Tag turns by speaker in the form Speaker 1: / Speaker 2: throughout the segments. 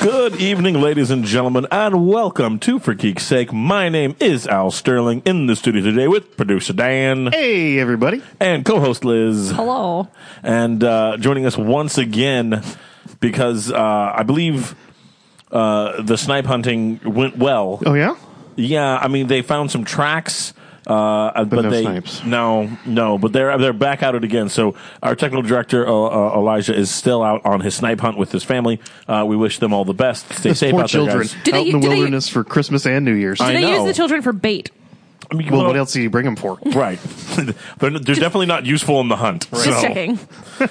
Speaker 1: Good evening, ladies and gentlemen, and welcome to For Geek's Sake. My name is Al Sterling in the studio today with producer Dan
Speaker 2: Hey, everybody.
Speaker 1: and co host Liz.
Speaker 3: Hello.
Speaker 1: And uh, joining us once again because uh, I believe uh, the snipe hunting went well.
Speaker 2: Oh, yeah?
Speaker 1: Yeah, I mean, they found some tracks. Uh, but,
Speaker 2: no
Speaker 1: they
Speaker 2: snipes.
Speaker 1: no no, but they're they're back out it again. So our technical director uh, uh, Elijah is still out on his snipe hunt with his family. Uh, we wish them all the best. Stay safe
Speaker 2: Poor
Speaker 1: out there,
Speaker 2: children
Speaker 1: guys.
Speaker 3: Do they-
Speaker 2: out in the
Speaker 3: do they-
Speaker 2: wilderness for Christmas and New Year's.
Speaker 3: Do
Speaker 1: I
Speaker 3: they
Speaker 1: know.
Speaker 3: use the children for bait?
Speaker 1: I mean,
Speaker 2: well,
Speaker 1: well,
Speaker 2: what else do you bring them for?
Speaker 1: Right, they're, they're definitely not useful in the hunt.
Speaker 3: Just
Speaker 1: So,
Speaker 3: checking.
Speaker 1: uh,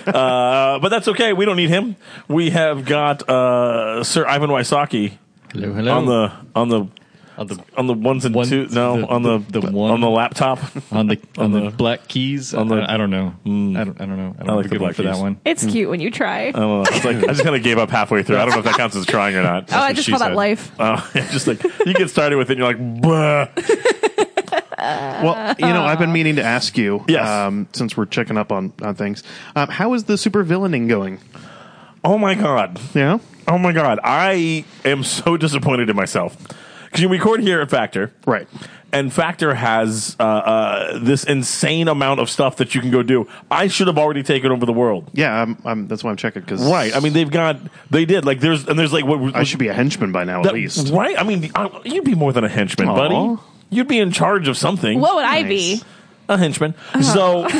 Speaker 1: but that's okay. We don't need him. We have got uh, Sir Ivan Wysocki
Speaker 4: Hello, hello.
Speaker 1: on the on the
Speaker 4: on the
Speaker 1: Mm. on the ones and
Speaker 4: Oh. One-
Speaker 1: two. No,
Speaker 4: the-
Speaker 1: on the,
Speaker 4: the- the one-
Speaker 1: on the laptop.
Speaker 4: on the on
Speaker 1: the-
Speaker 4: the black keys. On
Speaker 1: the- Mm.
Speaker 4: I, I don't know. I don't I don't know. I don't
Speaker 1: like the
Speaker 4: have a good one
Speaker 1: black
Speaker 4: for
Speaker 1: keys.
Speaker 4: that one.
Speaker 3: It's cute when you try.
Speaker 1: I don't know. It's like I just kind of gave up halfway through. I don't know if that counts as trying or not.
Speaker 3: oh,
Speaker 1: That's
Speaker 3: I
Speaker 1: what
Speaker 3: just
Speaker 1: she
Speaker 3: call that
Speaker 1: said.
Speaker 3: life.
Speaker 1: Oh, yeah, just like you get started with it, and you're like, Bleh.
Speaker 2: Well, you know, I've
Speaker 3: Uh,
Speaker 2: been meaning to ask you,
Speaker 1: Yes.
Speaker 2: um, since we're checking up on, on things, um, how is the supervillaining going?
Speaker 1: oh my god,
Speaker 2: Yeah?
Speaker 1: oh my god, I am so disappointed in myself because you record here at Factor,
Speaker 2: Right.
Speaker 1: and Factor has uh, uh, this insane amount of stuff that you can go do. I should have already taken over the world.
Speaker 2: Yeah, I'm, I'm, that's why I'm checking. Cause
Speaker 1: Right. I mean, they've got, they did. Like, there's, and there's like, what,
Speaker 2: I should be a henchman by now,
Speaker 1: that-
Speaker 2: at least.
Speaker 1: Right. I mean, I, you'd be more than a henchman,
Speaker 2: Aw.
Speaker 1: buddy. You'd be in charge of something.
Speaker 3: What would I be?
Speaker 2: Nice.
Speaker 1: a henchman. So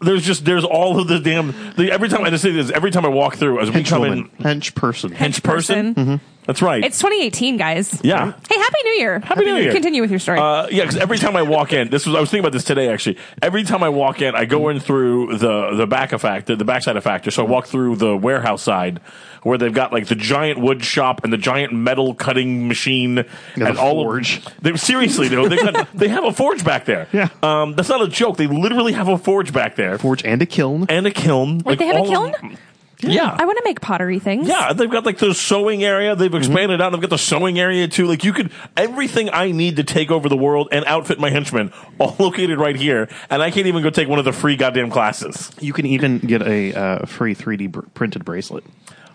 Speaker 1: there's just there's all of the damn. The, every time I just say this, every time I walk through, as we come in,
Speaker 2: Henchwoman. Hench person.
Speaker 1: hench person.
Speaker 3: Person.
Speaker 1: That's right.
Speaker 3: It's 2018, guys.
Speaker 1: yeah.
Speaker 3: Hey, Happy New Year.
Speaker 1: Happy New Year.
Speaker 3: Continue with your story.
Speaker 1: Uh, yeah, because every time I walk in, this was I was thinking about this today actually. Every time I walk in, I go in through the the back of factor, the backside of factor. So I walk through the warehouse side where they've got like the giant wood shop and the giant metal cutting machine
Speaker 2: the
Speaker 1: and all
Speaker 2: forge.
Speaker 1: Of, they, seriously though, they got, they have a forge back there.
Speaker 2: Yeah.
Speaker 1: um, that's not a joke. They literally have a forge back there
Speaker 2: Forge and a kiln.
Speaker 1: and a kiln.
Speaker 3: Wait, they have a
Speaker 1: all of-
Speaker 3: kiln?
Speaker 1: Yeah.
Speaker 3: I want to make pottery things.
Speaker 1: Yeah, they've got like the sewing area. They've expanded out. They've got the sewing area too. Like you could everything I need to take over the world and outfit my henchmen, all located right here. And I can't even go take one of the free goddamn classes,
Speaker 2: You can even get a uh, free 3D br- printed bracelet.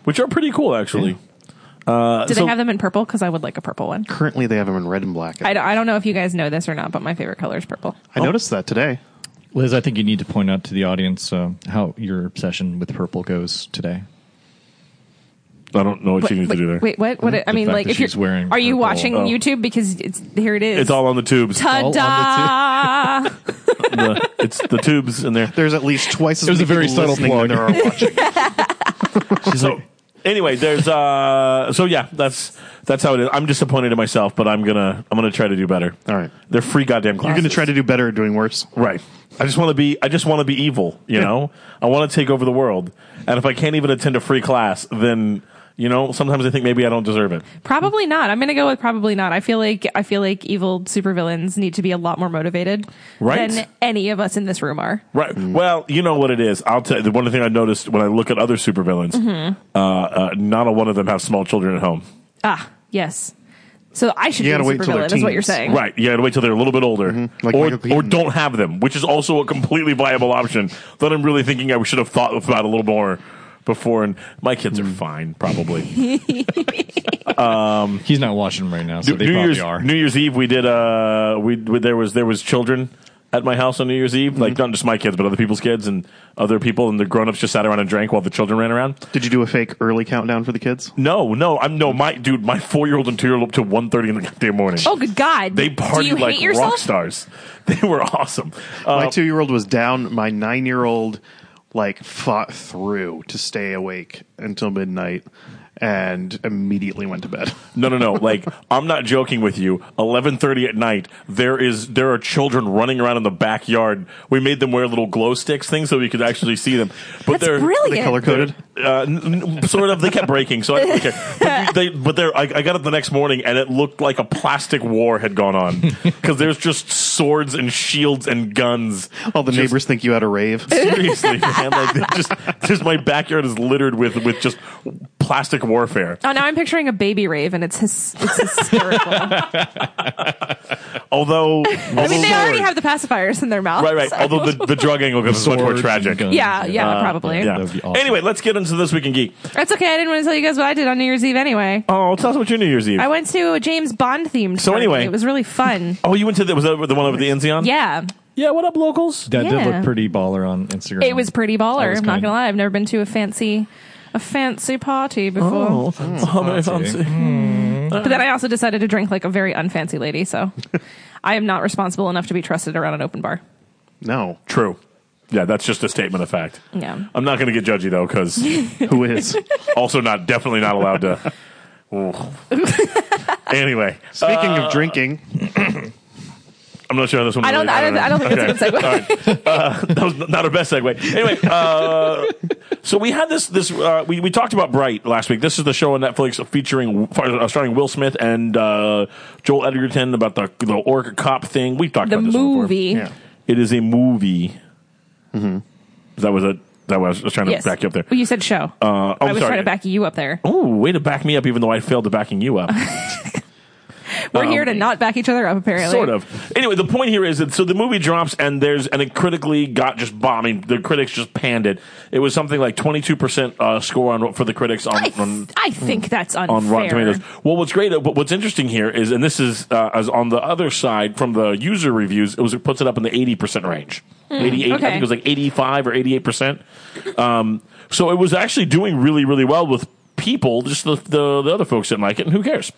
Speaker 1: which are pretty cool actually.
Speaker 3: Do
Speaker 1: so-
Speaker 3: they have them in purple? Because I would like a purple one.
Speaker 2: Currently, they have them in red and black.
Speaker 3: I
Speaker 2: I,
Speaker 3: don't, I don't know if you guys know this or not, but my favorite color is purple.
Speaker 2: noticed that today.
Speaker 4: Liz, I think you need to point out to the audience uh, how your obsession with purple goes today.
Speaker 1: I don't know what she needs
Speaker 3: wait,
Speaker 1: to do there.
Speaker 3: wait, what? what I
Speaker 4: The
Speaker 3: mean,
Speaker 4: fact
Speaker 3: like,
Speaker 4: that
Speaker 3: if you're
Speaker 4: she's wearing
Speaker 3: are you
Speaker 4: purple.
Speaker 3: watching
Speaker 1: Oh.
Speaker 3: YouTube? Because it's here it is.
Speaker 1: It's all on the tubes.
Speaker 4: on the
Speaker 3: Ta-da!
Speaker 1: The- it's the tubes in there.
Speaker 2: There's at least twice as
Speaker 4: It was
Speaker 2: many
Speaker 4: a very
Speaker 2: people
Speaker 4: subtle
Speaker 2: listening
Speaker 4: plug.
Speaker 2: than there are watching.
Speaker 4: She's
Speaker 1: So
Speaker 4: like,
Speaker 1: anyway, there's uh. So yeah, that's that's how it is. I'm disappointed in myself, but I'm gonna I'm gonna try to do better.
Speaker 2: All right.
Speaker 1: They're free goddamn classes.
Speaker 2: You're going to try to do better at doing worse.
Speaker 1: Right. I just want to be. I just want to be evil. You know. I want to take over the world. And if I can't even attend a free class, then you know. Sometimes I think maybe I don't deserve it.
Speaker 3: Probably not. I'm gonna go with probably not. I feel like I feel like evil supervillains need to be a lot more motivated
Speaker 1: Right.
Speaker 3: than any of us in this room are.
Speaker 1: Right.
Speaker 2: Mm-hmm.
Speaker 1: Well, you know what it is. I'll tell. The one thing I noticed when I look at other supervillains,
Speaker 2: Mm-hmm.
Speaker 1: uh, uh, not a one of them have small children at home.
Speaker 3: Ah, yes. So I should
Speaker 2: You
Speaker 3: be
Speaker 2: gotta
Speaker 3: a
Speaker 2: wait till they're
Speaker 3: supervillain. Is what you're
Speaker 2: teens.
Speaker 3: saying?
Speaker 1: Right. You got to wait till they're a little bit older,
Speaker 2: Mm-hmm. Like Michael
Speaker 1: or
Speaker 2: Keaton.
Speaker 1: or don't have them, which is also a completely viable option. That I'm really thinking I should have thought about a little more before. And my kids are
Speaker 2: Mm-hmm.
Speaker 1: fine, probably.
Speaker 4: he's not watching them right now, so
Speaker 1: New-
Speaker 4: they
Speaker 1: New
Speaker 4: probably
Speaker 1: Year's
Speaker 4: are.
Speaker 1: New Year's Eve we did uh we, we there was there was children at my house on New Year's Eve
Speaker 4: Mm-hmm.
Speaker 1: like not just my kids but other people's kids and other people and the grown ups just sat around and drank while the children ran around.
Speaker 2: Did you do a fake early countdown for the kids?
Speaker 1: No, no, I'm no my dude. My four year old and two year old up to one thirty in the goddamn morning.
Speaker 3: Oh, good God!
Speaker 1: They
Speaker 3: Do you
Speaker 1: partied
Speaker 3: hate
Speaker 1: like
Speaker 3: yourself?
Speaker 1: rock stars. They were awesome.
Speaker 2: my
Speaker 1: Uh,
Speaker 2: two year old was down. My nine year old like fought through to stay awake until midnight and immediately went to bed.
Speaker 1: no, no, no. Like I'm not joking with you. Eleven thirty at night, there is there are children running around in the backyard. We made them wear little glow sticks things so we could actually see them. But
Speaker 3: That's
Speaker 1: they're
Speaker 3: brilliant.
Speaker 2: They color coded.
Speaker 1: uh, n- n- sort of. They kept breaking, so I don't care. But they, but they're, I, I got up the next morning, and it looked like a plastic war had gone on because there's just swords and shields and guns.
Speaker 2: All the neighbors think you had a rave.
Speaker 1: Seriously, man, like they're just just my backyard is littered with with just plastic warfare.
Speaker 3: Oh, now I'm picturing a baby rave, and it's his, it's hysterical. I
Speaker 1: Although,
Speaker 3: mean, they already have the pacifiers in their mouth.
Speaker 1: Oh, right, right.
Speaker 3: so-
Speaker 1: Although the, the drug angle is much more
Speaker 4: Swords
Speaker 1: tragic.
Speaker 4: and guns.
Speaker 3: Yeah, yeah, probably.
Speaker 1: Yeah.
Speaker 4: That'd be awesome.
Speaker 1: Anyway, let's get into this week in geek.
Speaker 3: That's okay. I didn't want to tell you guys what I did on New Year's Eve anyway.
Speaker 1: Oh, tell us about your New Year's Eve.
Speaker 3: I went to a James Bond themed.
Speaker 1: So anyway-
Speaker 3: it was really fun.
Speaker 1: oh, you went to the was that the one over the Enzion?
Speaker 3: yeah,
Speaker 1: Yeah. What up, locals?
Speaker 4: That did
Speaker 3: Yeah.
Speaker 4: look pretty baller on Instagram.
Speaker 3: it was pretty baller.
Speaker 4: was
Speaker 3: I'm not
Speaker 4: good.
Speaker 3: gonna lie. I've never been to a fancy a fancy party before.
Speaker 1: Oh, oh, very fancy.
Speaker 3: But then I also decided to drink like a very unfancy lady. So I am not responsible enough to be trusted around an open bar.
Speaker 2: No.
Speaker 1: True. Yeah, that's just a statement of fact.
Speaker 3: Yeah.
Speaker 1: I'm not going to get judgy though, because
Speaker 2: Who is?
Speaker 1: also not definitely not allowed to. Ooh. anyway,
Speaker 2: Speaking
Speaker 1: Uh,
Speaker 2: of drinking,
Speaker 1: I'm not sure how this one.
Speaker 3: I don't. I don't. I don't think that's a good segue.
Speaker 1: that was not our best segue. Anyway, uh, so we had this. This uh, we we talked about Bright last week. This is the show on Netflix featuring uh, starring Will Smith and uh, Joel Edgerton about the the orc cop thing. We've talked
Speaker 3: The
Speaker 1: about this one before.
Speaker 3: movie. Mm-hmm.
Speaker 2: yeah.
Speaker 1: It is a movie. That was a that was I was trying to
Speaker 3: Yes.
Speaker 1: back you up there.
Speaker 3: Well, you said show.
Speaker 1: Uh, oh,
Speaker 3: I was
Speaker 1: sorry.
Speaker 3: trying to back you up there.
Speaker 1: Oh, way to back me up, even though I failed to backing you up.
Speaker 3: We're here to not back each other up, apparently.
Speaker 1: um, Sort of. Anyway, the point here is that so the movie drops and there's and it critically got just bombing. The critics just panned it. It was something like twenty two percent uh, score on for the critics on.
Speaker 3: I, th-
Speaker 1: on hmm.
Speaker 3: I think that's unfair.
Speaker 1: on Rotten Tomatoes. Well, what's great, uh, what- what's interesting here is, and this is uh, as on the other side from the user reviews, it was it puts it up in the eighty percent range, eighty eight. I
Speaker 3: okay.
Speaker 1: think it was like eighty five or eighty eight percent. Um, so it was actually doing really, really well with people. Just the the, the other folks didn't like it, and who cares?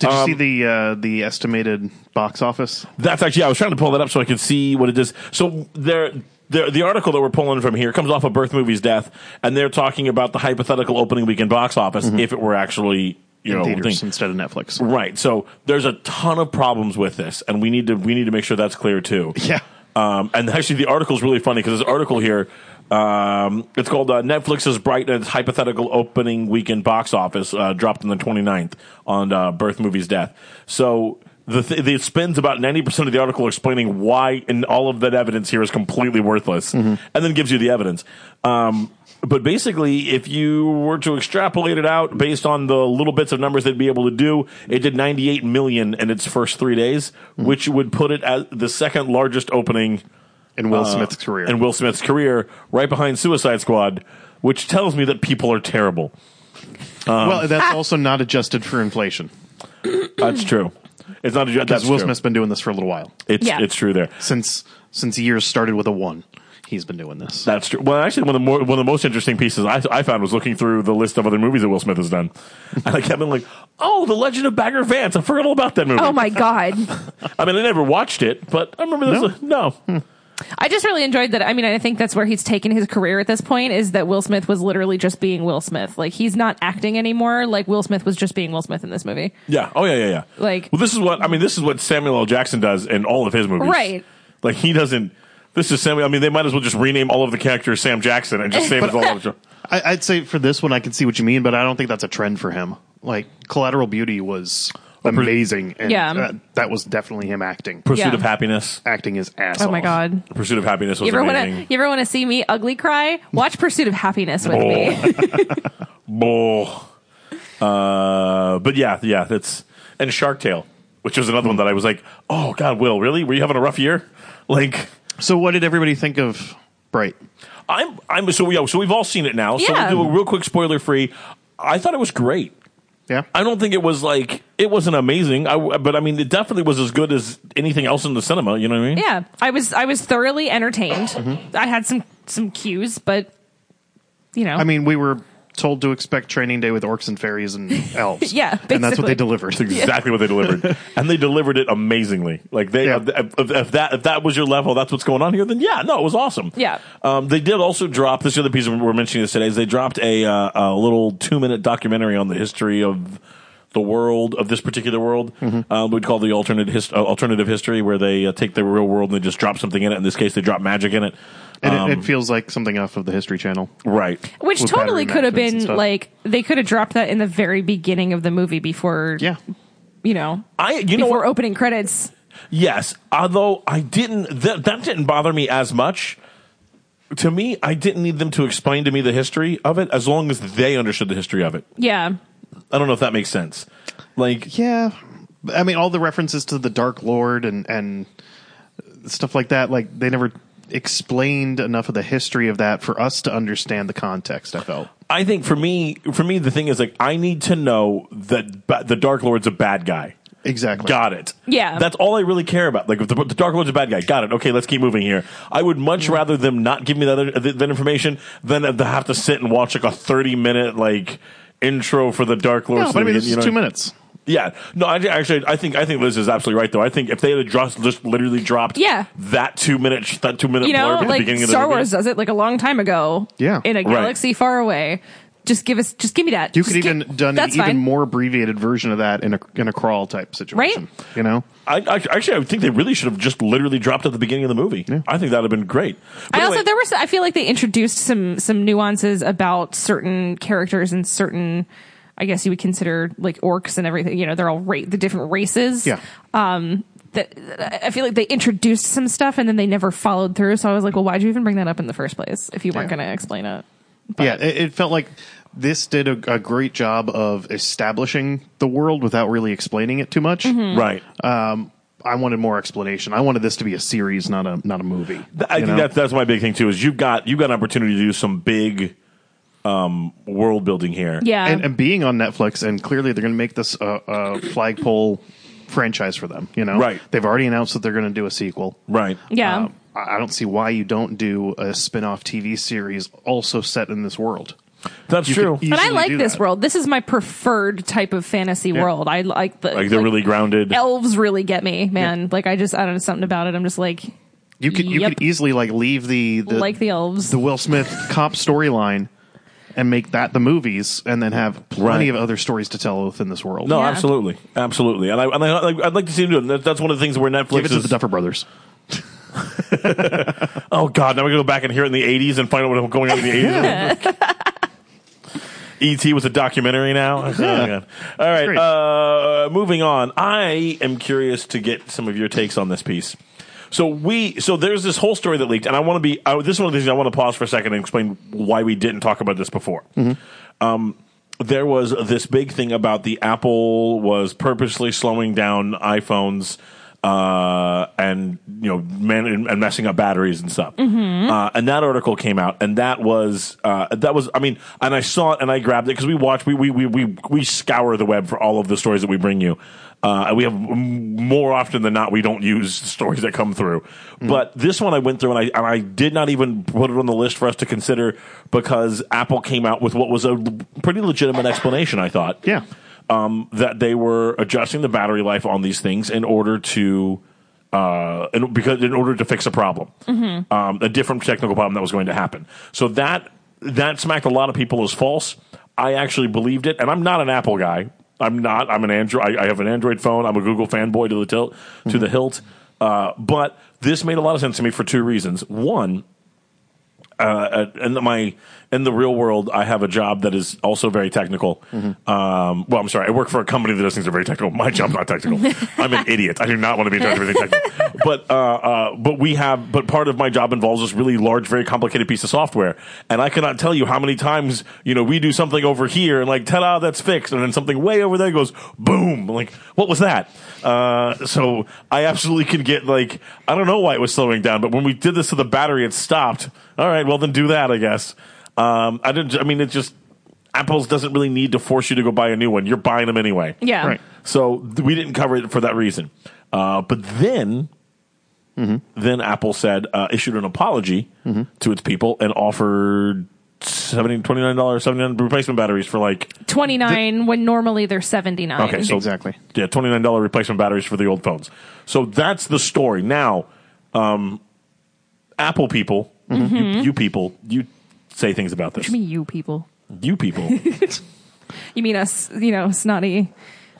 Speaker 2: did you see
Speaker 1: Um,
Speaker 2: the uh, the estimated box office?
Speaker 1: That's actually, I was trying to pull that up so I could see what it is. So there, there the article that we're pulling from here comes off of Birth Movies Death, and they're talking about the hypothetical opening weekend box office if it were actually, you know,
Speaker 2: Mm-hmm. Theaters
Speaker 1: thing.
Speaker 2: instead of Netflix.
Speaker 1: Right. So there's a ton of problems with this, and we need to we need to make sure that's clear too.
Speaker 2: Yeah.
Speaker 1: Um, and actually, the article's really funny because this article here, um, it's called uh, Netflix's Bright and its Hypothetical Opening Weekend Box Office, uh, dropped on the 29th on uh, Birth Movies Death. So the th- it spends about 90% of the article explaining why and all of that evidence here is completely worthless and then gives you the evidence. Um, but basically, if you were to extrapolate it out based on the little bits of numbers they'd be able to do, it did 98 million in its first three days,
Speaker 2: Hmm.
Speaker 1: which would put it at the second largest opening
Speaker 2: In Will
Speaker 1: uh,
Speaker 2: Smith's career.
Speaker 1: In Will Smith's career, right behind Suicide Squad, which tells me that people are terrible. um,
Speaker 2: well, that's also not adjusted for inflation
Speaker 1: That's true. It's not a that's
Speaker 2: because Will
Speaker 1: true.
Speaker 2: Smith's been doing this for a little while
Speaker 1: It's
Speaker 3: Yeah.
Speaker 1: it's true there.
Speaker 2: since since years started with a one. He's been doing this.
Speaker 1: That's true. Well, actually, one of the more, one of the most interesting pieces I, I found was looking through the list of other movies that Will Smith has done, and I kept being like, "Oh, The Legend of Bagger Vance." I forgot all about that movie.
Speaker 3: Oh my god!
Speaker 1: I mean, I never watched it, but I remember this. No, Hmm.
Speaker 3: I just really enjoyed that. I mean, I think that's where he's taken his career at this point is that Will Smith was literally just being Will Smith. Like he's not acting anymore. Like Will Smith was just being Will Smith in this movie.
Speaker 1: yeah, oh yeah, yeah, yeah.
Speaker 3: Like-
Speaker 1: well, this is what I mean. This is what Samuel L. Jackson does in all of his movies,
Speaker 3: Right.
Speaker 1: Like he doesn't. This is Samuel. I mean, they might as well just rename all of the characters Sam Jackson and just save us all. Up.
Speaker 2: I, I'd say for this one, I can see what you mean, but I don't think that's a trend for him. Like Collateral Beauty was amazing, and
Speaker 3: Yeah.
Speaker 2: that, that was definitely him acting,
Speaker 1: Pursuit
Speaker 3: Yeah.
Speaker 1: of Happiness.
Speaker 2: acting his ass.
Speaker 3: Oh my
Speaker 2: off.
Speaker 3: god!
Speaker 1: Pursuit of Happiness was
Speaker 3: You ever want to?
Speaker 1: amazing.
Speaker 3: You ever want to see me ugly cry? Watch Pursuit of Happiness with
Speaker 2: Oh.
Speaker 3: me.
Speaker 1: Bull. Uh, but yeah, yeah, that's and Shark Tale, which was another one that I was like, oh God, Will, really? Were you having a rough year? Like,
Speaker 2: So, what did everybody think of Bright?
Speaker 1: I'm, I'm. So we, so we've all seen it now. So
Speaker 3: Yeah.
Speaker 1: we'll do a real quick spoiler free. I thought it was great.
Speaker 2: Yeah,
Speaker 1: I don't think it was like it wasn't amazing. I, but I mean, it definitely was as good as anything else in the cinema. You know what I mean?
Speaker 3: yeah, I was I was thoroughly entertained.
Speaker 2: Mm-hmm.
Speaker 3: I had some some cues, but you know,
Speaker 2: I mean, we were told to expect Training Day with orcs and fairies and elves.
Speaker 3: Yeah,
Speaker 2: and that's what
Speaker 3: basically.
Speaker 2: they delivered.
Speaker 1: That's exactly what they delivered, and they delivered it amazingly. Like they,
Speaker 2: Yeah.
Speaker 1: if, if- if that if that was your level, that's what's going on here. Then yeah, no, it was awesome.
Speaker 3: Yeah.
Speaker 1: um, they did also drop this other piece of, we're mentioning this today is they dropped a uh, a little two minute documentary on the history of the world of this particular world. Uh, we'd call the alternate hist- uh, alternative history where they uh, take the real world and they just drop something in it. In this case, they drop magic in it.
Speaker 2: And it, it feels like something off of the History Channel.
Speaker 1: Right.
Speaker 3: Which
Speaker 2: with
Speaker 3: totally
Speaker 2: battery
Speaker 3: could have
Speaker 2: methods and
Speaker 3: been
Speaker 2: stuff.
Speaker 3: like they could have dropped that in the very beginning of the movie before
Speaker 2: Yeah,
Speaker 3: you know
Speaker 1: I you know
Speaker 3: before
Speaker 1: what?
Speaker 3: opening credits.
Speaker 1: Yes, although I didn't that that didn't bother me as much to me, I didn't need them to explain to me the history of it as long as they understood the history of it.
Speaker 3: Yeah.
Speaker 1: I don't know if that makes sense. Like,
Speaker 2: Yeah, I mean, all the references to the Dark Lord and and stuff like that. Like they never explained enough of the history of that for us to understand the context. I felt.
Speaker 1: I think for me, for me, the thing is like I need to know that ba- the Dark Lord's a bad guy.
Speaker 2: Exactly.
Speaker 1: Got it.
Speaker 3: Yeah.
Speaker 1: that's all I really care about. Like if the, the Dark Lord's a bad guy. Got it. Okay, let's keep moving here. I would much rather them not give me that other, th- that information than to have to sit and watch like a thirty minute like intro for the Dark Lord.
Speaker 2: No,
Speaker 1: so
Speaker 2: but I
Speaker 1: we
Speaker 2: mean,
Speaker 1: get-
Speaker 2: this
Speaker 1: you
Speaker 2: is
Speaker 1: know-
Speaker 2: two minutes.
Speaker 1: Yeah, no, I, actually, I think I think Liz is absolutely right though. I think if they had just just literally dropped
Speaker 3: Yeah.
Speaker 1: that two minute sh- that two minute
Speaker 3: You know,
Speaker 1: blurb at the
Speaker 3: like
Speaker 1: beginning of the
Speaker 3: Star
Speaker 1: movie-
Speaker 3: Wars does it like a long time ago.
Speaker 2: Yeah.
Speaker 3: In a
Speaker 1: Right.
Speaker 3: galaxy far away. Just give us just give me that.
Speaker 2: You
Speaker 3: Just
Speaker 2: could
Speaker 3: gi-
Speaker 2: even done an
Speaker 3: that's
Speaker 2: even
Speaker 3: fine.
Speaker 2: more abbreviated version of that in a in a crawl type situation. You know,
Speaker 1: I, I actually I think they really should have just literally dropped at the beginning of the movie. I think that'd have been great. But
Speaker 3: I also
Speaker 1: anyway-
Speaker 3: there was I feel like they introduced some some nuances about certain characters and certain I guess you would consider like orcs and everything. You know, they're all ra- the different races.
Speaker 2: yeah.
Speaker 3: Um. That that- I feel like they introduced some stuff and then they never followed through. So I was like, well, why'd you even bring that up in the first place if you weren't
Speaker 2: Yeah.
Speaker 3: going to explain it?
Speaker 2: yeah, it, it felt like this did a, a great job of establishing the world without really explaining it too much.
Speaker 3: Mm-hmm.
Speaker 1: right.
Speaker 2: Um, I wanted more explanation. I wanted this to be a series, not a not a movie.
Speaker 1: Th- I
Speaker 2: you
Speaker 1: think
Speaker 2: know?
Speaker 1: that's that's my big thing too. Is you've got you've got an opportunity to do some big um, world building here.
Speaker 3: Yeah.
Speaker 2: and, and being on Netflix, and clearly they're going to make this a, a flagpole franchise for them. You know,
Speaker 1: Right.
Speaker 2: They've already announced that they're going to do a sequel.
Speaker 1: Right.
Speaker 3: yeah.
Speaker 2: Um, I I don't see why you don't do a spin off TV series also set in this world.
Speaker 1: That's
Speaker 2: You could
Speaker 1: true.
Speaker 2: easily
Speaker 3: but I like
Speaker 2: do
Speaker 3: this
Speaker 2: that.
Speaker 3: world. This is my preferred type of fantasy world. I like the
Speaker 1: like they're really grounded.
Speaker 3: elves really get me, man. Like I just I don't know something about it. I'm just like
Speaker 2: You could you
Speaker 3: Yep.
Speaker 2: could easily like leave the, the
Speaker 3: like the elves.
Speaker 2: the Will Smith cop storyline and make that the movies, and then have plenty
Speaker 1: Right.
Speaker 2: of other stories to tell within this world.
Speaker 1: no,
Speaker 3: Yeah.
Speaker 1: absolutely, absolutely, and I and I like, I'd like to see them do it. And That, that's one of the things where Netflix
Speaker 2: give it to
Speaker 1: is.
Speaker 2: the Duffer Brothers.
Speaker 1: oh God, now we go back and hear it in the '80s and find out what's going on in the '80s. E.T. was a documentary now. Oh, God. All right.
Speaker 2: great.
Speaker 1: Uh, moving on. I am curious to get some of your takes on this piece. So we, so there's this whole story that leaked, and I want to be. I, this is one of the things I want to pause for a second and explain why we didn't talk about this before. Um, there was this big thing about the Apple was purposely slowing down iPhones. Uh, and you know, man, and messing up batteries and stuff. Uh, and that article came out, and that was uh, that was. I mean, and I saw it, and I grabbed it because we watch, we we we we we scour the web for all of the stories that we bring you. Uh, and we have m- more often than not, we don't use the stories that come through. But this one I went through and I, and I did not even put it on the list for us to consider because Apple came out with what was a pretty legitimate explanation, I thought.
Speaker 2: Yeah.
Speaker 1: Um, that they were adjusting the battery life on these things in order to. Uh, in, because in order to fix a problem, um, a different technical problem that was going to happen, so that that smacked a lot of people as false. I actually believed it, and I'm not an Apple guy. I'm not. I'm an Android. I, I have an Android phone. I'm a Google fanboy to the tilt, to the hilt. Uh, but this made a lot of sense to me for two reasons. One, uh, in the, my in the real world, I have a job that is also very technical. Um, well, I'm sorry, I work for a company that does things that are very technical. My job's not technical. I'm an idiot. I do not want to be in charge of anything technical. But uh, uh, but we have but part of my job involves this really large, very complicated piece of software, and I cannot tell you how many times you know we do something over here and like ta-da, that's fixed, and then something way over there goes boom. I'm like what was that? Uh, so I absolutely could get like I don't know why it was slowing down, but when we did this to the battery, it stopped. All right, well then do that, I guess. Um, I didn't. I mean, it just Apple's doesn't really need to force you to go buy a new one. You're buying them anyway.
Speaker 3: yeah.
Speaker 2: Right.
Speaker 1: So th- we didn't cover it for that reason. Uh, but then, then Apple said uh, issued an apology to its people and offered. 70 dollars 79 replacement batteries for like
Speaker 3: 29 when normally they're 79.
Speaker 1: Okay, so
Speaker 2: Exactly.
Speaker 1: Yeah, twenty nine dollar replacement batteries for the old phones. So that's the story. Now, um, Apple people, you, you people, you say things about this.
Speaker 3: I mean, Mm-hmm. you people.
Speaker 1: You people,
Speaker 3: You mean us, you know, snotty.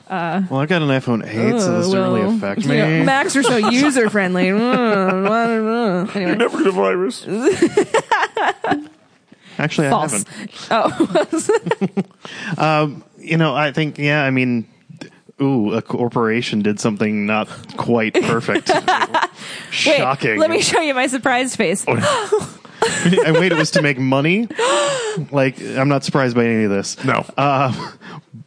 Speaker 2: Well, I've got an iPhone 8, so this doesn't really
Speaker 3: well,
Speaker 2: affect
Speaker 3: you
Speaker 2: me.
Speaker 3: know, Macs are so user friendly.
Speaker 1: you're
Speaker 3: anyway,
Speaker 1: never gonna virus.
Speaker 2: Actually, I
Speaker 3: false.
Speaker 2: haven't.
Speaker 3: Oh,
Speaker 2: You know, I think, yeah, I mean, ooh, a corporation did something not quite perfect.
Speaker 3: wait.
Speaker 2: Shocking. Oh,
Speaker 3: Let me show you my surprised face.
Speaker 2: and wait, it was to make money. Like, I'm not surprised by any of this.
Speaker 1: No.
Speaker 2: Uh,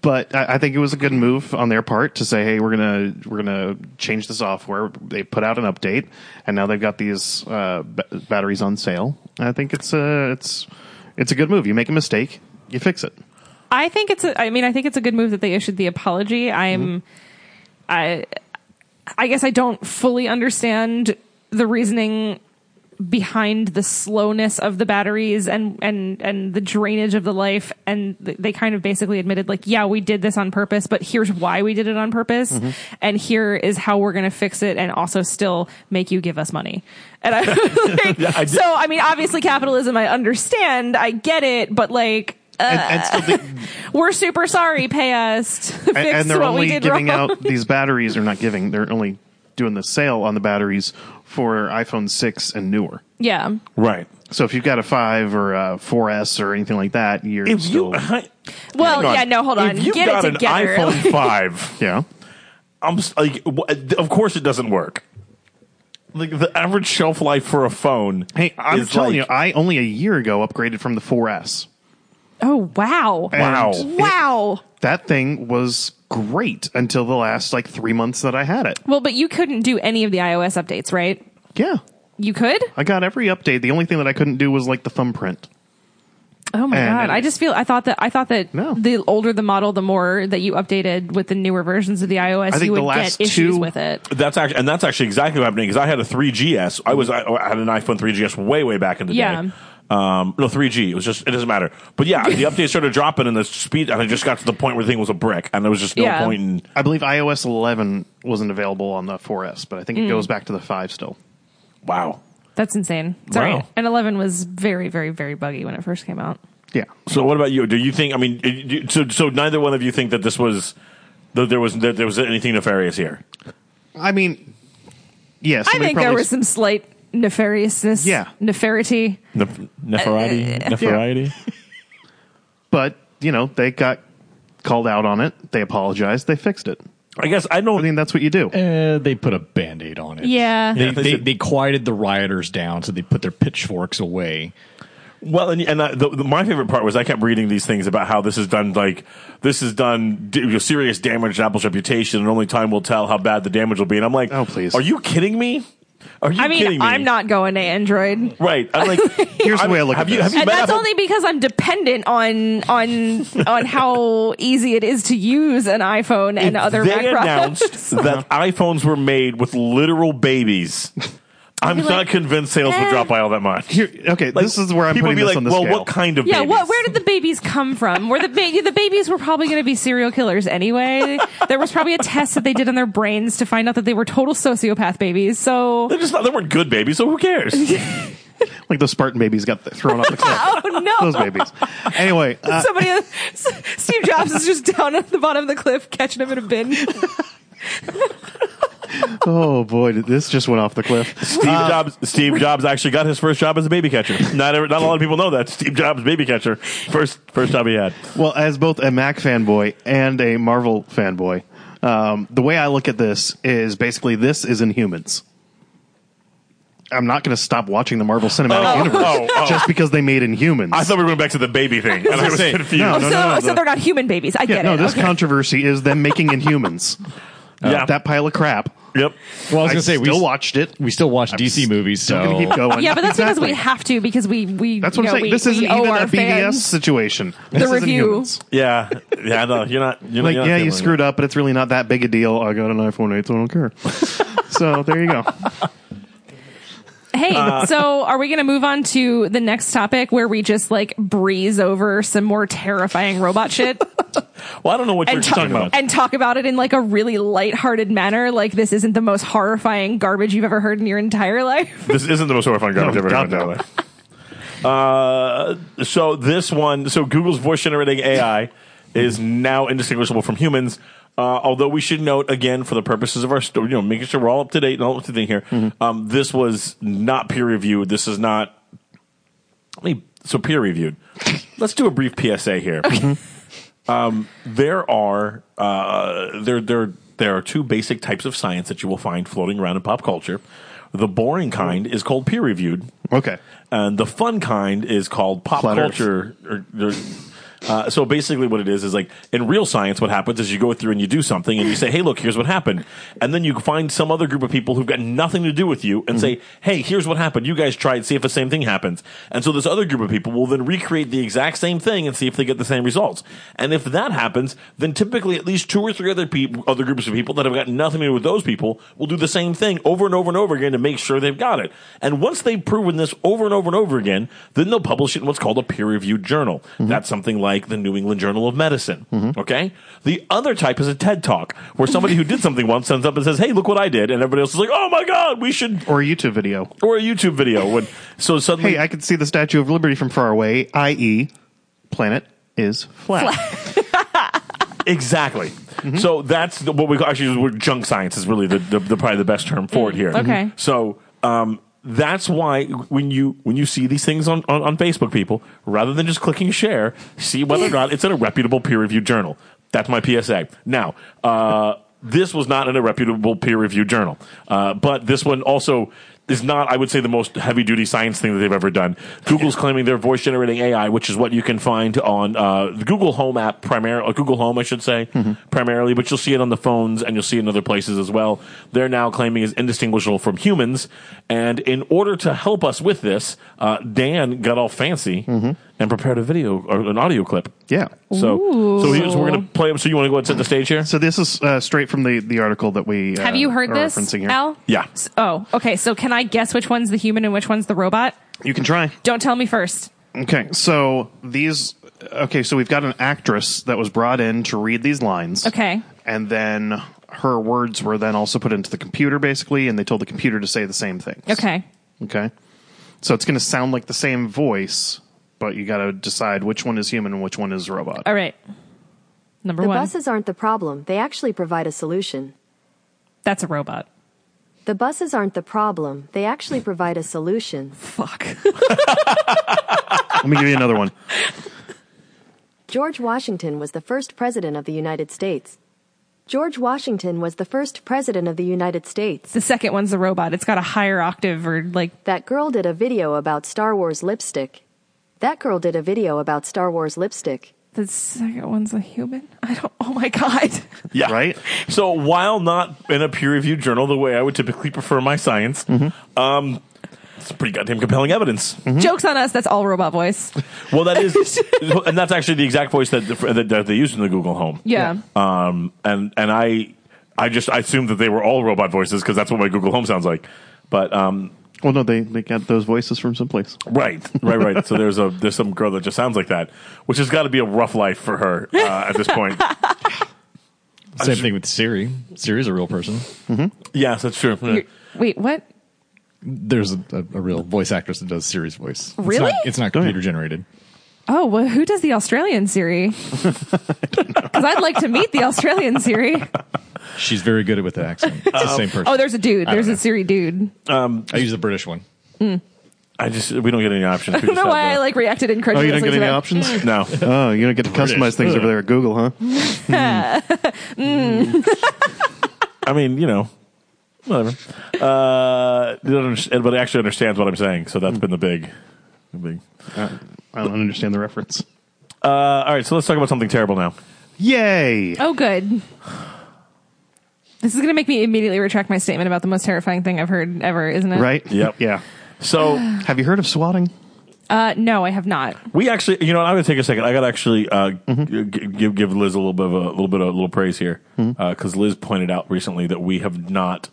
Speaker 2: but I, I think it was a good move on their part to say, "Hey, we're gonna we're gonna change the software." They put out an update, and now they've got these uh, b- batteries on sale. I think it's a it's it's a good move. You make a mistake, you fix it.
Speaker 3: I think it's. A, I mean, I think it's a good move that they issued the apology.
Speaker 2: Mm-hmm.
Speaker 3: I'm. I. I guess I don't fully understand the reasoning behind the slowness of the batteries and and and the drainage of the life and th- they kind of basically admitted like yeah we did this on purpose but here's why we did it on purpose
Speaker 2: Mm-hmm.
Speaker 3: and here is how we're going to fix it and also still make you give us money and I, like,
Speaker 1: I did-
Speaker 3: so i mean obviously capitalism i understand i get it but like uh,
Speaker 2: And, and still, the, and,
Speaker 3: we're super sorry. Pay us to fix
Speaker 2: and they're
Speaker 3: what
Speaker 2: only
Speaker 3: we did
Speaker 2: giving
Speaker 3: wrong.
Speaker 2: out these batteries. They're not giving. They're only doing the sale on the batteries for iPhone six and newer.
Speaker 3: yeah,
Speaker 1: right.
Speaker 2: So if you've got a five or a 4S or anything like that, you're
Speaker 1: If
Speaker 2: still
Speaker 1: you, I-
Speaker 3: Well,
Speaker 1: hang on.
Speaker 3: Oh, yeah, no, hold on.
Speaker 1: If you
Speaker 3: Get it
Speaker 1: got
Speaker 3: together.
Speaker 1: an iPhone five,
Speaker 2: yeah.
Speaker 1: I'm s- like, w- of course it doesn't work. Like the average shelf life for a phone.
Speaker 2: Hey, I'm
Speaker 1: is
Speaker 2: telling
Speaker 1: like-
Speaker 2: you, I only a year ago upgraded from the 4S.
Speaker 3: Oh wow,
Speaker 1: Wow.
Speaker 2: And
Speaker 3: wow.
Speaker 2: That thing was great until the last like three months that I had it.
Speaker 3: Well, but you couldn't do any of the iOS updates, right?
Speaker 2: Yeah.
Speaker 3: You could.
Speaker 2: I got every update. The only thing that I couldn't do was like the thumbprint.
Speaker 3: Oh my
Speaker 2: And-
Speaker 3: god, I just feel. I thought that. I thought that
Speaker 2: No.
Speaker 3: the older the model, the more that you updated with the newer versions of the iOS,
Speaker 2: think
Speaker 3: you
Speaker 2: the
Speaker 3: would
Speaker 2: last
Speaker 3: get issues
Speaker 2: two-
Speaker 3: with it.
Speaker 1: That's actually, and that's actually exactly what happening because I had a 3GS. I was, I, I had an iPhone 3GS way, way back in the
Speaker 3: Yeah.
Speaker 1: day. Um, no, 3G. It was just, it doesn't matter. But yeah, the updates started dropping and the speed, and I just got to the point where the thing was a brick and there was just no
Speaker 3: Yeah.
Speaker 1: point in,
Speaker 2: I believe iOS 11 wasn't available on the 4S, but I think it goes back to the 5 still.
Speaker 1: wow.
Speaker 3: That's insane. Sorry.
Speaker 1: Wow.
Speaker 3: And 11 was very, very, very buggy when it first came out.
Speaker 2: Yeah.
Speaker 1: So what about you? Do you think, I mean, you- so, so neither one of you think that this was, that there was, that there was anything nefarious here?
Speaker 2: I mean, yes.
Speaker 3: I think there was some slight nefariousness.
Speaker 2: Yeah.
Speaker 3: Nefarity.
Speaker 1: Nef- Neferati?
Speaker 2: Neferati? But, you know, they got called out on it. They apologized. They fixed it.
Speaker 1: I guess I
Speaker 2: I
Speaker 1: don't.
Speaker 2: mean, that's what you do.
Speaker 4: Uh, they put a band aid on it.
Speaker 3: Yeah.
Speaker 4: They,
Speaker 1: Yeah, they
Speaker 4: they,
Speaker 1: said-
Speaker 4: they quieted the rioters down, so they put their pitchforks away.
Speaker 1: Well, and, and I, the, the, my favorite part was I kept reading these things about how this is done, like this is done d- you know, serious damage to Apple's reputation, and only time will tell how bad the damage will be. And I'm like,
Speaker 2: Oh, please.
Speaker 1: are you kidding me? Are you
Speaker 3: I mean,
Speaker 1: kidding me?
Speaker 3: I'm not going to Android.
Speaker 1: right. I'm like,
Speaker 2: Here's the way I look
Speaker 1: have
Speaker 2: at
Speaker 1: you,
Speaker 2: this.
Speaker 1: Have you
Speaker 3: and
Speaker 1: met
Speaker 3: that's
Speaker 1: Apple?
Speaker 3: only because I'm dependent on on on how easy it is to use an iPhone and
Speaker 1: If
Speaker 3: other Mac
Speaker 1: They
Speaker 3: products.
Speaker 1: announced that
Speaker 2: Uh-huh.
Speaker 1: iPhones were made with literal babies. I'm
Speaker 3: be
Speaker 1: not
Speaker 3: like,
Speaker 1: convinced sales would
Speaker 3: eh.
Speaker 1: drop by all that much.
Speaker 2: Here, okay,
Speaker 1: Like,
Speaker 2: this is where I'm
Speaker 1: people
Speaker 2: putting
Speaker 1: be
Speaker 2: this
Speaker 1: like,
Speaker 2: on the
Speaker 1: well,
Speaker 2: scale.
Speaker 1: what kind of
Speaker 3: Yeah,
Speaker 1: babies?
Speaker 3: what? Where did the babies come from? Were the ba- the babies were probably going to be serial killers anyway? there was probably a test that they did on their brains to find out that they were total sociopath babies. So,
Speaker 1: They're just not, they weren't good babies, so who cares?
Speaker 2: like those Spartan babies got th- thrown off the cliff.
Speaker 3: oh
Speaker 2: those
Speaker 3: no.
Speaker 2: babies. Anyway, uh,
Speaker 3: Somebody, Steve Jobs is just down at the bottom of the cliff catching them in a bin.
Speaker 2: oh boy, did- this just went off the cliff.
Speaker 1: Steve Jobs. Steve Jobs actually got his first job as a baby catcher. Not every, not a lot of people know that Steve Jobs baby catcher first first job he had.
Speaker 2: Well, as both a Mac fanboy and a Marvel fanboy, um, the way I look at this is basically this is Inhumans. I'm not going to stop watching the Marvel Cinematic
Speaker 1: Oh,
Speaker 2: Universe
Speaker 1: oh, oh.
Speaker 2: just because they made Inhumans.
Speaker 1: I thought we went back to the baby thing, and I was
Speaker 4: Say,
Speaker 1: confused.
Speaker 2: no,
Speaker 3: so,
Speaker 2: no,
Speaker 3: so
Speaker 2: the-
Speaker 3: they're not human babies. I
Speaker 2: yeah,
Speaker 3: get
Speaker 2: no,
Speaker 3: it.
Speaker 2: this
Speaker 3: Okay.
Speaker 2: controversy is them making Inhumans.
Speaker 1: Yeah.
Speaker 2: that pile of crap.
Speaker 1: Yep.
Speaker 4: Well, I was
Speaker 2: I
Speaker 4: going to say, we,
Speaker 2: still
Speaker 4: s-
Speaker 2: watched it.
Speaker 4: we still watch DC movies, so.
Speaker 2: We're gonna keep going.
Speaker 3: Yeah, but that's
Speaker 2: Exactly.
Speaker 3: because we have to because we we
Speaker 2: That's what
Speaker 3: you
Speaker 2: I'm
Speaker 3: know,
Speaker 2: saying.
Speaker 3: we-
Speaker 2: this
Speaker 3: we
Speaker 2: isn't
Speaker 3: owe
Speaker 2: even
Speaker 3: our
Speaker 2: a BVS
Speaker 3: fans.
Speaker 2: situation. This is
Speaker 3: review.
Speaker 2: Inhumans.
Speaker 1: Yeah. Yeah. No, you're not. You're
Speaker 2: Like,
Speaker 1: not
Speaker 2: yeah, you screwed up, but it's really not that big a deal. I got an iPhone 8, so I don't care. so there you go.
Speaker 3: Hey,
Speaker 1: Uh,
Speaker 3: so are we going to move on to the next topic where we just like breeze over some more terrifying robot shit
Speaker 1: Well, I don't know what you're
Speaker 3: and, ta-
Speaker 1: talking about.
Speaker 3: and talk about it in like a really lighthearted manner? Like this isn't the most horrifying garbage you've ever heard in your entire life.
Speaker 1: this isn't the most horrifying garbage
Speaker 2: No,
Speaker 1: I've ever heard
Speaker 2: God,
Speaker 1: in my life. Uh, so this one, so Google's voice generating AI is now indistinguishable from humans. Uh, although we should note again, for the purposes of our story, you know, making sure we're all up to date and all up to date here. Um, this was not peer reviewed. This is not. I mean, so peer reviewed. Let's do a brief PSA here. Um, there are uh, there there there are two basic types of science that you will find floating around in pop culture. The boring kind is called peer reviewed,
Speaker 2: Okay.
Speaker 1: and the fun kind is called pop
Speaker 2: Flat Earth.
Speaker 1: culture. Or, or- uh, so basically, what it is is like in real science, what happens is you go through and you do something, and you say, "Hey, look, here's what happened," and then you find some other group of people who've got nothing to do with you, and say, "Hey, here's what happened. You guys try and see if the same thing happens." And so this other group of people will then recreate the exact same thing and see if they get the same results. And if that happens, then typically at least two or three other people, other groups of people that have got nothing to do with those people, will do the same thing over and over and over again to make sure they've got it. And once they've proven this over and over and over again, then they'll publish it in what's called a peer reviewed journal. That's something like the New England Journal of Medicine. Okay? The other type is a TED Talk, where somebody who did something once sends up and says, Hey, look what I did. And everybody else is like, Oh my God, we should.
Speaker 2: Or a YouTube video.
Speaker 1: Or a YouTube video. When, so suddenly.
Speaker 2: Hey, I could see the Statue of Liberty from far away, i.e., planet is flat.
Speaker 1: Exactly. So that's the, what we call, actually we're junk science is really the, the, the probably the best term for it here. Mm-hmm.
Speaker 3: Okay.
Speaker 1: So um, that's why when you when you see these things on, on, on Facebook, people rather than just clicking share, see whether or not it's in a reputable peer reviewed journal. That's my PSA. Now. Uh, this was not in a reputable peer reviewed journal, uh, but this one also is not, I would say, the most heavy duty science thing that they've ever done. Google's claiming their voice generating AI, which is what you can find on uh, the Google Home app, primarily, Google Home, I should say,
Speaker 2: Mm-hmm.
Speaker 1: primarily, but you'll see it on the phones and you'll see it in other places as well. They're now claiming is indistinguishable from humans. And in order to help us with this, uh, Dan got all fancy and prepared a video or an audio clip.
Speaker 2: Mm-hmm. yeah.
Speaker 1: So, so
Speaker 3: Ooh.
Speaker 1: here's, we're going to play them. So you want to go ahead and set the stage here?
Speaker 2: So this is uh, straight from the, the article that we uh,
Speaker 3: Have you heard
Speaker 2: are
Speaker 3: this,
Speaker 2: referencing here.
Speaker 3: Al?
Speaker 1: Yeah.
Speaker 3: S- Oh, okay. So can I guess which one's the human and which one's the robot?
Speaker 2: You can try.
Speaker 3: Don't tell me first.
Speaker 2: Okay, so these. Okay, so we've got an actress that was brought in to read these lines.
Speaker 3: Okay.
Speaker 2: And then her words were then also put into the computer, basically, and they told the computer to say the same things.
Speaker 3: Okay.
Speaker 2: Okay. So it's going to sound like the same voice, but you got to decide which one is human and which one is robot.
Speaker 3: All right. Number
Speaker 5: The
Speaker 3: one.
Speaker 5: buses aren't the problem, they actually provide a solution.
Speaker 3: That's a robot.
Speaker 5: The buses aren't the problem, they actually provide a solution.
Speaker 3: Fuck.
Speaker 2: Let me give you another one.
Speaker 5: George Washington was the first president of the United States. George Washington was the first president of the United States.
Speaker 3: the second one's the robot. It's got a higher octave or like
Speaker 5: That girl did a video about Star Wars lipstick. That girl did a video about Star Wars lipstick.
Speaker 3: the second one's a human. I don't. Oh my god.
Speaker 1: Yeah.
Speaker 2: Right?
Speaker 1: So while not in a peer reviewed journal, the way I would typically prefer my science, um, it's pretty goddamn compelling evidence.
Speaker 3: Jokes on us. That's all robot voice.
Speaker 1: Well, that is, and that's actually the exact voice that, that, that they used in the Google Home.
Speaker 3: Yeah.
Speaker 1: Um, and and I, I just I assumed that they were all robot voices because that's what my Google Home sounds like. But um,
Speaker 2: Well, no, they, they got those voices from someplace.
Speaker 1: right, right, right. so there's a there's some girl that just sounds like that, which has got to be a rough life for her uh, at this point.
Speaker 4: Same thing with Siri. Siri's a real person.
Speaker 1: yes, that's true. Yeah.
Speaker 3: Wait, what?
Speaker 4: There's a, a, a real voice actress that does Siri's voice.
Speaker 3: Really?
Speaker 4: It's not, it's not computer generated.
Speaker 3: Oh, well, who does the Australian Siri? Because I'd like to meet the Australian Siri.
Speaker 4: She's very good with the accent. It's
Speaker 1: Uh,
Speaker 4: the same person.
Speaker 3: Oh, there's a dude.
Speaker 4: I don't
Speaker 3: There's
Speaker 4: know.
Speaker 3: a Siri dude.
Speaker 4: I use the British one.
Speaker 1: I just we don't get any options.
Speaker 3: I don't know why I like reacted
Speaker 2: Oh,
Speaker 3: incredulously.
Speaker 2: you don't get
Speaker 3: to
Speaker 2: any
Speaker 3: that.
Speaker 2: options?
Speaker 1: No.
Speaker 2: Oh, you don't get to customize things over there at Google, huh?
Speaker 1: I mean, you know, whatever. Uh, they don't understand, but actually understands what I'm saying. So that's been the big, the big.
Speaker 2: I don't understand the reference.
Speaker 1: Uh, all right, so let's talk about something terrible now.
Speaker 2: Yay!
Speaker 3: Oh, good. This is going to make me immediately retract my statement about the most terrifying thing I've heard ever, isn't it?
Speaker 2: Right?
Speaker 1: Yep.
Speaker 2: Yeah.
Speaker 1: So
Speaker 2: Have you heard of swatting?
Speaker 3: Uh, no, I have not.
Speaker 1: we actually, you know, what, I'm going to take a second. I got to actually uh, g- give give Liz a little bit of a little bit of a little praise here because Liz pointed out recently that we have not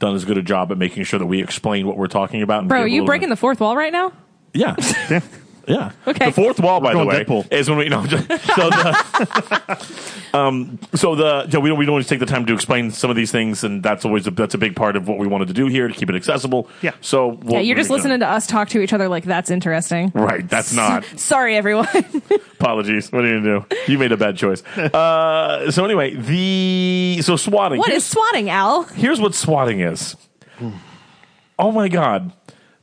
Speaker 1: done as good a job at making sure that we explain what we're talking about. and
Speaker 3: Bro,
Speaker 1: give
Speaker 3: are
Speaker 1: a
Speaker 3: you
Speaker 1: little
Speaker 3: breaking
Speaker 1: bit-
Speaker 3: the fourth wall right now?
Speaker 1: Yeah.
Speaker 2: Yeah.
Speaker 1: Yeah.
Speaker 3: Okay.
Speaker 1: The fourth wall, by the
Speaker 2: going
Speaker 1: way,
Speaker 2: Deadpool.
Speaker 1: is when we no. just- So the, um, so the yeah, we don't we don't always take the time to explain some of these things, and that's always a, that's a big part of what we wanted to do here to keep it accessible.
Speaker 2: Yeah.
Speaker 1: So we'll-
Speaker 3: Yeah, you're just
Speaker 1: we're
Speaker 3: listening
Speaker 1: gonna-
Speaker 3: to us talk to each other like that's interesting.
Speaker 1: Right. That's not.
Speaker 3: Sorry, everyone.
Speaker 1: Apologies. What are you gonna do? You made a bad choice. Uh, so anyway, the so swatting.
Speaker 3: what
Speaker 1: Here's-
Speaker 3: is swatting, Al?
Speaker 1: here's what swatting is. Oh my god.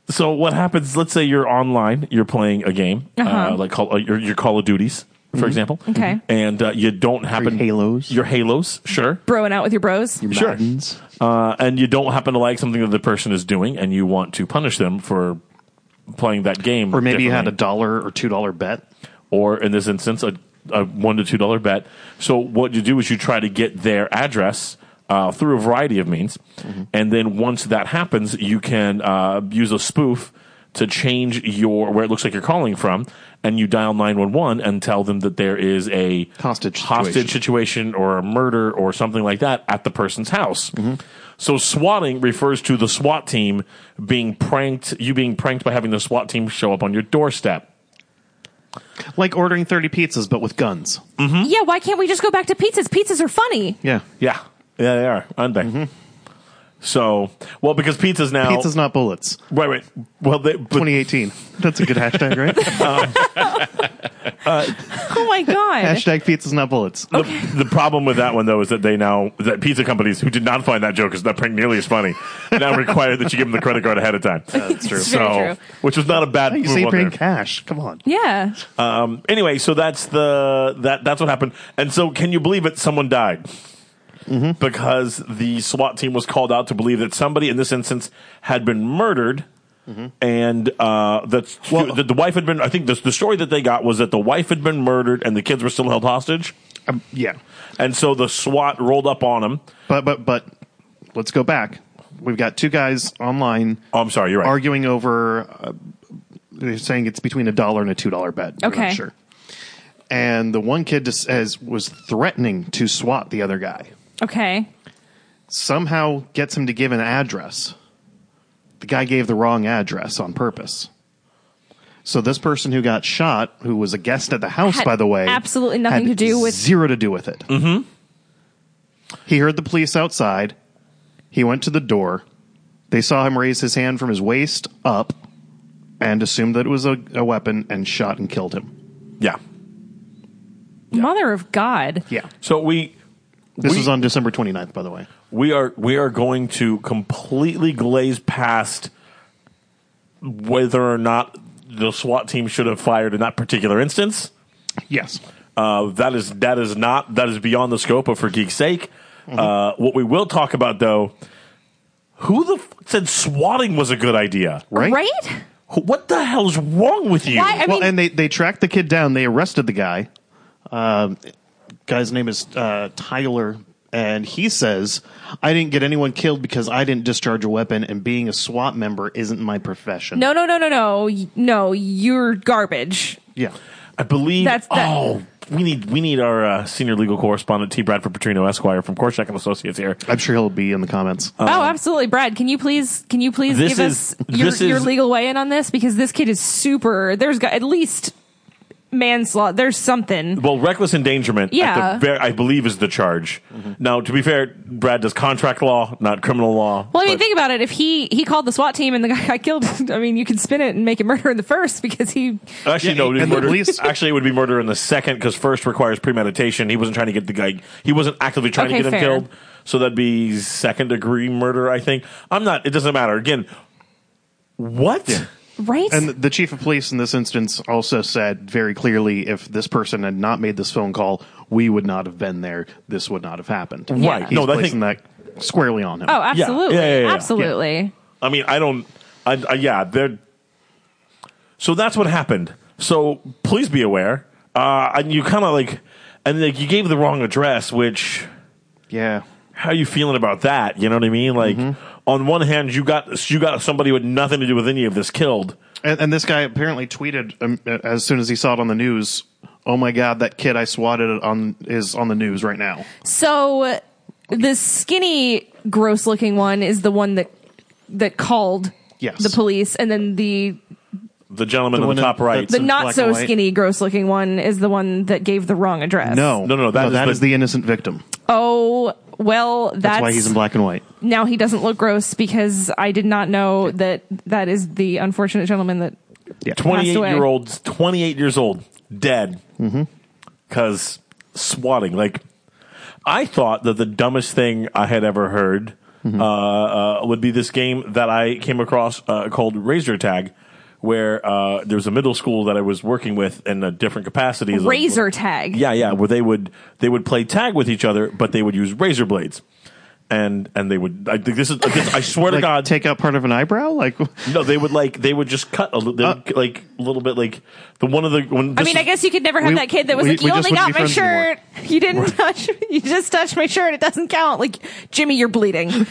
Speaker 1: So what happens? Let's say you're online, you're playing a game, uh like call, uh, your, your Call of Duties, for example.
Speaker 3: Okay.
Speaker 1: And uh, you don't happen
Speaker 2: Halos.
Speaker 1: Your halos, sure.
Speaker 3: Broing out with your bros.
Speaker 2: Your
Speaker 1: Sure.
Speaker 2: Maddens.
Speaker 1: Uh, and you don't happen to like something that the person is doing, and you want to punish them for playing that game,
Speaker 2: Or maybe you had a
Speaker 1: differently.
Speaker 2: dollar or two dollar bet.
Speaker 1: or in this instance, a, a one to two dollar bet. So what you do is you try to get their address uh, through a variety of means, and then once that happens, you can uh, use a spoof to change your where it looks like you're calling from, and you dial nine one one and tell them that there is a
Speaker 2: Hostage
Speaker 1: hostage situation or a murder or something like that at the person's house. So swatting refers to the SWAT team being pranked, you being pranked by having the SWAT team show up on your doorstep.
Speaker 2: Like ordering 30 pizzas, but with guns.
Speaker 3: Yeah, why can't we just go back to pizzas? Pizzas are funny.
Speaker 2: Yeah.
Speaker 1: Yeah, yeah, they are, aren't they? So, well, because pizza's now
Speaker 2: Mm-hmm. Pizza's not bullets.
Speaker 1: Wait, wait. Well, they, but,
Speaker 2: 2018. That's a good hashtag, right?
Speaker 3: Oh my god.
Speaker 2: hashtag pizza's not bullets.
Speaker 1: the, the problem with that one though is that they now that pizza companies who did not find that joke is not prank nearly as funny now require that you give them the credit card ahead of time.
Speaker 3: That's true. It's
Speaker 1: So,
Speaker 3: very true.
Speaker 1: which was not a bad
Speaker 2: You
Speaker 1: move
Speaker 2: say
Speaker 1: on
Speaker 2: bring
Speaker 1: there.
Speaker 2: cash. Come on.
Speaker 3: Yeah.
Speaker 1: Um, anyway, so that's the that that's what happened. And so, can you believe it? Someone died because the SWAT team was called out to believe that somebody, in this instance, had been murdered. And uh, that the, the wife had been. I think the, the story that they got was that the wife had been murdered and the kids were still held hostage.
Speaker 2: Um, yeah.
Speaker 1: And so the SWAT rolled up on them.
Speaker 2: But, but, but let's go back. We've got two guys online
Speaker 1: Oh, I'm sorry, you're right.
Speaker 2: arguing over, uh, they're saying it's between a dollar and a $2 bet. We're not
Speaker 3: Okay.
Speaker 2: sure. And the one kid just says, was threatening to swat the other guy.
Speaker 3: Okay.
Speaker 2: somehow gets him to give an address. The guy gave the wrong address on purpose. So this person who got shot, who was a guest at the house,
Speaker 3: Had
Speaker 2: by the way,
Speaker 3: absolutely nothing
Speaker 2: had
Speaker 3: to do with-
Speaker 2: zero to do with it. Mm-hmm. He heard the police outside. He went to the door. They saw him raise his hand from his waist up, and assumed that it was a, a weapon and shot and killed him.
Speaker 1: yeah.
Speaker 3: Mother of God.
Speaker 2: Yeah,
Speaker 1: So we
Speaker 2: this
Speaker 1: We-
Speaker 2: was on December 29th, by the way.
Speaker 1: we are we are going to completely glaze past whether or not the SWAT team should have fired in that particular instance.
Speaker 2: Yes,
Speaker 1: Uh, that is that is not that is beyond the scope of for geek's sake. Uh, what we will talk about though, who the f- said swatting was a good idea?
Speaker 2: right.
Speaker 1: Wh- What the hell's wrong with you?
Speaker 3: Why? I
Speaker 2: well,
Speaker 3: mean,
Speaker 2: and they they tracked the kid down. They arrested the guy. Um, guy's name is uh, Tyler, and he says, "I didn't get anyone killed because I didn't discharge a weapon, and being a SWAT member isn't my profession."
Speaker 3: no, no, no, no, no. Y- No, you're garbage.
Speaker 2: Yeah.
Speaker 1: I believe.
Speaker 3: That's the-
Speaker 1: oh, we need we need our uh, senior legal correspondent T. Bradford Petrino Esquire from Korshak and Associates here.
Speaker 2: I'm sure he'll be in the comments.
Speaker 1: Uh,
Speaker 3: oh, absolutely, Brad. Can you please? Can you please
Speaker 1: Um, This
Speaker 3: give
Speaker 1: is-
Speaker 3: us your,
Speaker 1: this is-
Speaker 3: your legal weigh in on this because this kid is super. There's got at least manslaughter. There's something.
Speaker 1: Well, reckless endangerment,
Speaker 3: Yeah.
Speaker 1: at the ver- I believe, is the charge.
Speaker 2: Mm-hmm.
Speaker 1: Now, to be fair, Brad does contract law, not criminal law.
Speaker 3: Well, I mean,
Speaker 1: but-
Speaker 3: think about it. If he he called the SWAT team and the guy got killed, I mean, you can spin it and make it murder in the first because he.
Speaker 1: Actually,
Speaker 2: Yeah,
Speaker 1: no. it'd be
Speaker 2: and the
Speaker 1: murder-
Speaker 2: police-
Speaker 1: actually, it would be murder in the second because first requires premeditation. He wasn't trying to get the guy. He wasn't actively trying
Speaker 3: Okay,
Speaker 1: to get him
Speaker 3: fair.
Speaker 1: killed. So that'd be second degree murder. I think. I'm not. It doesn't matter. Again, what?
Speaker 3: Right?
Speaker 2: And the chief of police in this instance also said very clearly, if this person had not made this phone call, we would not have been there. This would not have happened.
Speaker 1: Right.
Speaker 2: He's
Speaker 1: No, I
Speaker 2: placing that squarely on him.
Speaker 3: oh, absolutely.
Speaker 1: Yeah, yeah, yeah, yeah.
Speaker 3: Absolutely.
Speaker 1: I mean, I don't. I, I, yeah, they're. So that's what happened. So please be aware. Uh, and you kind of like, and like you gave the wrong address, which
Speaker 2: yeah.
Speaker 1: how you feeling about that? You know what I mean? Like
Speaker 2: Mm-hmm.
Speaker 1: on one hand, you got you got somebody with nothing to do with any of this killed.
Speaker 2: And, and this guy apparently tweeted um, as soon as he saw it on the news. Oh my god, that kid I swatted on is on the news right now.
Speaker 3: So the skinny, gross looking one is the one that that called
Speaker 2: Yes.
Speaker 3: the police, and then the
Speaker 1: The gentleman
Speaker 2: The
Speaker 1: on
Speaker 2: one
Speaker 1: the
Speaker 2: in-
Speaker 1: top right.
Speaker 3: the
Speaker 2: in
Speaker 3: not
Speaker 2: black
Speaker 3: so
Speaker 2: and white.
Speaker 3: skinny, gross looking one is the one that gave the wrong address.
Speaker 1: No, no, no, that is
Speaker 2: that
Speaker 1: the-
Speaker 2: is the innocent victim.
Speaker 3: Oh well, that's,
Speaker 2: That's, why he's in black and white.
Speaker 3: now he doesn't look gross because I did not know that that is the unfortunate gentleman that.
Speaker 1: Twenty eight
Speaker 3: away.
Speaker 1: year old, twenty eight years old, dead
Speaker 3: Mm-hmm.
Speaker 1: because swatting. Like I thought that the dumbest thing I had ever
Speaker 3: Mm-hmm.
Speaker 1: heard uh, uh, would be this game that I came across uh, called Razor Tag, where uh, there was a middle school that I was working with in a different capacity. as a-
Speaker 3: Razor tag.
Speaker 1: Yeah, yeah, where they would they would play tag with each other, but they would use razor blades, and and they would. I think this is. This, I swear to
Speaker 2: Like,
Speaker 1: God,
Speaker 2: take out part of an eyebrow? Like,
Speaker 1: no, they would like they would just cut a little, they
Speaker 2: Uh.
Speaker 1: would, like a little bit, like the one of the. When
Speaker 3: I
Speaker 1: this
Speaker 3: mean,
Speaker 1: is-
Speaker 3: I guess you could never have
Speaker 2: We-
Speaker 3: that kid that was
Speaker 2: we-
Speaker 3: like,
Speaker 2: we
Speaker 3: "You
Speaker 2: just
Speaker 3: only
Speaker 2: wouldn't
Speaker 3: got
Speaker 2: be
Speaker 3: my
Speaker 2: friends anymore."
Speaker 3: shirt. You didn't touch. You just touched my shirt. It doesn't count." Like Jimmy, you're bleeding. you're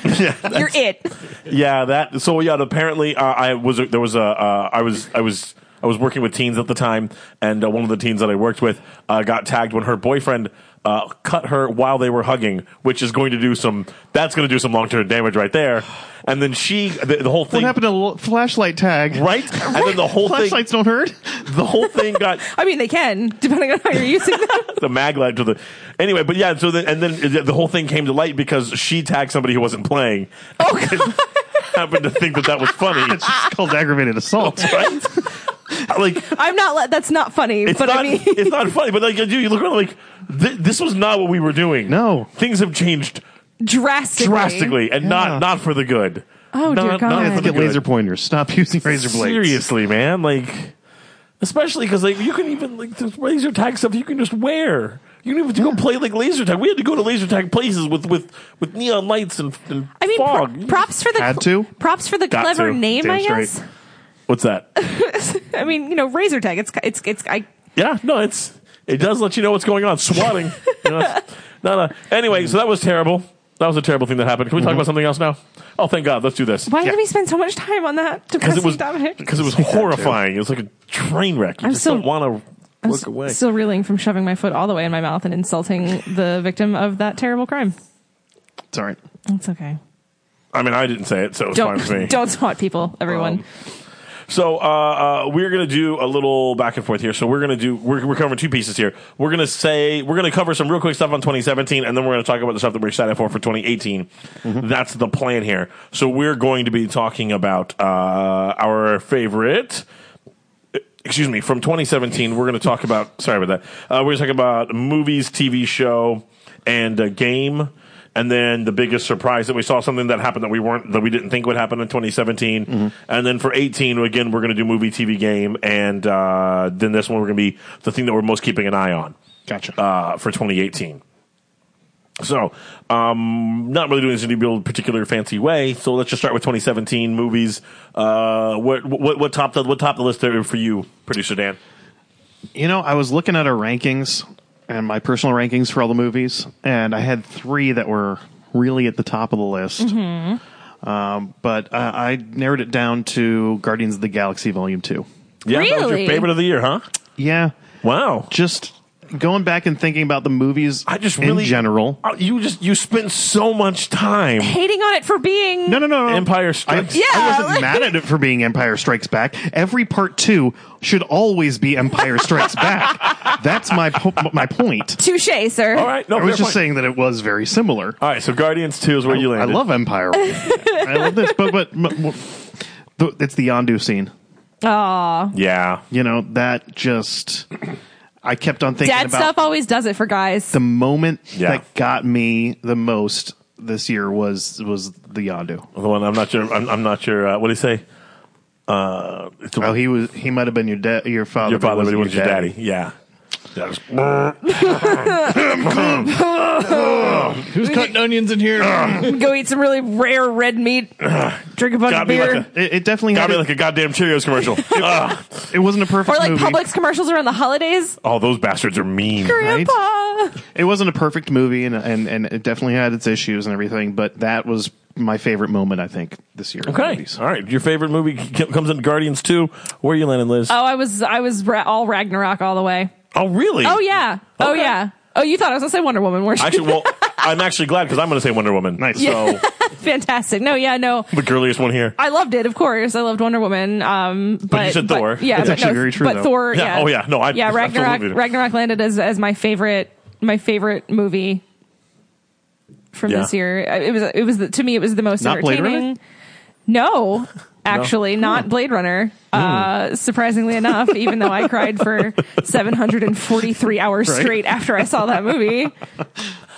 Speaker 3: it.
Speaker 1: Yeah, that. So yeah, apparently uh, I was there was a uh, I was I was I was working with teens at the time, and uh, one of the teens that I worked with uh, got tagged when her boyfriend. Uh, cut her while they were hugging, which is going to do some. That's going to do some long term damage right there. And then she, the, the whole
Speaker 2: what
Speaker 1: thing,
Speaker 2: happened to l- flashlight tag?
Speaker 1: right? And then the whole thing,
Speaker 2: Flashlights don't hurt.
Speaker 1: the whole thing got
Speaker 3: I mean, they can depending on how you're using them.
Speaker 1: the mag light to the. Anyway, but yeah. So then, and then the whole thing came to light because she tagged somebody who wasn't playing. Oh, happened to think that that was funny.
Speaker 2: It's just called aggravated assault.
Speaker 1: right? like
Speaker 3: I'm not. let- That's not funny.
Speaker 1: it's
Speaker 3: but
Speaker 1: not
Speaker 3: I mean,
Speaker 1: it's not funny, but like you, you look around like th- this was not what we were doing.
Speaker 2: No.
Speaker 1: things have changed
Speaker 3: drastically.
Speaker 1: drastically, and
Speaker 2: Yeah.
Speaker 1: not not for the good.
Speaker 3: Oh, dear
Speaker 1: Not- not
Speaker 3: God.
Speaker 1: for the
Speaker 2: Get
Speaker 1: good.
Speaker 2: laser pointers. Stop using razor blades.
Speaker 1: Seriously, man, like especially because like you can even like there's laser tag stuff you can just wear. You don't even have to go play like laser tag. We had to go to laser tag places with with with neon lights and, and
Speaker 3: I mean, pro-
Speaker 1: fog.
Speaker 3: props for the
Speaker 2: Had to.
Speaker 3: props for the
Speaker 1: Got
Speaker 3: clever
Speaker 1: to.
Speaker 3: name.
Speaker 2: Damn
Speaker 3: I
Speaker 2: straight.
Speaker 3: guess.
Speaker 1: What's that?
Speaker 3: I mean, you know, razor tag. It's it's it's. I
Speaker 1: Yeah, no, it's it does let you know what's going on. Swatting. You know, it's- no, no. Anyway, so that was terrible. That was a terrible thing that happened. Can
Speaker 2: Mm-hmm.
Speaker 1: we talk about something else now? Oh, thank God. Let's do this
Speaker 3: why
Speaker 2: Yeah.
Speaker 3: did we spend so much time on that
Speaker 1: because
Speaker 3: depressing
Speaker 1: it was
Speaker 3: topic?
Speaker 1: because it was horrifying. It was like a train wreck. You
Speaker 3: I'm
Speaker 1: just
Speaker 3: so-
Speaker 1: don't want to
Speaker 3: I'm
Speaker 1: look
Speaker 3: s-
Speaker 1: away.
Speaker 3: still reeling from shoving my foot all the way in my mouth and insulting the victim of that terrible crime.
Speaker 2: It's all right.
Speaker 3: It's okay.
Speaker 1: I mean, I didn't say it, so it's fine with me. Um,
Speaker 3: Don't don't swat people, everyone.
Speaker 1: So uh, uh, we're gonna do a little back and forth here. So we're gonna do we're, we're covering two pieces here. We're gonna say we're gonna cover some real quick stuff on 2017, and then we're gonna talk about the stuff that we're excited for for 2018. That's the plan here. So we're going to be talking about uh, our favorite. Excuse me, from 2017, we're going to talk about. Sorry about that. Uh, we're going to talk about movies, TV show, and a game, and then the biggest surprise that we saw something that happened that we weren't that we didn't think would happen in 2017, and then for 18 again we're going to do movie, TV, game, and uh, then this one we're going to be the thing that we're most keeping an eye on
Speaker 2: Gotcha.
Speaker 1: uh, for 2018. So, um, not really doing this in any real particular fancy way. So let's just start with 2017 movies. Uh, what what what top the what top the list there for you, producer Dan?
Speaker 2: You know, I was looking at our rankings and my personal rankings for all the movies, and I had three that were really at the top of the list.
Speaker 1: Mm-hmm.
Speaker 2: Um, but uh, I narrowed it down to Guardians of the Galaxy Volume 2.
Speaker 1: Yeah, that was
Speaker 3: Really?
Speaker 1: your favorite of the year, huh?
Speaker 2: Yeah.
Speaker 1: Wow.
Speaker 2: Just going back and thinking about the movies
Speaker 1: I just really
Speaker 2: in general.
Speaker 1: Uh, you just you spent so much time.
Speaker 3: Hating on it for being
Speaker 2: No, no, no, no.
Speaker 1: Empire Strikes-
Speaker 2: I,
Speaker 1: Yeah,
Speaker 2: I wasn't
Speaker 3: like-
Speaker 2: mad at it for being Empire Strikes Back. Every part two should always be Empire Strikes Back. That's my po- my point.
Speaker 3: touche, sir.
Speaker 1: All right, no,
Speaker 2: I
Speaker 1: fair
Speaker 2: was just
Speaker 1: point.
Speaker 2: saying that it was very similar.
Speaker 1: All right, so Guardians Two is where you
Speaker 2: I
Speaker 1: landed.
Speaker 2: love Empire. I love this, but but m- m- the- it's the Yondu scene.
Speaker 3: Aw.
Speaker 1: Yeah,
Speaker 2: You know that just I kept on thinking
Speaker 3: Dad
Speaker 2: about
Speaker 3: stuff always does it for guys.
Speaker 2: the moment
Speaker 1: Yeah.
Speaker 2: that got me the most this year was was the Yondu.
Speaker 1: the one I'm not sure. I'm, I'm not sure. Uh, what do you say? Uh, it's the
Speaker 2: Oh, he was he might have been your dad, your father,
Speaker 1: your
Speaker 2: but
Speaker 1: father, but he
Speaker 2: wasn't
Speaker 1: was your daddy. Yeah. That was-
Speaker 4: Who's cutting onions in here?
Speaker 3: Go eat some really rare red meat. Drink a bunch
Speaker 1: Got
Speaker 3: of
Speaker 1: me
Speaker 3: beer.
Speaker 1: like
Speaker 2: It, it definitely
Speaker 1: Got
Speaker 2: had
Speaker 1: me
Speaker 2: it,
Speaker 1: like a goddamn Cheerios commercial. Uh, Ugh.
Speaker 2: it wasn't a
Speaker 3: or
Speaker 2: perfect
Speaker 3: like
Speaker 2: movie.
Speaker 3: Publix commercials around the holidays.
Speaker 1: Oh, those bastards are mean.
Speaker 3: Grandpa.
Speaker 2: It wasn't a perfect movie, and, and and it definitely had its issues and everything. But that was my favorite moment I think this year. in
Speaker 1: Okay.
Speaker 2: movies.
Speaker 1: All right. Your favorite movie c- comes in Guardians 2. Where are you landing, Liz?
Speaker 3: Oh, I was I was ra- all Ragnarok all the way.
Speaker 1: oh, really?
Speaker 3: Oh yeah. Oh
Speaker 1: Okay.
Speaker 3: yeah. Oh, you thought I was gonna say Wonder Woman, weren't you?
Speaker 1: Actually, well, I'm actually glad because I'm going to say Wonder Woman.
Speaker 2: Nice.
Speaker 1: So,
Speaker 3: Fantastic. No, yeah, no.
Speaker 1: the girliest one here.
Speaker 3: I loved it, of course. I loved Wonder Woman. Um, but,
Speaker 1: you said Thor.
Speaker 3: yeah,
Speaker 2: That's
Speaker 3: but
Speaker 2: actually
Speaker 3: no,
Speaker 2: very true,
Speaker 3: But
Speaker 2: though.
Speaker 3: Thor.
Speaker 1: Yeah,
Speaker 3: Yeah.
Speaker 1: oh, yeah. No, I-
Speaker 3: yeah. Ragnarok.
Speaker 1: absolutely.
Speaker 3: Ragnarok landed as as my favorite my favorite movie from
Speaker 1: Yeah.
Speaker 3: this year. I- It was it was the, to me it was the most
Speaker 2: Not Blade
Speaker 3: entertaining.
Speaker 2: Runner?
Speaker 3: No, actually, not Blade Runner. Uh, surprisingly enough, even though I cried for 743 hours
Speaker 2: Right.
Speaker 3: straight after I saw that movie.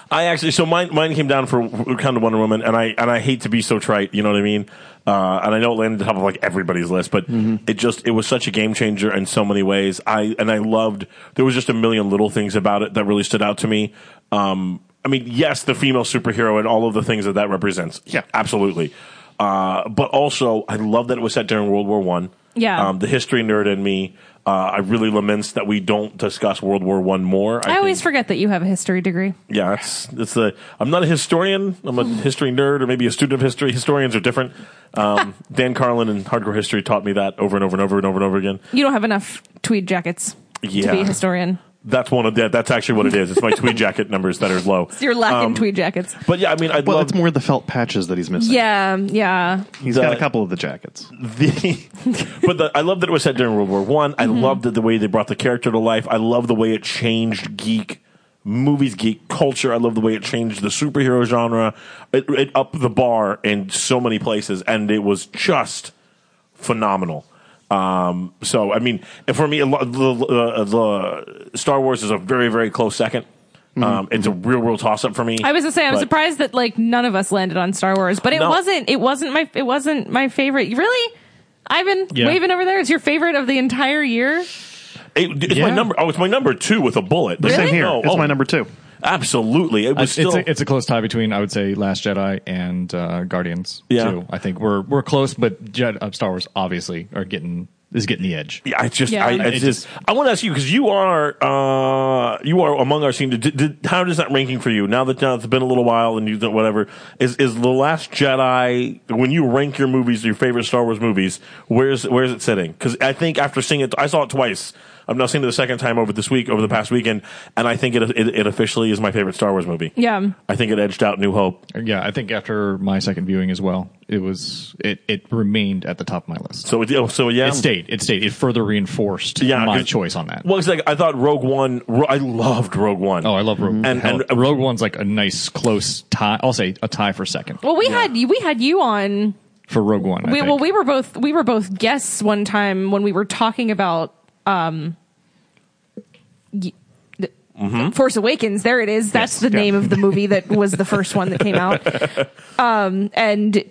Speaker 1: I actually so mine mine came down for kind of Wonder Woman, and I and I hate to be so trite, you know what I mean. Uh, and I know it landed at the top of like everybody's list, but it just it was such a game changer in so many ways. I and I loved there was just a million little things about it that really stood out to me. Um, I mean, yes, the female superhero and all of the things that that represents,
Speaker 2: Yeah.
Speaker 1: absolutely. Uh, but also, I love that it was set during World War One.
Speaker 3: Yeah.
Speaker 1: um, the history nerd in me. Uh, I really laments that we don't discuss World War One more.
Speaker 3: I always
Speaker 1: think-
Speaker 3: forget that you have a history degree.
Speaker 1: yeah, it's it's the. I'm not a historian. I'm
Speaker 2: Hmm.
Speaker 1: a history nerd, or maybe a student of history. Historians are different. Um, Dan Carlin and hardcore history taught me that over and over and over and over and over again.
Speaker 3: You don't have enough tweed jackets to
Speaker 1: Yeah.
Speaker 3: be a historian.
Speaker 1: That's one of that. That's actually what it is. It's my tweed jacket numbers that are low.
Speaker 3: You're lacking
Speaker 1: Um,
Speaker 3: tweed jackets.
Speaker 1: But yeah, I mean, I
Speaker 2: Well,
Speaker 1: love
Speaker 2: it's more the felt patches that he's missing.
Speaker 3: Yeah, yeah.
Speaker 2: He's got
Speaker 1: the-
Speaker 2: a couple of the jackets.
Speaker 1: the. but the, I love that it was set during World War One. I, loved that the way they brought the character to life. I love the way it changed geek movies, geek culture. I love the way it changed the superhero genre. It, it upped the bar in so many places, and it was just. phenomenal. Um, so I mean, and for me, a lo- the, uh, the Star Wars is a very very close 2nd Um, it's a real real toss up for me.
Speaker 3: I was gonna say I'm
Speaker 1: But
Speaker 3: surprised that like none of us landed on Star Wars, but it
Speaker 1: No.
Speaker 3: wasn't. It wasn't my. It wasn't my favorite. Really, Ivan
Speaker 4: Yeah.
Speaker 3: waving over there. It's your favorite of the entire year.
Speaker 1: it- it's my
Speaker 4: Yeah.
Speaker 1: number. Oh, it's my number two with a bullet.
Speaker 2: Same here.
Speaker 1: Oh,
Speaker 2: it's
Speaker 1: oh,
Speaker 2: my number two.
Speaker 1: Absolutely, it was
Speaker 4: It's,
Speaker 1: still.
Speaker 4: a, it's a close tie between I would say Last Jedi and uh, Guardians.
Speaker 1: Yeah.
Speaker 4: too. I think we're we're close, but Jed, uh, Star Wars obviously are getting is getting the edge.
Speaker 1: yeah, I just,
Speaker 3: Yeah.
Speaker 1: I, I
Speaker 4: It
Speaker 1: just,
Speaker 4: just-
Speaker 1: I want to ask you because you are, uh, you are among our senior. Did, did, how does that ranking for you now that now it's been a little while and you don't- whatever is is the Last Jedi when you rank your movies, your favorite Star Wars movies? Where's where's it sitting? Because I think after seeing it, I saw it twice. I'm now seeing it the second time over this week, over the past weekend, and I think it it, it officially is my favorite Star Wars movie.
Speaker 3: Yeah.
Speaker 1: I think it edged out New Hope.
Speaker 4: Yeah, I think after my second viewing as well, it was it it remained at the top of my list.
Speaker 1: So it, oh, so yeah,
Speaker 4: it stayed. It stayed. It further reinforced
Speaker 1: Yeah,
Speaker 4: my
Speaker 1: 'cause-
Speaker 4: choice on that.
Speaker 1: Well, it's like I thought Rogue One. Ro- I loved Rogue One.
Speaker 4: oh, I love Rogue.
Speaker 1: And-
Speaker 4: And,
Speaker 1: and- uh,
Speaker 4: Rogue One's like a nice close tie. I'll say a tie for second
Speaker 3: Well, we had you. We had you on.
Speaker 4: for Rogue One. I
Speaker 3: We,
Speaker 4: think.
Speaker 3: well, we were both we were both guests one time when we were talking about um. y- th-
Speaker 4: Mm-hmm.
Speaker 3: Force Awakens, there it is. That's the name of the movie that was the first one that came out. Um, and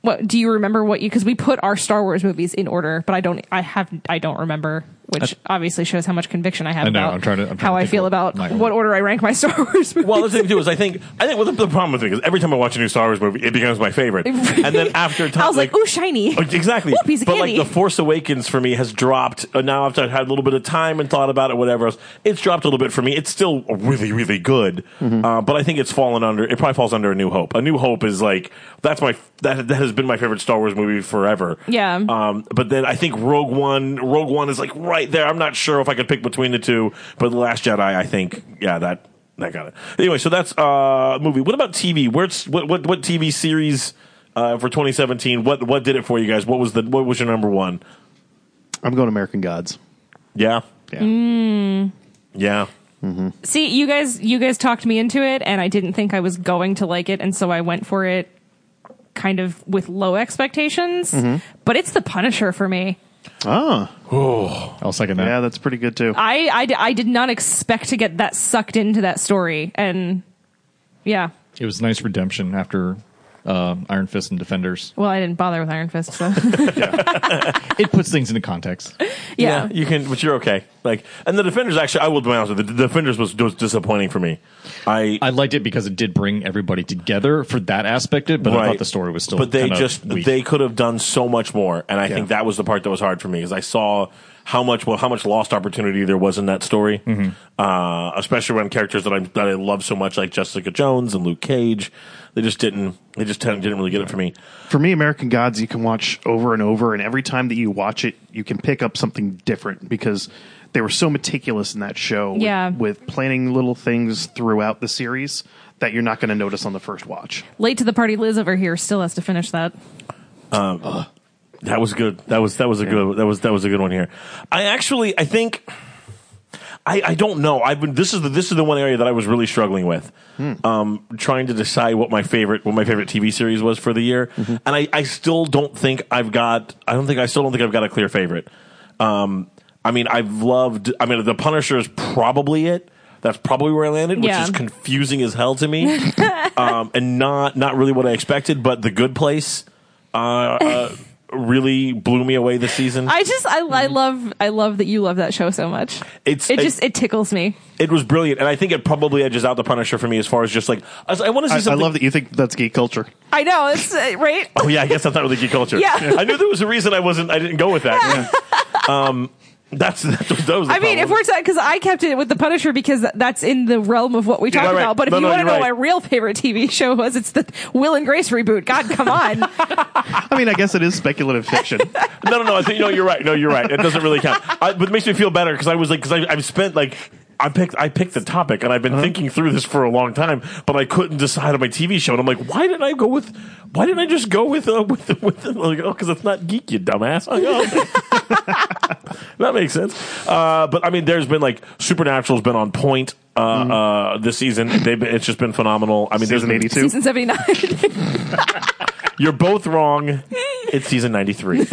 Speaker 3: what do you remember? What you because we put our Star Wars movies in order, but I don't. I have. I don't remember, which obviously shows how much conviction I have
Speaker 4: I know,
Speaker 3: about
Speaker 4: I'm trying to- I'm trying
Speaker 3: how
Speaker 4: to
Speaker 3: I
Speaker 4: think
Speaker 3: feel
Speaker 4: what
Speaker 3: about
Speaker 4: my-
Speaker 3: what order I rank my Star Wars movies.
Speaker 1: Well, the thing too is, I think I think well, the, the problem with it is every time I watch a new Star Wars movie, it becomes my favorite. And then after time,
Speaker 3: I was like, "Ooh, shiny!"
Speaker 1: Like, Oh, exactly.
Speaker 3: Ooh, piece of
Speaker 1: but
Speaker 3: candy.
Speaker 1: like the Force Awakens for me has dropped. Uh, now after I've had a little bit of time and thought about it, whatever else, it's dropped a little bit for me. It's still really, really good.
Speaker 3: Mm-hmm.
Speaker 1: Uh, but I think it's fallen under. It probably falls under A New Hope. A New Hope is like that's my that that has been my favorite Star Wars movie forever.
Speaker 3: Yeah.
Speaker 1: Um, but then I think Rogue One, Rogue One is like right there. I'm not sure if I could pick between the two, but The Last Jedi, I think, yeah, that that got it. Anyway, so that's uh movie. What about TV? Where's what what what TV series uh, for 2017? What what did it for you guys? What was the what was your number one?
Speaker 2: I'm going American Gods.
Speaker 1: Yeah,
Speaker 2: Yeah.
Speaker 1: yeah.
Speaker 3: See, you guys, you guys talked me into it, and I didn't think I was going to like it, and so I went for it, kind of with low expectations. But it's the Punisher for me.
Speaker 2: Ah,
Speaker 4: I'll second that.
Speaker 2: yeah, that's pretty good too.
Speaker 3: I, I, d- I did not expect to get that sucked into that story, and yeah.
Speaker 4: It was nice redemption after uh, Iron Fist and Defenders.
Speaker 3: Well, I didn't bother with Iron Fist, so
Speaker 4: It puts things into context.
Speaker 3: yeah.
Speaker 1: you can, but you're okay. Like, and the defenders actually, I will be honest with you, the defenders was, was disappointing for me. I
Speaker 4: I liked it because it did bring everybody together for that aspect of it, but I
Speaker 1: Right.
Speaker 4: thought the story was still.
Speaker 1: But they
Speaker 4: kinda
Speaker 1: just
Speaker 4: weak.
Speaker 1: they could have done so much more, and I think that was the part that was hard for me because I saw how much well how much lost opportunity there was in that story,
Speaker 4: Mm-hmm.
Speaker 1: uh, especially when characters that I that I love so much like Jessica Jones and Luke Cage, they just didn't they just didn't didn't really get it for me.
Speaker 2: For me, American Gods, you can watch over and over, and every time that you watch it, you can pick up something different because they were so meticulous in that show with-
Speaker 3: Yeah.
Speaker 2: with, planning little things throughout the series that you're not going to notice on the first watch.
Speaker 3: late to the party. Liz over here still has to finish that.
Speaker 1: That was good. That was that was a good that was that was a good one here. I actually I think I I don't know. I've been this is the this is the one area that I was really struggling with. Um trying to decide what my favorite what my favorite TV series was for the year. And I I still don't think I've got I don't think I still don't think I've got a clear favorite. Um I mean I've loved I mean The Punisher is probably it. That's probably where I landed, which
Speaker 3: Yeah.
Speaker 1: is confusing as hell to me, um, and not not really what I expected. But the Good Place uh, uh, really blew me away this season.
Speaker 3: I just I, I love I love that you love that show so much.
Speaker 1: It's-
Speaker 3: Mm-hmm. it
Speaker 1: it-
Speaker 3: just it tickles me.
Speaker 1: it was brilliant, and I think it probably edges out the Punisher for me as far as just like I, want to see
Speaker 2: I, I
Speaker 1: something.
Speaker 2: love that you think that's geek culture.
Speaker 3: I know it's uh, right.
Speaker 1: Oh yeah, I guess that's not really geek culture.
Speaker 3: Yeah.
Speaker 1: I knew there was a reason I wasn't. I didn't go with that. um, that's that was. That was the
Speaker 3: I mean,
Speaker 1: problem.
Speaker 3: if we're talking because I kept it with the Punisher because th- that's in the realm of what we
Speaker 1: You're
Speaker 3: talk
Speaker 1: right.
Speaker 3: about. But if
Speaker 1: No,
Speaker 3: you
Speaker 1: no,
Speaker 3: want to
Speaker 1: you're
Speaker 3: know
Speaker 1: right.
Speaker 3: my real favorite TV show was, it's the Will and Grace reboot. God, come on.
Speaker 2: I mean, I guess it is speculative fiction.
Speaker 1: No, no, no. I think no. You're right. No, you're right. It doesn't really count. I, but it makes me feel better because I was like, because I've spent like. I picked I picked the topic and I've been thinking through this for a long time, but I couldn't decide on my TV show. And I'm like, why didn't I go with? Why didn't I just go with uh, with with like, oh, because it's not geek, you dumbass. Oh, yeah, okay. that makes sense. Uh, but I mean, there's been like Supernatural's been on point uh, uh, this season. They've been, it's just been phenomenal. I mean, there's
Speaker 2: Season
Speaker 1: been-
Speaker 2: eighty two.
Speaker 3: Season seventy nine.
Speaker 1: you're both wrong. It's season 93.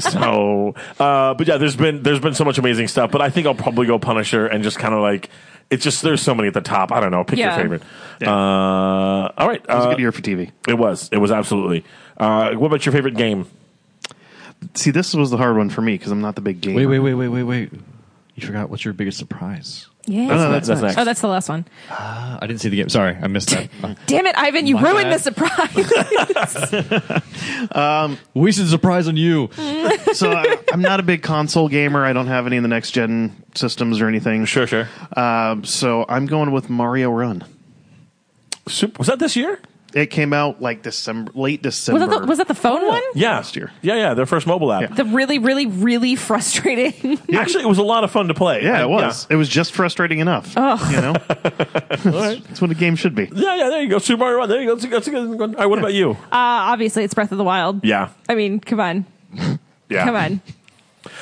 Speaker 1: so, uh, but yeah, there's been there's been so much amazing stuff, but I think I'll probably go Punisher and just kind of like it's just there's so many at the top. I don't know, pick
Speaker 3: Yeah.
Speaker 1: your favorite.
Speaker 2: Yeah.
Speaker 1: Uh, all right.
Speaker 2: It was a
Speaker 1: Uh,
Speaker 2: good year for TV.
Speaker 1: it was. It was absolutely. Uh, what about your favorite game?
Speaker 2: See, this was the hard one for me because I'm not the big gamer.
Speaker 4: Wait, wait, wait, wait, wait, wait. You forgot what's your biggest surprise?
Speaker 2: No,
Speaker 3: Yeah.
Speaker 2: no, that's,
Speaker 1: That's
Speaker 2: next.
Speaker 1: next.
Speaker 3: Oh, that's the last one.
Speaker 4: Uh, I didn't see the game. Sorry, I missed that. Uh,
Speaker 3: Damn it, Ivan! You
Speaker 4: My
Speaker 3: ruined
Speaker 4: bad.
Speaker 3: the surprise.
Speaker 4: Wasted surprise on you.
Speaker 3: Mm-hmm.
Speaker 2: so I, I'm not a big console gamer. I don't have any of the next gen systems or anything.
Speaker 1: Sure, sure.
Speaker 2: Um, so I'm going with Mario Run.
Speaker 1: Super, was that this year?
Speaker 2: It came out like December, late
Speaker 3: was
Speaker 2: December.
Speaker 3: that the, was that the phone one?
Speaker 1: Yeah,
Speaker 2: Last year.
Speaker 1: Yeah, yeah. Their first mobile app.
Speaker 2: Yeah.
Speaker 3: The really, really, really frustrating.
Speaker 1: Actually, it was a lot of fun to play.
Speaker 2: yeah, it was. It was just frustrating enough. You know, that's what a game should be.
Speaker 1: Yeah, yeah. There you go. Super Mario Run. There you go. That's a- that's a good one. All right. What about you?
Speaker 3: Uh, obviously, it's Breath of the Wild.
Speaker 1: Yeah.
Speaker 3: I mean, come on,
Speaker 1: Yeah.
Speaker 3: come on.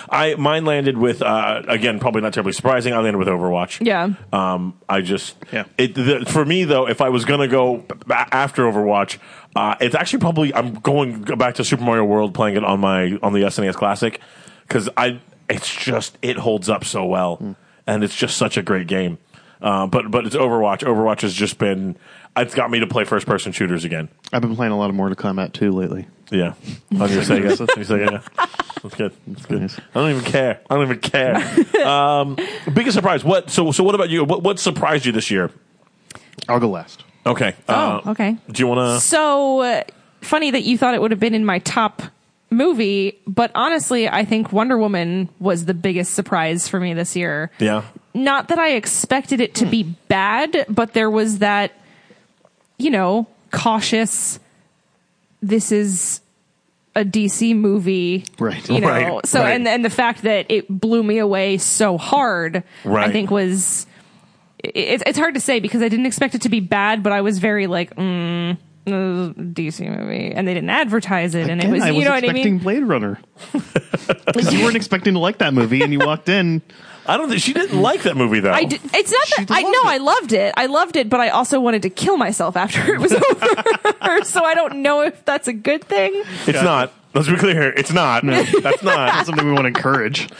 Speaker 1: I mine landed with uh, again probably not terribly surprising. I landed with Overwatch.
Speaker 3: Yeah.
Speaker 1: Um, I just
Speaker 2: Yeah.
Speaker 1: It the, for me though, if I was gonna go b- b- after Overwatch, uh, it's actually probably I'm going back to Super Mario World, playing it on my on the SNES Classic because I it's just it holds up so well, and it's just such a great game. Uh, but but it's Overwatch. Overwatch has just been it's got me to play first person shooters again.
Speaker 2: I've been playing a lot of Mortal Kombat too lately.
Speaker 1: Yeah. On your Sega.
Speaker 2: Yes.
Speaker 1: Your Sega, yeah. That's good. That's good.
Speaker 2: Nice.
Speaker 1: I don't even care. I don't even care. um, biggest surprise. What so so what about you? What what surprised you this year?
Speaker 2: I'll go last.
Speaker 1: Okay. uh,
Speaker 3: Oh, okay.
Speaker 1: Do you wanna
Speaker 3: So uh, funny that you thought it would have been in my top movie, but honestly, I think Wonder Woman was the biggest surprise for me this year.
Speaker 1: Yeah.
Speaker 3: Not that I expected it to be bad, but there was that, you know, cautious. This is a DC movie,
Speaker 2: Right.
Speaker 3: You know,
Speaker 1: Right,
Speaker 3: so
Speaker 1: right.
Speaker 3: and and the fact that it blew me away so hard,
Speaker 1: Right.
Speaker 3: I think was. It, it's hard to say because I didn't expect it to be bad, but I was very like, mm, uh, DC movie, and they didn't advertise it, and it
Speaker 2: Again,
Speaker 3: was,
Speaker 2: I was
Speaker 3: you know what I
Speaker 2: expecting
Speaker 3: mean.
Speaker 2: Blade Runner. 'Cause you weren't expecting to like that movie, and you walked in.
Speaker 1: I don't think she didn't like that movie though.
Speaker 3: I d- it's not that I
Speaker 2: Oh, loved
Speaker 3: know
Speaker 2: it.
Speaker 3: I loved it. I loved it, but I also wanted to kill myself after it was over. so I don't know if that's a good thing.
Speaker 1: It's not. Let's be clear here. It's not. That's not.
Speaker 2: That's something we want to encourage.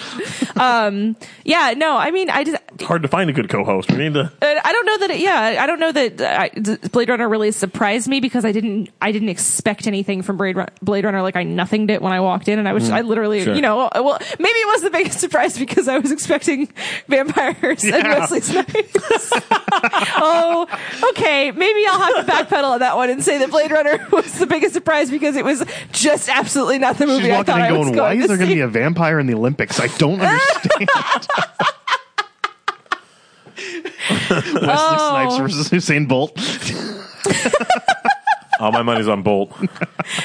Speaker 3: Um, Yeah, no. I mean, I just
Speaker 1: It's hard to find a good co host. We need to
Speaker 3: Uh, I don't know that. It, yeah, I don't know that uh, I- d- Blade Runner really surprised me because I didn't. I didn't expect anything from Blade, Run- Blade Runner. Like I nothinged it when I walked in, and
Speaker 2: Mm.
Speaker 3: I was. I literally,
Speaker 1: Sure.
Speaker 3: you know, well, maybe it was the biggest surprise because I was expecting vampires and
Speaker 2: Yeah.
Speaker 3: Wesley Snipes. oh, okay. Maybe I'll have to backpedal on that one and say that Blade Runner was the biggest surprise because it was just absolutely not the movie
Speaker 2: She's
Speaker 3: I
Speaker 2: walking
Speaker 3: thought
Speaker 2: in
Speaker 3: I was
Speaker 2: going,
Speaker 3: going
Speaker 2: "Why is
Speaker 3: to
Speaker 2: there going to
Speaker 3: see."
Speaker 2: be a vampire in the Olympics? I don't understand." Wesley
Speaker 3: Oh.
Speaker 2: Snipes versus Usain Bolt.
Speaker 1: all oh, my money's on Bolt.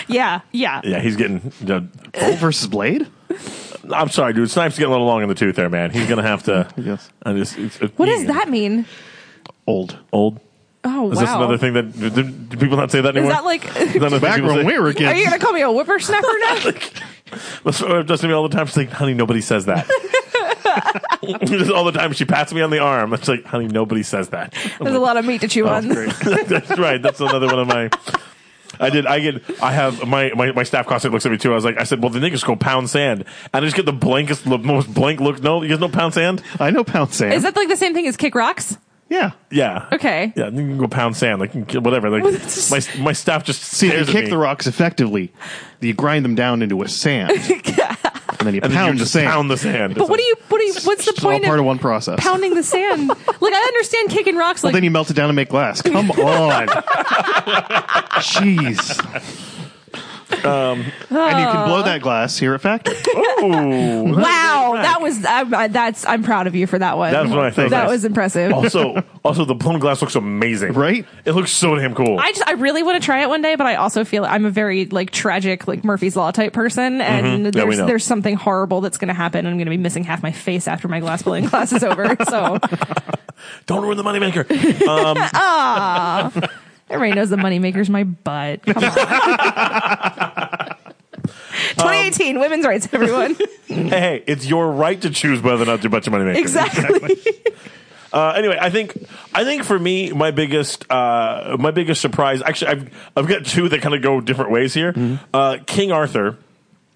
Speaker 3: yeah, yeah.
Speaker 1: Yeah, he's getting uh,
Speaker 2: Bolt versus Blade.
Speaker 1: I'm sorry, dude. Snipes getting a little long in the tooth there, man. He's gonna have to
Speaker 2: Yes.
Speaker 1: I just it's,
Speaker 3: What does that mean?
Speaker 2: Old.
Speaker 1: Old.
Speaker 3: Oh
Speaker 1: Is
Speaker 3: wow.
Speaker 1: this another thing that do, do people not say that
Speaker 3: Is
Speaker 1: anymore?
Speaker 3: that like?
Speaker 1: None of the
Speaker 2: Back
Speaker 1: people
Speaker 2: when
Speaker 1: say-
Speaker 2: we were
Speaker 3: Are you
Speaker 2: kids.
Speaker 3: gonna call me a whippersnapper now?
Speaker 1: That's what does to me all the time. She's like, honey, nobody says that. Just all the time, she pats me on the arm. It's like, honey, nobody says that.
Speaker 3: There's a lot of meat to
Speaker 2: Oh,
Speaker 3: chew on.
Speaker 1: That's right. That's another one of my. I did. I get. I have my, my my staff constantly looks at me too. I was like, I said, well, the niggas go pound sand, and I just get the blankest, the most blank look. No, you guys know pound sand.
Speaker 2: I know Pound Sand.
Speaker 3: Is that like the same thing as kick rocks?
Speaker 2: Yeah.
Speaker 1: Yeah.
Speaker 3: Okay.
Speaker 1: Yeah, you can go pound sand, like you can- whatever. Like
Speaker 3: Well, that's
Speaker 1: my my staff just
Speaker 2: See,
Speaker 1: see
Speaker 2: you
Speaker 1: stares
Speaker 2: kick
Speaker 1: at me,
Speaker 2: the rocks effectively. You grind them down into a sand, and then you
Speaker 1: and then
Speaker 2: pound
Speaker 1: you
Speaker 2: the
Speaker 1: just
Speaker 2: sand.
Speaker 1: pound the sand.
Speaker 3: But what do you? What do you? What's the
Speaker 2: it's all
Speaker 3: point
Speaker 2: part
Speaker 3: of
Speaker 2: of one process.
Speaker 3: pounding the sand? like I understand kicking rocks.
Speaker 2: Well,
Speaker 3: Like
Speaker 2: then you melt it down and make glass. Come on, jeez. Um, and you can blow that glass here at Factor. Oh,
Speaker 3: wow, that was I'm, I, that's I'm proud of you for that one.
Speaker 1: That's what I Oh. think.
Speaker 3: That
Speaker 1: Nice.
Speaker 3: was impressive.
Speaker 1: also, also the blown glass looks amazing,
Speaker 2: Right?
Speaker 1: It looks so damn cool.
Speaker 3: I just I really want to try it one day, but I also feel I'm a very like tragic like Murphy's Law type person, and
Speaker 1: Yeah, we
Speaker 3: there's
Speaker 1: know.
Speaker 3: there's something horrible that's going to happen. I'm going to be missing half my face after my glass blowing class is over. So
Speaker 1: Don't ruin the moneymaker.
Speaker 3: everybody knows the moneymaker's my butt. Come on. Um, 2018 women's rights, everyone.
Speaker 1: hey, hey, it's your right to choose whether or not to bet your moneymaker.
Speaker 3: exactly.
Speaker 1: Uh, anyway, I think I think for me, my biggest uh, my biggest surprise. Actually, I've I've got two that kind of go different ways here. Uh, King Arthur,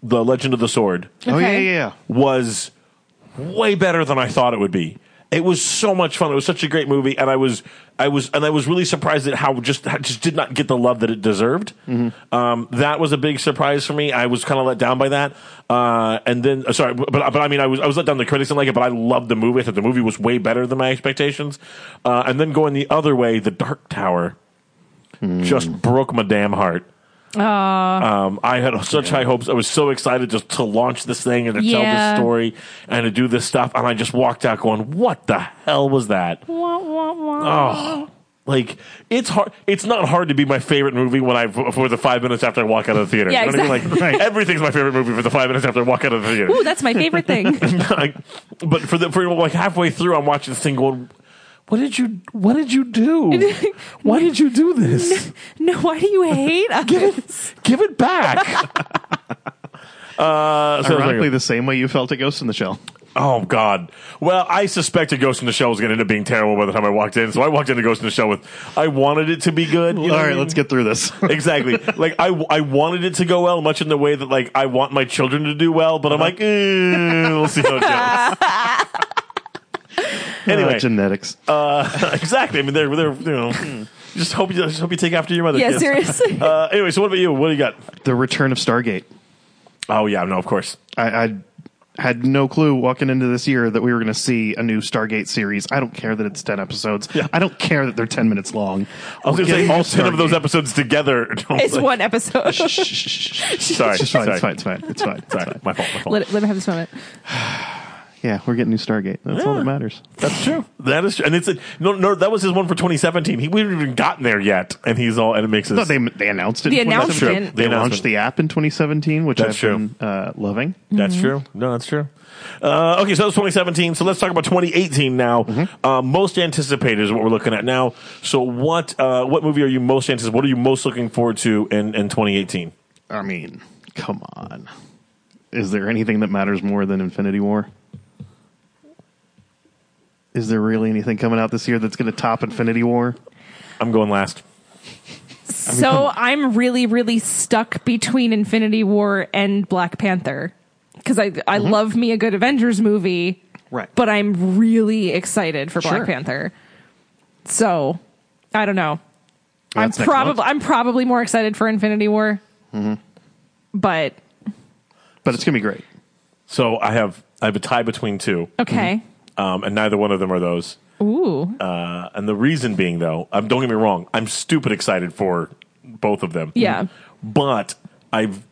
Speaker 1: the Legend of the Sword,
Speaker 2: Oh yeah,
Speaker 3: Okay.
Speaker 2: yeah, yeah.
Speaker 1: was way better than I thought it would be. It was so much fun. It was such a great movie, and I was, I was, and I was really surprised at how just how it just did not get the love that it deserved. Um, that was a big surprise for me. I was kind of let down by that. Uh, and then, uh, sorry, but but I mean, I was I was let down. The critics didn't like it, but I loved the movie. I thought the movie was way better than my expectations. Uh, and then going the other way, The Dark Tower just broke my damn heart. Um, I had such high hopes. I was so excited just to launch this thing and to tell
Speaker 3: Yeah.
Speaker 1: this story and to do this stuff. And I just walked out going, what the hell was that?
Speaker 3: Wah, wah, wah.
Speaker 1: Oh, like it's hard. It's not hard to be my favorite movie when I, for the five minutes after I walk out of the theater.
Speaker 3: Yeah,
Speaker 1: you know what I mean?
Speaker 3: exactly.
Speaker 1: Like
Speaker 2: Right.
Speaker 1: everything's my favorite movie for the five minutes after I walk out of the theater.
Speaker 3: Ooh, that's my favorite thing.
Speaker 1: Like, but for the, for like halfway through, I'm watching this thing going, what did you, what did you do? Why did you do this?
Speaker 3: No, why do you hate us?
Speaker 1: give it, give it back. uh, so
Speaker 2: Ironically, the same way you felt at Ghost in the Shell.
Speaker 1: oh God. Well, I suspected Ghost in the Shell was going to end up being terrible by the time I walked in, so I walked into Ghost in the Shell with I wanted it to be good. you know what
Speaker 2: All
Speaker 1: I
Speaker 2: right,
Speaker 1: mean?
Speaker 2: let's get through this.
Speaker 1: exactly. Like I, I wanted it to go well, much in the way that like I want my children to do well, but I'm like, eh, we'll see how it goes.
Speaker 2: Uh,
Speaker 1: anyway,
Speaker 2: genetics.
Speaker 1: uh, exactly. I mean, they're they're you know. Just hope you just hope you take after your mother.
Speaker 3: Yeah,
Speaker 1: kids.
Speaker 3: seriously.
Speaker 1: Uh, anyway, so what about you? What do you got?
Speaker 2: the Return of Stargate.
Speaker 1: Oh yeah, no, of course.
Speaker 2: I, I had no clue walking into this year that we were going to see a new Stargate series. I don't care that it's 10 episodes. I don't care that they're 10 minutes long.
Speaker 1: I was going to say all ten of those episodes together.
Speaker 3: It's one episode.
Speaker 1: Sorry,
Speaker 2: It's
Speaker 1: sorry,
Speaker 2: fine, it's fine, it's fine, it's fine. It's
Speaker 1: sorry.
Speaker 2: fine.
Speaker 1: My fault. My fault.
Speaker 3: let, it- let me have this moment.
Speaker 2: Yeah, we're getting new Stargate. That's all that matters.
Speaker 1: That's true. That is true. And it's a, no, no. That was his one for 2017. He we haven't even gotten there yet, and he's all and it makes
Speaker 2: No,
Speaker 1: us.
Speaker 2: they, they announced it.
Speaker 3: The
Speaker 2: in 2017.
Speaker 3: announcement.
Speaker 1: The
Speaker 2: They
Speaker 1: announcement.
Speaker 2: launched the app in 2017, which
Speaker 1: That's
Speaker 2: I've been uh, loving.
Speaker 1: That's true. No, that's true. Uh, okay, so that's 2017. So let's talk about 2018 now. Uh, most anticipated is what we're looking at now. So what uh, what movie are you most anticipated? What are you most looking forward to in in 2018?
Speaker 2: I mean, come on. Is there anything that matters more than Infinity War? Is there really anything coming out this year that's going to top Infinity War?
Speaker 1: I'm going last.
Speaker 3: So I'm really, really stuck between Infinity War and Black Panther because I I love me a good Avengers movie,
Speaker 2: Right.
Speaker 3: But I'm really excited for
Speaker 2: Sure.
Speaker 3: Black Panther. So I don't know.
Speaker 2: That's
Speaker 3: I'm
Speaker 2: next month.
Speaker 3: probably I'm probably more excited for Infinity War, but
Speaker 2: But it's going to be great.
Speaker 1: So I have I have a tie between two,
Speaker 3: okay.
Speaker 1: um, and neither one of them are those.
Speaker 3: Ooh,
Speaker 1: Uh, and the reason being, though, um, don't get me wrong, I'm stupid excited for both of them.
Speaker 3: Yeah.
Speaker 1: But I've.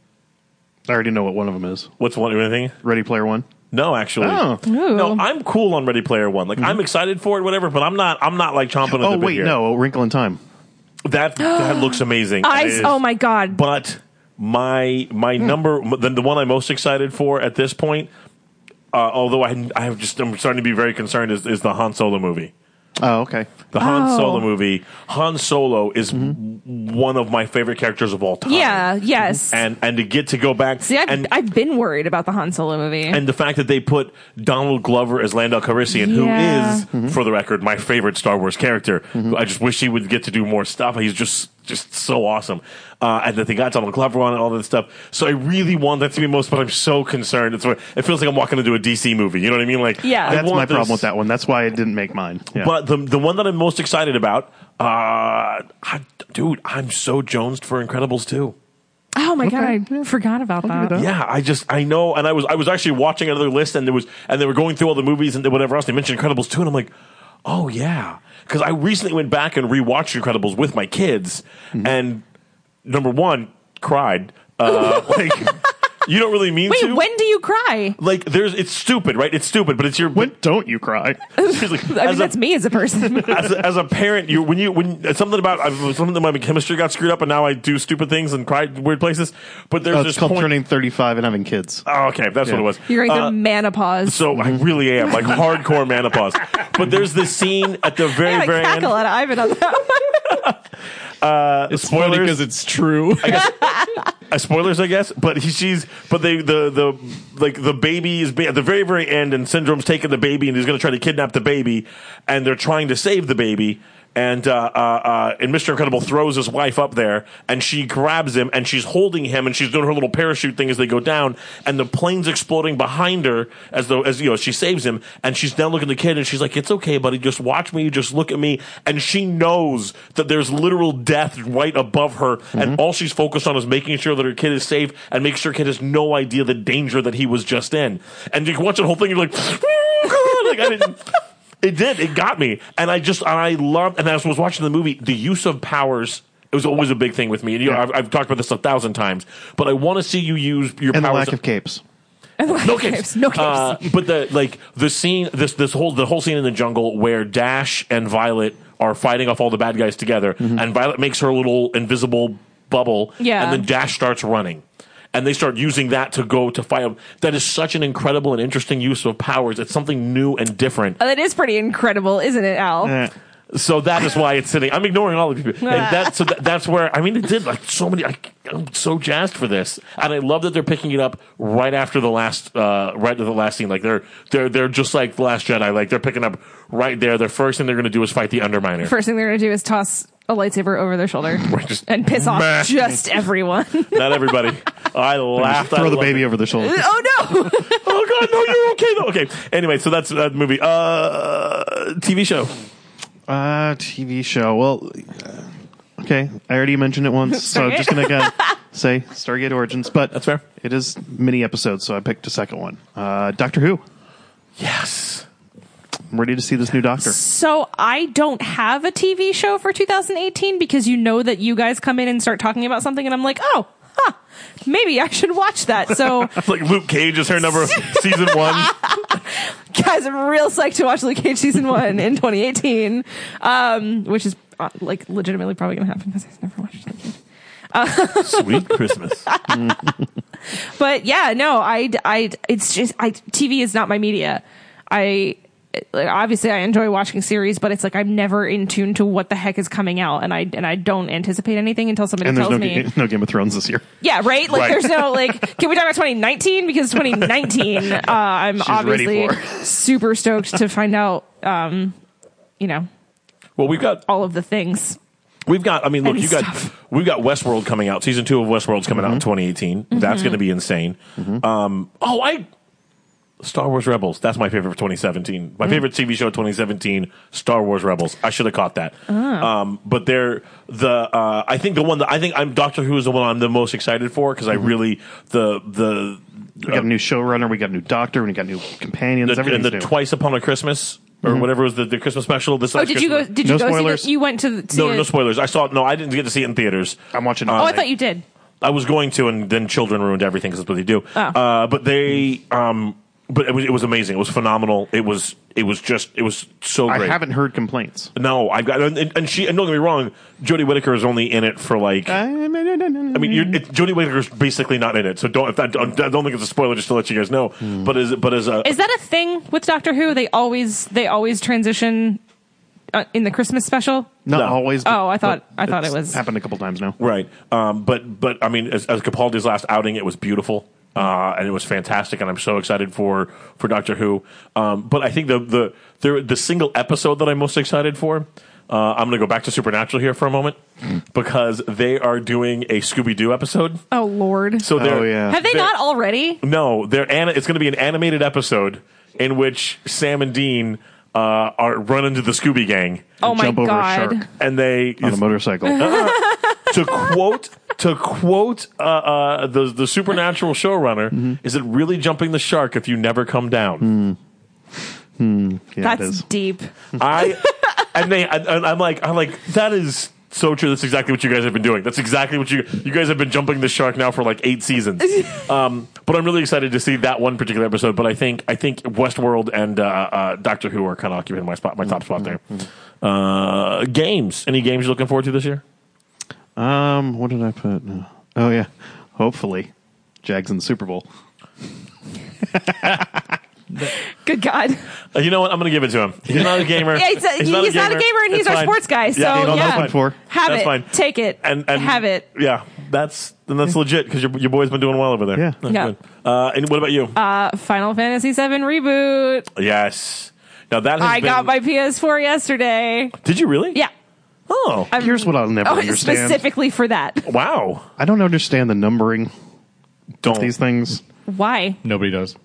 Speaker 2: I already know what one of them is.
Speaker 1: What's one anything?
Speaker 2: Ready Player One.
Speaker 1: No, actually.
Speaker 2: Oh. Mm-hmm.
Speaker 3: Ooh.
Speaker 1: No, I'm cool on Ready Player One. Like I'm excited for it, whatever. But I'm not. I'm not like chomping at
Speaker 2: Oh
Speaker 1: the bit
Speaker 2: wait,
Speaker 1: here.
Speaker 2: no, Wrinkle in Time.
Speaker 1: That that looks amazing.
Speaker 3: I
Speaker 1: It
Speaker 3: s-
Speaker 1: is.
Speaker 3: oh my god.
Speaker 1: But my my
Speaker 2: Hmm.
Speaker 1: number the, the one I'm most excited for at this point, uh, although I I have just I'm starting to be very concerned is is the Han Solo movie.
Speaker 2: Oh, okay.
Speaker 1: The Han
Speaker 3: Oh.
Speaker 1: Solo movie. Han Solo is w- one of my favorite characters of all time.
Speaker 3: Mm-hmm. yeah. Yes.
Speaker 1: And and to get to go back
Speaker 3: See, I've,
Speaker 1: and
Speaker 3: I've been worried about the Han Solo movie.
Speaker 1: and the fact that they put Donald Glover as Landau Calrissian,
Speaker 3: Yeah. Mm-hmm.
Speaker 1: who is, for the record, my favorite Star Wars character. I just wish he would get to do more stuff. He's just just so awesome. Uh, and that they got Donald Glover on and all that stuff. So I really want that to be most, but I'm so concerned. It's what- it feels like I'm walking into a DC movie. You know what I mean? Like
Speaker 3: Yeah.
Speaker 1: I
Speaker 2: That's
Speaker 1: want
Speaker 2: my problem
Speaker 1: this-
Speaker 2: with that one. That's why I didn't make mine. Yeah.
Speaker 1: But the the one that I'm most excited about, uh, I, dude, I'm so jonesed for Incredibles 2.
Speaker 3: Oh my god, I forgot about that.
Speaker 1: Yeah, I just I know, and I was I was actually watching another list, and there was and they were going through all the movies and whatever else. They mentioned Incredibles two, and I'm like, oh yeah, because I recently went back and rewatched Incredibles with my kids,
Speaker 2: Mm-hmm.
Speaker 1: and number one cried. Uh, like you don't really mean
Speaker 3: Wait,
Speaker 1: to.
Speaker 3: when do you cry?
Speaker 1: like there's it's stupid, right? It's stupid, but it's your.
Speaker 2: when don't you cry?
Speaker 1: seriously,
Speaker 3: I mean,
Speaker 1: as a-
Speaker 3: that's me as a person.
Speaker 1: as a, as a parent, you when you when something about I've- something that my chemistry got screwed up, and now I do stupid things and cry at weird places. But there's
Speaker 2: Oh,
Speaker 1: this
Speaker 2: it's called
Speaker 1: point.
Speaker 2: turning 35 and having kids.
Speaker 1: oh, okay, that's what
Speaker 2: Yeah.
Speaker 1: it was.
Speaker 3: You're going
Speaker 1: Uh,
Speaker 3: to menopause.
Speaker 1: so I really am like hardcore menopause. But there's this scene at the
Speaker 3: I
Speaker 1: very
Speaker 3: got a
Speaker 1: very end. Uh,
Speaker 3: cackle out of Ivan on that one.
Speaker 4: It's spoilers.
Speaker 1: spoilers.
Speaker 4: because it's true.
Speaker 1: Uh, spoilers, I guess. But he, she's but they the the like the baby is ba- at the very very end, and Syndrome's taking the baby, and he's going to try to kidnap the baby, and they're trying to save the baby. And uh, uh, uh, and Mr. Incredible throws his wife up there, and she grabs him, and she's holding him, and she's doing her little parachute thing as they go down, and the plane's exploding behind her as though as you know she saves him, and she's now looking at the kid, and she's like, "It's okay, buddy, just watch me, just look at me," and she knows that there's literal death right above her,
Speaker 2: Mm-hmm.
Speaker 1: and all she's focused on is making sure that her kid is safe and make sure kid has no idea the danger that he was just in, and you can watch the whole thing, you're like, "Oh, God," like I didn't. It did. It got me, and I just and I loved. And as I was watching the movie, the use of powers. It was always a big thing with me, and you know,
Speaker 2: Yeah.
Speaker 1: I've, I've talked about this a thousand times. But I want to see you use your
Speaker 2: And the
Speaker 1: powers
Speaker 2: lack of capes.
Speaker 1: no capes.
Speaker 3: No capes.
Speaker 1: Uh, but the like the scene this this whole the whole scene in the jungle where Dash and Violet are fighting off all the bad guys together, and Violet makes her little invisible bubble,
Speaker 3: Mm-hmm. Yeah.
Speaker 1: and then Dash starts running. And they start using that to go to fight. 'em. That is such an incredible and interesting use of powers. It's something new and different.
Speaker 3: Oh, that is pretty incredible, isn't it, Al?
Speaker 2: Eh.
Speaker 1: So that is why it's sitting. I'm ignoring all the people. And that, so that, that's where I mean, it did like so many. I, I'm so jazzed for this, and I love that they're picking it up right after the last, uh, right to the last scene. Like they're they're they're just like the Last Jedi. Like they're picking up right there. The first thing they're going to do is fight the Underminer.
Speaker 3: First thing they're going to do is toss a lightsaber over their shoulder
Speaker 1: just-
Speaker 3: and piss off
Speaker 1: Meh.
Speaker 3: just everyone.
Speaker 1: Not everybody. I laughed. I
Speaker 2: Throw the
Speaker 1: loved
Speaker 2: baby
Speaker 1: it.
Speaker 2: over the shoulder.
Speaker 3: oh no!
Speaker 1: Oh god, no, you're okay though. Okay. Anyway, so that's that movie. Uh, TV show.
Speaker 2: Uh, TV show. Well, uh, okay. I already mentioned it once, so I'm just gonna go say Stargate Origins. But
Speaker 1: That's fair.
Speaker 2: It is mini episodes, so I picked a second one. Uh, Doctor Who.
Speaker 1: Yes.
Speaker 2: I'm ready to see this new Doctor.
Speaker 3: So I don't have a TV show for 2018 because you know that you guys come in and start talking about something, and I'm like, oh, huh, maybe I should watch that. So
Speaker 1: That's like Luke Cage is her number season one.
Speaker 3: guys, I'm real psyched to watch Luke Cage season one in 2018, um, which is uh, like legitimately probably going to happen because I've never watched Luke Cage.
Speaker 1: Sweet Christmas.
Speaker 3: But yeah, no, I, I, it's just, I, TV is not my media. I, like, obviously I enjoy watching series, but it's like I'm never in tune to what the heck is coming out, and I and I don't anticipate anything until somebody
Speaker 2: And there's
Speaker 3: tells
Speaker 2: no
Speaker 3: me.
Speaker 2: ga- no Game of Thrones this year.
Speaker 3: Yeah, right. Like
Speaker 1: Right.
Speaker 3: there's no like. Can we talk about 2019 because 2019? Uh, I'm
Speaker 2: ready
Speaker 3: obviously
Speaker 2: for it.
Speaker 3: super stoked to find out. Um, you know
Speaker 1: Well, we've got
Speaker 3: all of the things.
Speaker 1: We've got, I mean, look,
Speaker 3: Any
Speaker 1: you got,
Speaker 3: stuff. Mm-hmm.
Speaker 1: we've got Westworld coming out. Season two of Westworld's coming out in 2018. That's going to be insane. Um, oh, I, Star Wars Rebels. That's my favorite for 2017.
Speaker 3: Mm.
Speaker 1: My favorite TV show of 2017, Star Wars Rebels. I should have caught that.
Speaker 3: Oh.
Speaker 1: Um, but they're the, uh, I think the one that, I think I'm, Doctor Who is the one I'm the most excited for because
Speaker 3: Mm-hmm.
Speaker 1: I really, the, the, uh,
Speaker 2: We got a new showrunner. We got a new Doctor. We got new companions.
Speaker 1: the, and
Speaker 2: everything's
Speaker 1: the
Speaker 2: new.
Speaker 1: Twice Upon a Christmas or whatever was the, the Christmas special. This
Speaker 3: Mm-hmm. Oh, did you go? Did you
Speaker 2: No
Speaker 3: go?
Speaker 2: spoilers.
Speaker 3: See the, you went to. the- to
Speaker 1: No,
Speaker 3: the-
Speaker 1: no spoilers. I saw, no, I didn't get to see it in theaters. Um,
Speaker 2: I'm watching. it
Speaker 3: Oh, I
Speaker 2: tonight.
Speaker 3: thought you did.
Speaker 1: I was going to, and then children ruined everything because that's what they do. Uh, but they, um, but it was, it was amazing. It was phenomenal. It was it was just it was so
Speaker 2: I
Speaker 1: great.
Speaker 2: haven't heard complaints.
Speaker 1: No, I've got and, and she. And don't get me wrong, Jodie Whittaker is only in it for like. I
Speaker 2: I
Speaker 1: mean, you're, it, Jodie Whittaker's basically not in it, so don't. If that, I don't think it's a spoiler, just to let you guys know. But as but as a
Speaker 3: Is that a thing with Doctor Who? They always they always transition uh, in the Christmas special.
Speaker 2: not
Speaker 1: No.
Speaker 2: always.
Speaker 3: Oh, I thought-
Speaker 2: but
Speaker 3: I thought
Speaker 2: it's
Speaker 3: it was-
Speaker 2: happened a couple times now.
Speaker 1: Right. Um, but but I mean, as, as Capaldi's last outing, it was beautiful. Uh, and it was fantastic, and I'm so excited for, for Doctor Who. Um, but I think the the there, the single episode that I'm most excited for Uh, I'm going to go back to Supernatural here for a moment
Speaker 2: Mm.
Speaker 1: because they are doing a Scooby Doo episode.
Speaker 3: Oh Lord.
Speaker 1: So they're
Speaker 2: Oh, yeah.
Speaker 3: have they
Speaker 1: they're-
Speaker 3: not already?
Speaker 1: No, they're an, it's going to be an animated episode in which Sam and Dean uh, are run into the Scooby Gang,
Speaker 3: Oh my
Speaker 2: jump over a
Speaker 3: God.
Speaker 2: shark.
Speaker 1: and they
Speaker 2: on a motorcycle.
Speaker 1: to quote to quote uh, uh, the the supernatural showrunner, is it really jumping the shark if you never come down?
Speaker 2: yeah, it
Speaker 3: That's
Speaker 2: is.
Speaker 3: deep.
Speaker 1: I and they and and I'm like I'm like that is so true. That's exactly what you guys have been doing. That's exactly what you you guys have been jumping the shark now for like eight seasons. Um, but I'm really excited to see that one particular episode. But I think I think Westworld and uh, uh, Doctor Who are kind of occupying my spot, my top spot there. Uh, games. Any games you're looking forward to this year?
Speaker 2: Um, what did I put? No. Oh yeah, hopefully, Jags in the Super Bowl.
Speaker 3: Good God.
Speaker 1: Uh, you know what? I'm going to give it to him. He's not a gamer.
Speaker 3: Yeah, he's, not, he's not a gamer and he's
Speaker 1: It's
Speaker 3: our
Speaker 1: fine.
Speaker 3: sports guy. So
Speaker 2: you
Speaker 3: yeah,
Speaker 2: know, that's fine. For-
Speaker 3: have
Speaker 1: That's
Speaker 3: it.
Speaker 1: fine.
Speaker 3: Take it.
Speaker 1: and, and
Speaker 3: have it.
Speaker 1: Yeah, that's and that's legit because your your boy's been doing well over there.
Speaker 2: Yeah.
Speaker 1: That's
Speaker 3: Yeah.
Speaker 1: good. Uh, and what about you?
Speaker 3: Uh, Final Fantasy VII reboot.
Speaker 1: yes. Now that has
Speaker 3: I
Speaker 1: been-
Speaker 3: got my PS4 yesterday.
Speaker 1: Did you really?
Speaker 3: Yeah.
Speaker 1: Oh.
Speaker 2: Here's what I'll never
Speaker 3: Oh,
Speaker 2: understand.
Speaker 3: specifically for that.
Speaker 1: wow.
Speaker 2: I don't understand the numbering
Speaker 1: Don't
Speaker 2: of these things
Speaker 3: Why?
Speaker 4: Nobody does.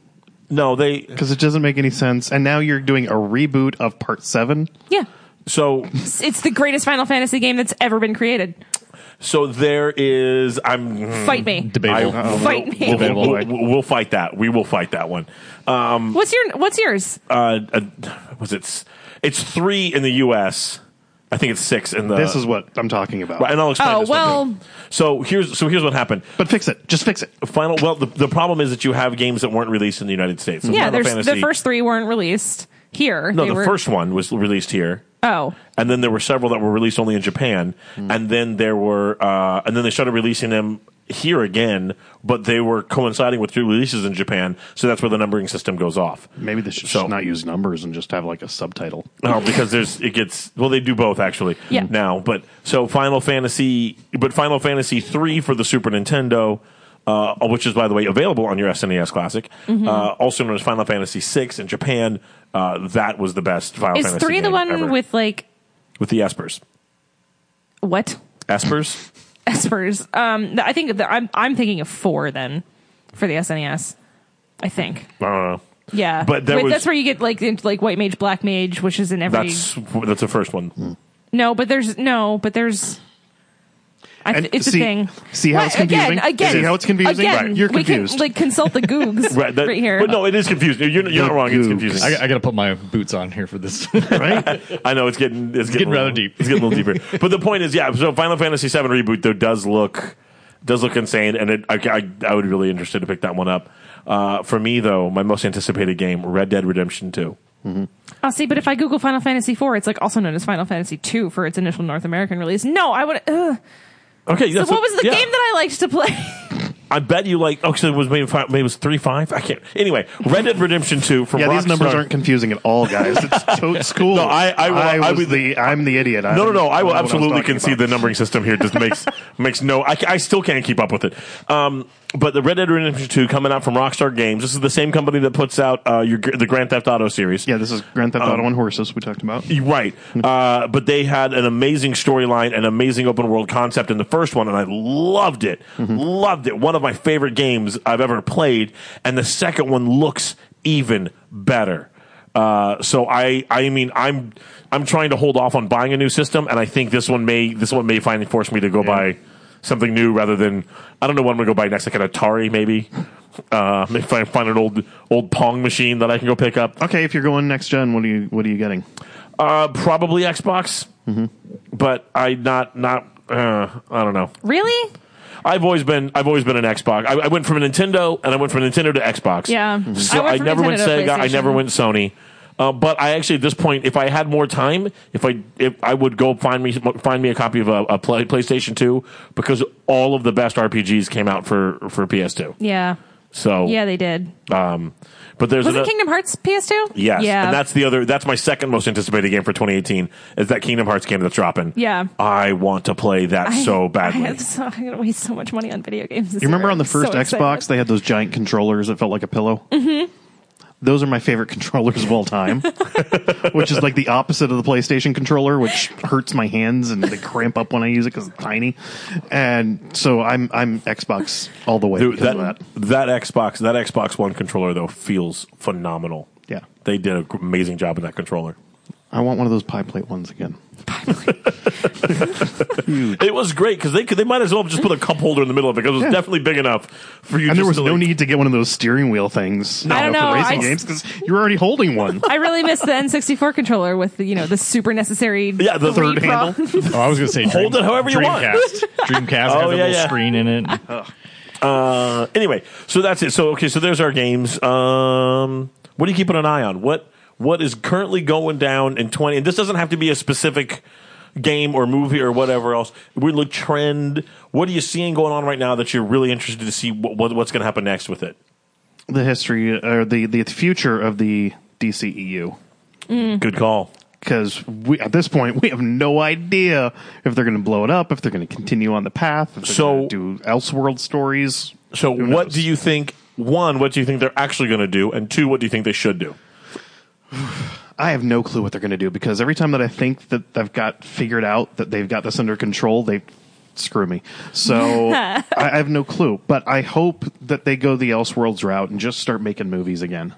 Speaker 1: no they
Speaker 2: because it doesn't make any sense. And now you're doing a reboot of Part Seven.
Speaker 3: Yeah.
Speaker 1: so
Speaker 3: It's, it's the greatest Final Fantasy game that's ever been created.
Speaker 1: so there is I'm
Speaker 3: Fight me.
Speaker 4: Debatable.
Speaker 1: I-
Speaker 3: Fight me.
Speaker 1: We'll,
Speaker 2: Debatable.
Speaker 1: we'll- we'll- we'll fight that. We will fight that one.
Speaker 3: What's your What's yours?
Speaker 1: Uh, uh, was it? s- It's three in the U.S. I think it's six in the.
Speaker 2: this is what I'm talking about.
Speaker 1: and I'll explain.
Speaker 3: Oh,
Speaker 1: this one too.
Speaker 3: well-
Speaker 1: So here's so here's what happened.
Speaker 2: But fix it. Just fix it.
Speaker 1: Final. Well, the, the problem is that you have games that weren't released in the United States. So
Speaker 3: yeah,
Speaker 1: Final
Speaker 3: there's
Speaker 1: Fantasy.
Speaker 3: the first three weren't released here.
Speaker 1: No,
Speaker 3: They
Speaker 1: the
Speaker 3: were-
Speaker 1: first one was released here.
Speaker 3: Oh,
Speaker 1: and then there were several that were released only in Japan,
Speaker 2: Hmm.
Speaker 1: and then there were, uh, and then they started releasing them here again, but they were coinciding with two releases in Japan, so that's where the numbering system goes off.
Speaker 2: Maybe they should
Speaker 1: So-
Speaker 2: just not use numbers and just have like a subtitle.
Speaker 1: No, Oh, because there's it gets well. They do both actually.
Speaker 3: Yeah.
Speaker 1: Now, but so Final Fantasy, but Final Fantasy three for the Super Nintendo, uh, which is by the way available on your SNES Classic,
Speaker 3: Mm-hmm.
Speaker 1: uh, also known as Final Fantasy six in Japan. Uh, that was the best Final
Speaker 3: is
Speaker 1: Fantasy
Speaker 3: three the
Speaker 1: game
Speaker 3: one
Speaker 1: ever.
Speaker 3: with like
Speaker 1: with the Espers.
Speaker 3: what?
Speaker 1: Espers.
Speaker 3: Espers. Um, I think the, I'm I'm thinking of four then for the SNES. I think.
Speaker 1: I don't know.
Speaker 3: Yeah,
Speaker 1: But there
Speaker 3: Wait,
Speaker 1: was-
Speaker 3: that's where you get like into like white mage, black mage, which is in every.
Speaker 1: That's that's the first one.
Speaker 3: No, but there's no, but there's. I,
Speaker 2: And
Speaker 3: th- it's
Speaker 2: see-
Speaker 3: a thing.
Speaker 2: see how it's confusing?
Speaker 3: Again, again,
Speaker 2: See how it's confusing?
Speaker 3: Again,
Speaker 2: Right. You're
Speaker 3: we
Speaker 2: confused.
Speaker 3: Can, like consult the Googs right,
Speaker 1: that-
Speaker 3: here.
Speaker 1: But no, it is confusing. You're, you're not
Speaker 2: The
Speaker 1: wrong. It's
Speaker 2: Googs.
Speaker 1: confusing.
Speaker 4: I, I got to put my boots on here for this.
Speaker 2: Right?
Speaker 1: I know it's getting it's, getting,
Speaker 4: getting
Speaker 1: a little-
Speaker 4: rather deep.
Speaker 1: It's getting a little deeper. But the point is, yeah. So Final Fantasy VII reboot though does look does look insane, and it, I, I I would be really interested to pick that one up. Uh, for me though, my most anticipated game, Red Dead Redemption Two.
Speaker 3: I'll see. But if I Google Final Fantasy IV, it's like also known as Final Fantasy II for its initial North American release. No, I would. Ugh.
Speaker 1: Okay, yeah,
Speaker 3: So what was the
Speaker 1: yeah.
Speaker 3: game that I liked to play?
Speaker 1: I bet you like? Actually, it was maybe five, maybe it was three five. I can't. Anyway, Red Dead Redemption Two from
Speaker 2: Yeah, these numbers
Speaker 1: Rockstar-
Speaker 2: aren't confusing at all, guys. It's totes cool.
Speaker 1: No, I- I will- I
Speaker 2: was
Speaker 1: would-
Speaker 2: the I'm the idiot.
Speaker 1: No, no, no. I will absolutely concede the numbering system here just makes makes no. I, I still can't keep up with it. Um, but the Red Dead Redemption Two coming out from Rockstar Games. This is the same company that puts out uh, your the Grand Theft Auto series.
Speaker 2: Yeah, this is Grand Theft
Speaker 1: Um,
Speaker 2: Auto on horses we talked about.
Speaker 1: You're Right. Uh, but they had an amazing storyline, an amazing open world concept in the first one, and I loved it. Loved it. One of my favorite games I've ever played. And the second one looks even better. Uh, so I, I mean, I'm, I'm trying to hold off on buying a new system, and I think this one may, this one may finally force me to go buy something new rather than, I don't know what I'm gonna go buy next, like an Atari maybe. Uh, if I find an old, old Pong machine that I can go pick up.
Speaker 2: Okay, if you're going next gen, what are you what are you getting?
Speaker 1: Uh, probably Xbox, but I not not. Uh, I don't know.
Speaker 3: really?
Speaker 1: I've always been I've always been an Xbox. I, I went from Nintendo and I went from Nintendo to Xbox.
Speaker 3: Yeah. Mhm.
Speaker 1: So
Speaker 3: I
Speaker 1: I,
Speaker 3: went from
Speaker 1: never went
Speaker 3: Nintendo to
Speaker 1: Sega. I never
Speaker 3: PlayStation.
Speaker 1: went Sony. Uh, but I actually at this point, if I had more time, if I if I would go find me find me a copy of a, a play, PlayStation Two because all of the best RPGs came out for for PS Two.
Speaker 3: Yeah.
Speaker 1: So
Speaker 3: Yeah, they did.
Speaker 1: um, but there's
Speaker 3: Was
Speaker 1: ano-
Speaker 3: it Kingdom Hearts PS2?
Speaker 1: Yes,
Speaker 3: Yeah.
Speaker 1: and that's the other. That's my second most anticipated game for 2018 is that Kingdom Hearts game that's dropping.
Speaker 3: Yeah.
Speaker 1: I want to play that
Speaker 3: I-
Speaker 1: so badly.
Speaker 3: I have so, I'm gonna waste so much money on video games.
Speaker 2: You remember on the first Xbox,
Speaker 3: They,
Speaker 2: they had those giant controllers that felt like a pillow? Mm-hmm. Those are my favorite controllers of all time, which is like the opposite of the PlayStation controller, which hurts my hands and they cramp up when I use it because it's tiny. And so I'm I'm Xbox all the way.
Speaker 1: Dude,
Speaker 2: because of
Speaker 1: that, that Xbox that Xbox One controller though feels phenomenal.
Speaker 2: Yeah.
Speaker 1: they did an amazing job with that controller.
Speaker 2: I want one of those pie plate ones again.
Speaker 1: It was great because they could, they might as well have just put a cup holder in the middle of it because it was
Speaker 2: Yeah.
Speaker 1: definitely big enough for you. just
Speaker 2: And there was
Speaker 1: to,
Speaker 2: no
Speaker 1: like-
Speaker 2: need to get one of those steering wheel things
Speaker 3: I don't
Speaker 2: for
Speaker 3: know,
Speaker 2: racing
Speaker 3: I
Speaker 2: games because you're already holding one.
Speaker 3: I really miss the N64 controller with the, you know the super necessary
Speaker 1: Yeah, the
Speaker 3: three
Speaker 1: third
Speaker 3: pro-
Speaker 4: Oh, I was gonna say
Speaker 1: Hold it however you want.
Speaker 4: Dreamcast. Dreamcast
Speaker 1: Oh,
Speaker 4: has a
Speaker 1: yeah,
Speaker 4: little
Speaker 1: yeah.
Speaker 4: screen in it.
Speaker 1: Uh, anyway, so that's it. So okay, so there's our games. Um, what are you keeping an eye on? What what is currently going down in 20? And this doesn't have to be a specific game or movie or whatever else. We look trend. What are you seeing going on right now that you're really interested to see what, what what's going to happen next with it?
Speaker 2: the history or the the future of the DCEU Mm-hmm.
Speaker 1: Good call.
Speaker 2: because we at this point we have no idea if they're going to blow it up, if they're going to continue on the path, if they're
Speaker 1: So-
Speaker 2: gonna do Elseworld stories.
Speaker 1: So
Speaker 2: Who
Speaker 1: what
Speaker 2: knows?
Speaker 1: do you think? One, what do you think they're actually going to do? And two, what do you think they should do?
Speaker 2: I have no clue what they're going to do because every time that I think that I've got figured out that they've got this under control, they screw me. So I, I have no clue. But I hope that they go the Elseworlds route and just start making movies again.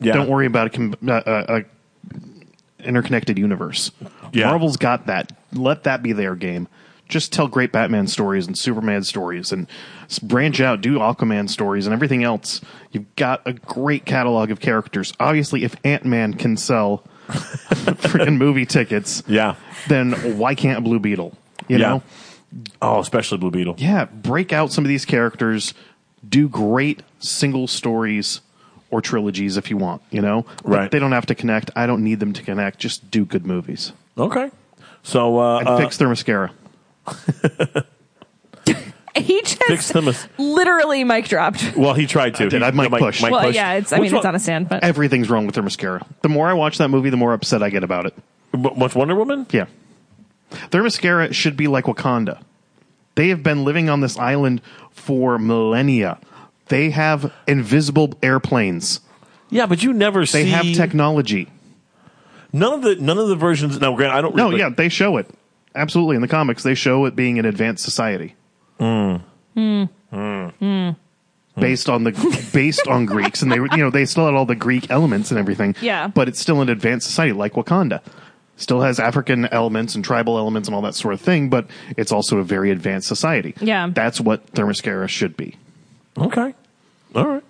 Speaker 1: Yeah.
Speaker 2: Don't worry about a, com- uh, uh, a interconnected universe.
Speaker 1: Yeah.
Speaker 2: Marvel's got that. Let that be their game. Just tell great Batman stories and Superman stories, and s- branch out, do Aquaman stories and everything else. You've got a great catalog of characters. Obviously, if Ant Man can sell freaking movie tickets,
Speaker 1: Yeah.
Speaker 2: then why can't Blue Beetle? You
Speaker 1: Yeah.
Speaker 2: know,
Speaker 1: Oh, especially Blue Beetle.
Speaker 2: yeah, break out some of these characters, do great single stories or trilogies if you want, you know? But
Speaker 1: Right.
Speaker 2: they don't have to connect. I don't need them to connect. Just do good movies
Speaker 1: Okay. So uh,
Speaker 2: and
Speaker 1: uh,
Speaker 2: fix their mascara.
Speaker 3: He just
Speaker 1: uh, fix them. as-
Speaker 3: literally mic dropped.
Speaker 1: Well, he tried to.
Speaker 2: did. I
Speaker 1: He-
Speaker 2: mic
Speaker 1: no,
Speaker 2: pushed.
Speaker 3: Well,
Speaker 1: pushed.
Speaker 3: yeah, it's. I
Speaker 1: Which
Speaker 3: mean, it's
Speaker 1: one-
Speaker 3: on a stand, but
Speaker 2: Everything's wrong with their mascara. The more I watch that movie, the more upset I get about it.
Speaker 1: Wh- What's Wonder Woman?
Speaker 2: Yeah. Their mascara should be like Wakanda. They have been living on this island for millennia. They have invisible airplanes.
Speaker 1: Yeah, but you never see.
Speaker 2: They have technology.
Speaker 1: None of the none of the versions. Now, Grant, I don't.
Speaker 2: No,
Speaker 1: really-
Speaker 2: yeah, they show it. Absolutely. In the comics, they show it being an advanced society.
Speaker 3: Hmm.
Speaker 2: Based on the based on Greeks, and they were you know they still had all the Greek elements and everything.
Speaker 3: Yeah.
Speaker 2: but it's still an advanced society like Wakanda, still has African elements and tribal elements and all that sort of thing. But it's also a very advanced society.
Speaker 3: Yeah.
Speaker 2: that's what Thermoscara should be.
Speaker 1: Okay. All right.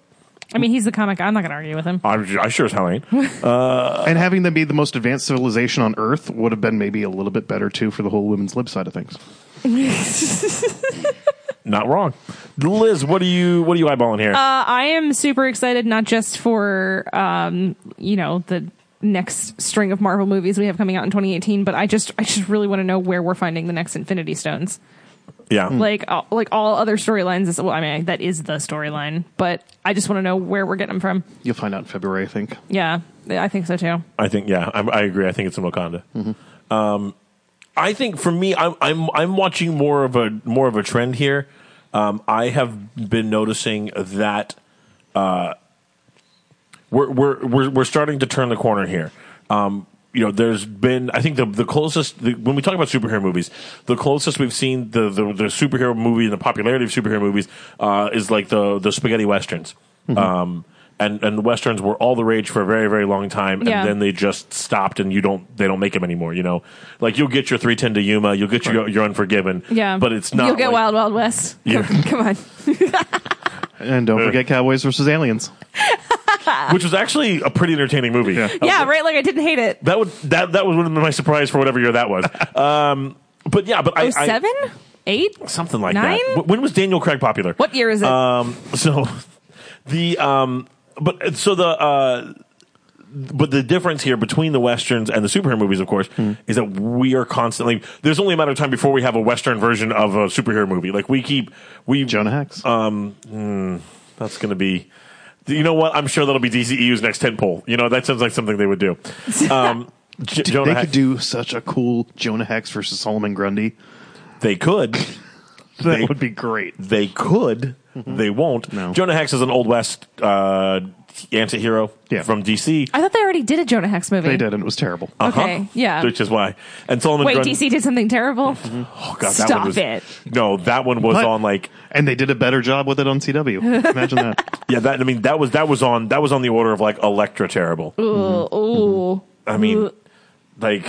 Speaker 3: I mean, he's the comic. I'm not going to argue with him.
Speaker 1: I'm, ju- I sure as hell ain't.
Speaker 2: and having them be the most advanced civilization on Earth would have been maybe a little bit better too for the whole women's lib side of things.
Speaker 1: Not wrong. Liz, what are you what are you eyeballing here?
Speaker 3: Uh, I am super excited, not just for um, you know the next string of Marvel movies we have coming out in 2018, but I just I just really want to know where we're finding the next Infinity Stones.
Speaker 1: yeah.
Speaker 3: Like all, like all other storylines is well, I mean that is the storyline, but I just want to know where we're getting them from.
Speaker 2: You'll find out in February, I think.
Speaker 3: Yeah, I think so too.
Speaker 1: I think yeah, I, I agree. I think it's in Wakanda. Um, I think for me, I'm I'm I'm watching more of a more of a trend here. Um, I have been noticing that uh, we're, we're we're we're starting to turn the corner here. Um, you know, there's been I think the the closest the, when we talk about superhero movies, the closest we've seen the the, the superhero movie and the popularity of superhero movies uh, is like the the spaghetti westerns.
Speaker 3: Mm-hmm.
Speaker 1: Um, and and westerns were all the rage for a very very long time, and
Speaker 3: Yeah.
Speaker 1: then they just stopped, and you don't they don't make them anymore. You know, like you'll get your three ten to Yuma, you'll get your your Unforgiven,
Speaker 3: Yeah,
Speaker 1: but it's not
Speaker 3: You'll get
Speaker 1: like-
Speaker 3: Wild Wild West.
Speaker 1: Yeah.
Speaker 3: come on.
Speaker 2: And don't forget Cowboys versus Aliens.
Speaker 1: which was actually a pretty entertaining movie.
Speaker 3: Yeah, right. Like I didn't hate it.
Speaker 1: That would that that was one of my surprise for whatever year that was. Um, but yeah, but I,
Speaker 3: Oh
Speaker 1: I-
Speaker 3: seven, eight.
Speaker 1: something like
Speaker 3: Nine?
Speaker 1: that. Wh- When was Daniel Craig popular?
Speaker 3: What year is it?
Speaker 1: Um, so the um, but so the uh, but the difference here between the westerns and the superhero movies, of course,
Speaker 2: Hmm.
Speaker 1: is that we are constantly there's only a matter of time before we have a western version of a superhero movie. Like we keep we um, hmm,
Speaker 2: Jonah Hex.
Speaker 1: that's going to be. You know what? I'm sure that'll be DCEU's next tent pole. You know that sounds like something they would do. Um, J-
Speaker 2: Dude,
Speaker 1: Jonah
Speaker 2: they
Speaker 1: Hex-
Speaker 2: could do such a cool Jonah Hex versus Solomon Grundy.
Speaker 1: They could.
Speaker 2: That
Speaker 1: They-
Speaker 2: would be great.
Speaker 1: They could. They won't.
Speaker 2: Mm-hmm. No.
Speaker 1: Jonah Hex is an old west uh, anti-hero
Speaker 2: Yeah.
Speaker 1: from DC.
Speaker 3: I thought they already did a Jonah Hex movie.
Speaker 2: They did, and it was terrible.
Speaker 3: Okay, yeah.
Speaker 1: Uh-huh. Which is why. And Solomon
Speaker 3: Wait,
Speaker 1: Grundy-
Speaker 3: DC did something terrible.
Speaker 1: Oh, God, that
Speaker 3: Stop
Speaker 1: one was,
Speaker 3: it.
Speaker 1: No, that one was
Speaker 2: What?
Speaker 1: on like
Speaker 2: And they did a better job with it on CW. Imagine that.
Speaker 1: yeah. That I mean that was that was on that was on the order of like Electra terrible.
Speaker 3: Ooh, ooh.
Speaker 1: I mean,
Speaker 3: Ooh.
Speaker 1: like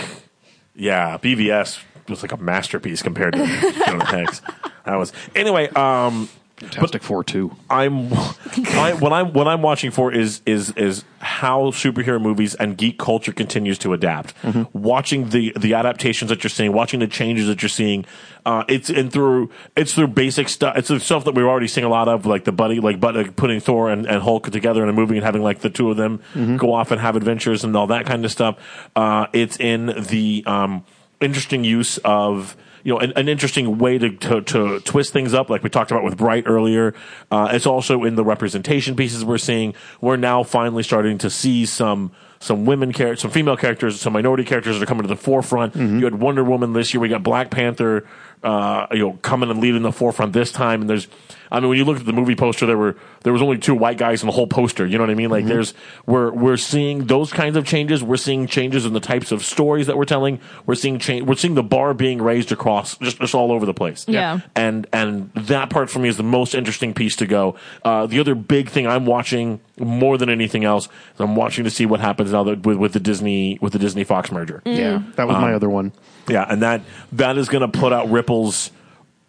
Speaker 1: yeah, BVS was like a masterpiece compared to Jonah Hex. That was anyway. Um,
Speaker 2: Fantastic Four too.
Speaker 1: I'm I, what I'm what I'm watching for is is is how superhero movies and geek culture continues to adapt. Watching the the adaptations that you're seeing, watching the changes that you're seeing, uh, it's and through it's through basic stuff. It's the stuff that we're already seeing a lot of, like the buddy like but like putting Thor and, and Hulk together in a movie and having like the two of them go off and have adventures and all that kind of stuff. Uh, it's in the um, interesting use of you know an, an interesting way to, to to twist things up like we talked about with bright earlier uh, it's also in the representation pieces we're seeing we're now finally starting to see some some women characters some female characters some minority characters that are coming to the forefront you had wonder woman this year we got black panther uh, you know coming and leading the forefront this time and there's i mean when you look at the movie poster there were there was only two white guys in the whole poster you know what i mean like there's we're we're seeing those kinds of changes we're seeing changes in the types of stories that we're telling we're seeing change we're seeing the bar being raised across just, just all over the place
Speaker 3: Yeah.
Speaker 1: and and that part for me is the most interesting piece to go uh, the other big thing i'm watching more than anything else is i'm watching to see what happens now that with, with the disney with the disney fox merger
Speaker 3: Mm.
Speaker 2: Yeah, that was my other one.
Speaker 1: yeah and that that is going to put out ripples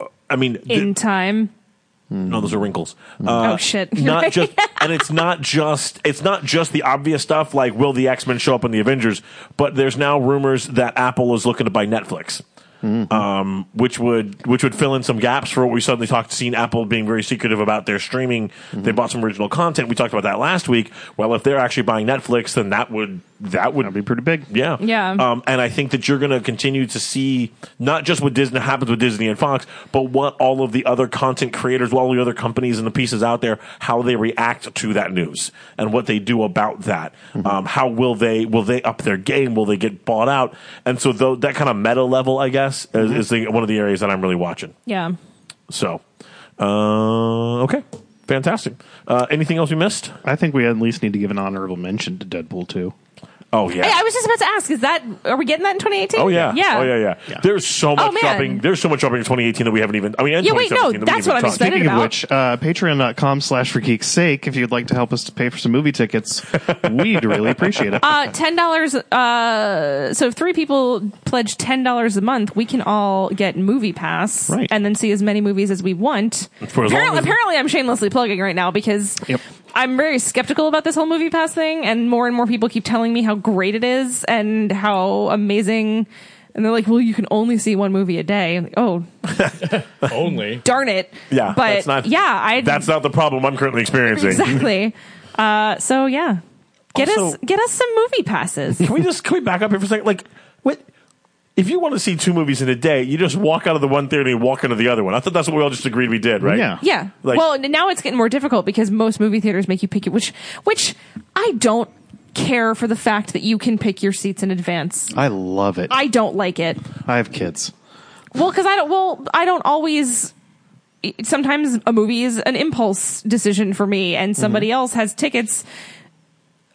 Speaker 1: uh, i mean th-
Speaker 3: In time.
Speaker 1: no, those are wrinkles. Uh,
Speaker 3: oh shit.
Speaker 1: not just and it's not just it's not just the obvious stuff like will the X Men show up in the Avengers, but there's now rumors that Apple is looking to buy Netflix. Um, which would which would fill in some gaps for what we suddenly talked seen Apple being very secretive about their streaming. They bought some original content. We talked about that last week. Well, if they're actually buying Netflix, then that would that would
Speaker 2: That'd be pretty big.
Speaker 1: yeah.
Speaker 3: Yeah.
Speaker 1: Um, and I think that you're going to continue to see not just what Disney happens with Disney and Fox, but what all of the other content creators, all the other companies and the pieces out there, how they react to that news and what they do about that. Um, how will they will they up their game? Will they get bought out? And so though, that kind of meta level, I guess, is, is the, one of the areas that I'm really watching.
Speaker 3: yeah.
Speaker 1: So, uh, okay, fantastic. Uh, anything else we missed?
Speaker 2: I think we at least need to give an honorable mention to Deadpool too.
Speaker 1: Oh yeah.
Speaker 3: Hey, I was just about to ask, is that are we getting that in 2018?
Speaker 1: Oh yeah.
Speaker 3: Yeah. Oh,
Speaker 1: Oh yeah, yeah.
Speaker 2: Yeah.
Speaker 1: There's so much
Speaker 3: man.
Speaker 1: shopping. There's so much shopping in 2018 that we haven't even. I mean, and
Speaker 3: Yeah, wait, no,
Speaker 1: 2017 that we
Speaker 3: that's
Speaker 1: haven't
Speaker 3: what I'm
Speaker 1: talked-
Speaker 3: excited- Let it
Speaker 2: Speaking of which, uh,
Speaker 3: out.
Speaker 2: patreon.com slash for geek's sake, if you'd like to help us to pay for some movie tickets, we'd really appreciate it.
Speaker 3: Uh, ten dollars. Uh, so if three people pledge ten dollars a month, we can all get Movie Pass,
Speaker 2: Right.
Speaker 3: and then see as many movies as we want.
Speaker 1: For as long
Speaker 3: apparently,
Speaker 1: as-
Speaker 3: apparently, I'm shamelessly plugging right now because
Speaker 2: Yep.
Speaker 3: I'm very skeptical about this whole Movie Pass thing, and more and more people keep telling me how great it is and how amazing. And they're like, "Well, you can only see one movie a day." I'm like, oh,
Speaker 4: Only.
Speaker 3: darn it!
Speaker 1: Yeah,
Speaker 3: but
Speaker 1: that's not-
Speaker 3: yeah, I
Speaker 1: That's not the problem I'm currently experiencing.
Speaker 3: exactly. Uh, so yeah, get
Speaker 1: Also-
Speaker 3: us get us some movie passes.
Speaker 1: Can we just can we back up here for a second? Like, what? If you want to see two movies in a day, you just walk out of the one theater and you walk into the other one. I thought that's what we all just agreed we did, right?
Speaker 2: Yeah.
Speaker 3: Yeah.
Speaker 1: Like-
Speaker 3: well, n- now it's getting more difficult because most movie theaters make you pick your which which I don't care for the fact that you can pick your seats in advance.
Speaker 2: I love it.
Speaker 3: I don't like it.
Speaker 2: I have kids.
Speaker 3: Well, cuz I don't well, I don't always e, sometimes a movie is an impulse decision for me and
Speaker 1: Mm-hmm.
Speaker 3: somebody else has tickets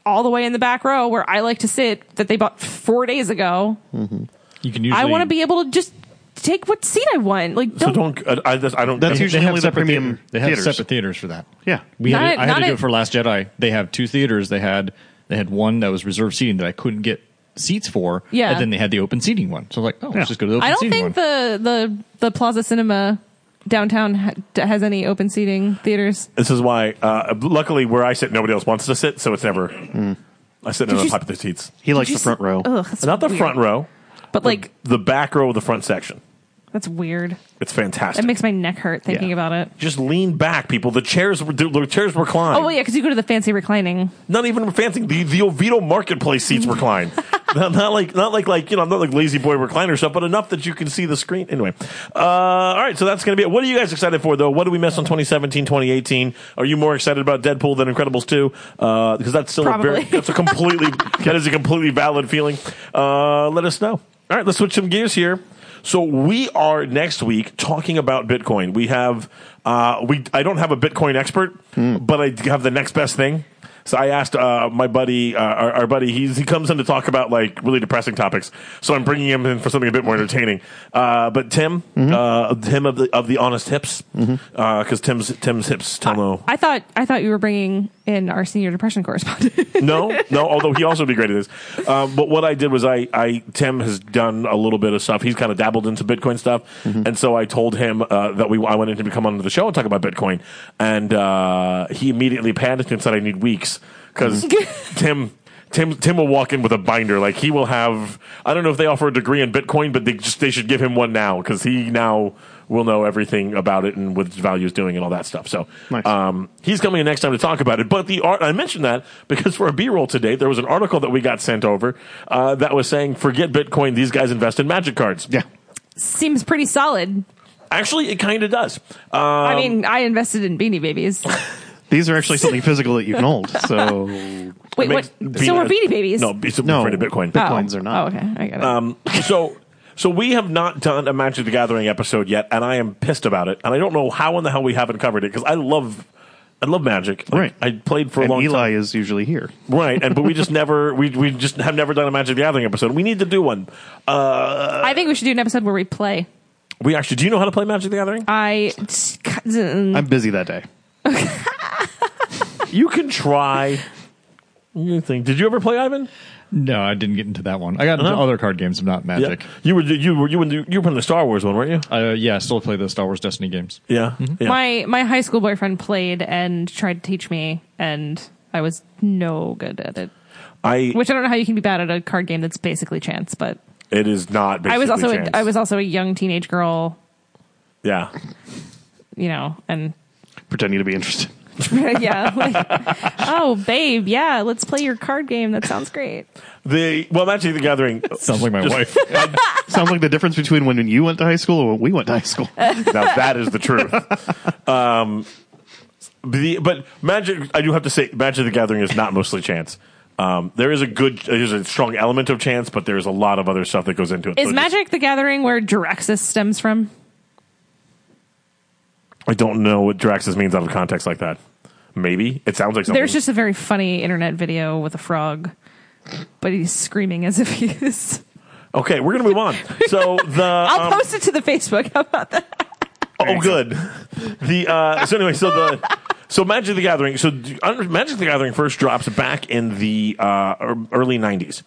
Speaker 3: all the way in the back row where I like to sit that they bought 4 days ago.
Speaker 4: You can usually.
Speaker 3: I want to be able to just take what seat I want. Like
Speaker 1: So
Speaker 3: don't
Speaker 1: don't. I, I, just- I don't.
Speaker 2: That's
Speaker 1: I-
Speaker 4: They
Speaker 2: usually
Speaker 4: have
Speaker 2: only the
Speaker 4: separate
Speaker 2: premium
Speaker 4: theater- They have
Speaker 2: theaters.
Speaker 4: separate theaters for that.
Speaker 2: Yeah.
Speaker 4: We
Speaker 3: Not
Speaker 4: had
Speaker 3: at-
Speaker 4: to, I had
Speaker 3: not
Speaker 4: to do
Speaker 3: at-
Speaker 4: it for Last Jedi. They have two theaters. They had they had one that was reserved seating that I couldn't get seats for.
Speaker 3: Yeah.
Speaker 4: And then they had the open seating one. So I was like, oh,
Speaker 2: Yeah.
Speaker 4: let's just go to the open
Speaker 3: I don't
Speaker 4: seating
Speaker 3: think
Speaker 4: one.
Speaker 3: the the the Plaza Cinema downtown ha- has any open seating theaters.
Speaker 1: This is why. Uh, luckily, where I sit, nobody else wants to sit, so it's never. I sit in
Speaker 3: Hmm. Did you-
Speaker 1: unpopular seats,
Speaker 2: He likes the front row.
Speaker 3: Ugh, that's
Speaker 1: not the
Speaker 3: weird.
Speaker 1: front row,
Speaker 3: but like
Speaker 1: the back row of the front section.
Speaker 3: that's weird.
Speaker 1: It's fantastic.
Speaker 3: That makes my neck hurt thinking
Speaker 2: Yeah.
Speaker 3: about it.
Speaker 1: just lean back, people. The chairs, were- the chairs recline.
Speaker 3: Oh well, yeah, because you go to the fancy reclining.
Speaker 1: not even fancy the the Oviedo marketplace seats recline. not, not like not like like you know not like lazy boy recliner stuff, but enough that you can see the screen. Anyway, uh, all right, so that's gonna be it. What are you guys excited for though? What do we miss on 2017, 2018? Are you more excited about Deadpool than Incredibles two? Uh, because that's still a very
Speaker 3: Probably.
Speaker 1: that's a completely that is a completely valid feeling. Uh, let us know. All right, let's switch some gears here. So we are next week talking about Bitcoin. We have uh, we I don't have a Bitcoin expert, but I have the next best thing. So I asked uh, my buddy, uh, our, our buddy, he's, he comes in to talk about like really depressing topics. So I'm bringing him in for something a bit more entertaining. Uh, but Tim, uh, Tim of the of the honest hips, because Tim's Tim's hips, Tomo.
Speaker 3: I thought I thought you were bringing in our senior depression correspondent.
Speaker 1: No, no. Although he also would be great at this. Um, but what I did was I, I Tim has done a little bit of stuff. He's kind of dabbled into Bitcoin stuff, and so I told him uh, that we I wanted him to come onto the show and talk about Bitcoin, and uh, he immediately panicked and said, "I need weeks because Tim." Tim Tim will walk in with a binder like he will have I don't know if they offer a degree in Bitcoin but they just they should give him one now because he now will know everything about it and what its value is doing and all that stuff so
Speaker 2: Nice.
Speaker 1: um, he's coming in next time to talk about it. But the art, I mentioned that because for a B roll today, there was an article that we got sent over uh, that was saying, forget Bitcoin, these guys invest in magic cards.
Speaker 2: Yeah.
Speaker 3: Seems pretty solid.
Speaker 1: Actually, it kind of does. Uh,
Speaker 3: I mean, I invested in Beanie Babies.
Speaker 2: These are actually something physical that you can hold. So Bitcoins
Speaker 3: Wait, what?
Speaker 1: makes-
Speaker 3: so we're Beanie
Speaker 1: Beanie-
Speaker 3: Babies.
Speaker 1: no, it's
Speaker 2: No.
Speaker 1: afraid of Bitcoin.
Speaker 3: Oh.
Speaker 2: are not.
Speaker 3: Oh, okay, I get it.
Speaker 1: Um, so, so we have not done a Magic the Gathering episode yet, and I am pissed about it. And I don't know how in the hell we haven't covered it because I love, I love Magic. Like,
Speaker 2: Right.
Speaker 1: I played for a
Speaker 2: and
Speaker 1: long time. Hmm.
Speaker 2: Eli is usually here.
Speaker 1: Right, and but we just never we we just have never done a Magic the Gathering episode. We need to do one.
Speaker 3: I think we should do an episode where we play.
Speaker 1: We actually do you know how to play Magic the Gathering?
Speaker 3: I
Speaker 2: I'm busy that day.
Speaker 1: You can try. You think? Did you ever play Ivan?
Speaker 4: No, I didn't get into that one. I got into
Speaker 1: Uh-huh.
Speaker 4: other card games, but not Magic.
Speaker 1: You were you were you were, you were playing the Star Wars one, weren't you? Mm-hmm.
Speaker 4: Yeah, uh, yeah I still play the Star Wars Destiny games.
Speaker 1: Yeah. yeah.
Speaker 3: my my high school boyfriend played and tried to teach me, and I was no good at it.
Speaker 1: I
Speaker 3: Which I don't know how you can be bad at a card game that's basically chance, but
Speaker 1: it is not. Basically
Speaker 3: I was also
Speaker 1: chance.
Speaker 3: a, I was also a young teenage girl,
Speaker 1: yeah.
Speaker 3: you know, and
Speaker 2: Pretending to be interested.
Speaker 3: yeah, like, oh babe, yeah, let's play your card game. That sounds great.
Speaker 1: The well, Magic the Gathering.
Speaker 4: Sounds like my
Speaker 1: Just-
Speaker 4: wife.
Speaker 2: Sounds like the difference between when you went to high school or when we went to high school.
Speaker 1: now that is the truth. Um, the, but Magic, I do have to say, Magic the Gathering is not mostly chance. Um, there is a good, there's a strong element of chance, but there's a lot of other stuff that goes into it.
Speaker 3: Is
Speaker 1: So just-
Speaker 3: Magic the Gathering where Draxus stems from?
Speaker 1: I don't know what Draxus means out of context like that. Maybe it sounds like something.
Speaker 3: There's just a very funny internet video with a frog, but he's screaming as if he is.
Speaker 1: Okay, we're gonna move on. So the
Speaker 3: I'll
Speaker 1: um,
Speaker 3: post it to the Facebook. How about that?
Speaker 1: oh good. The uh, so anyway, so the so Magic the Gathering. So d- under- Magic the Gathering first drops back in the uh, er- early '90s,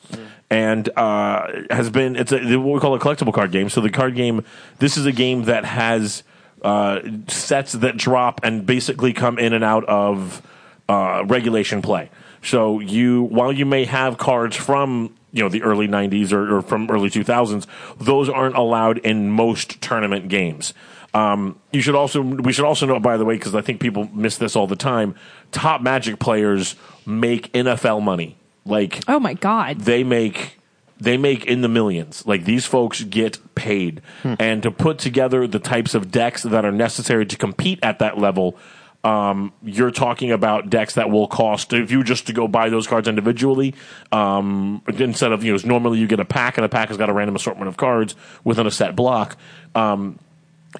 Speaker 1: and uh, has been it's a, what we call a collectible card game. So the card game. This is a game that has uh, sets that drop and basically come in and out of uh, regulation play. So you, while you may have cards from you know the early '90s or, or from early 2000s, those aren't allowed in most tournament games. Um, you should also we should also know by the way because I think people miss this all the time. Top Magic players make NFL money. Like
Speaker 3: Oh my god.
Speaker 1: they make they make in the millions. Like these folks get paid, and to put together the types of decks that are necessary to compete at that level. Um, you're talking about decks that will cost if you just to go buy those cards individually um, instead of you know normally you get a pack and a pack has got a random assortment of cards within a set block. Um,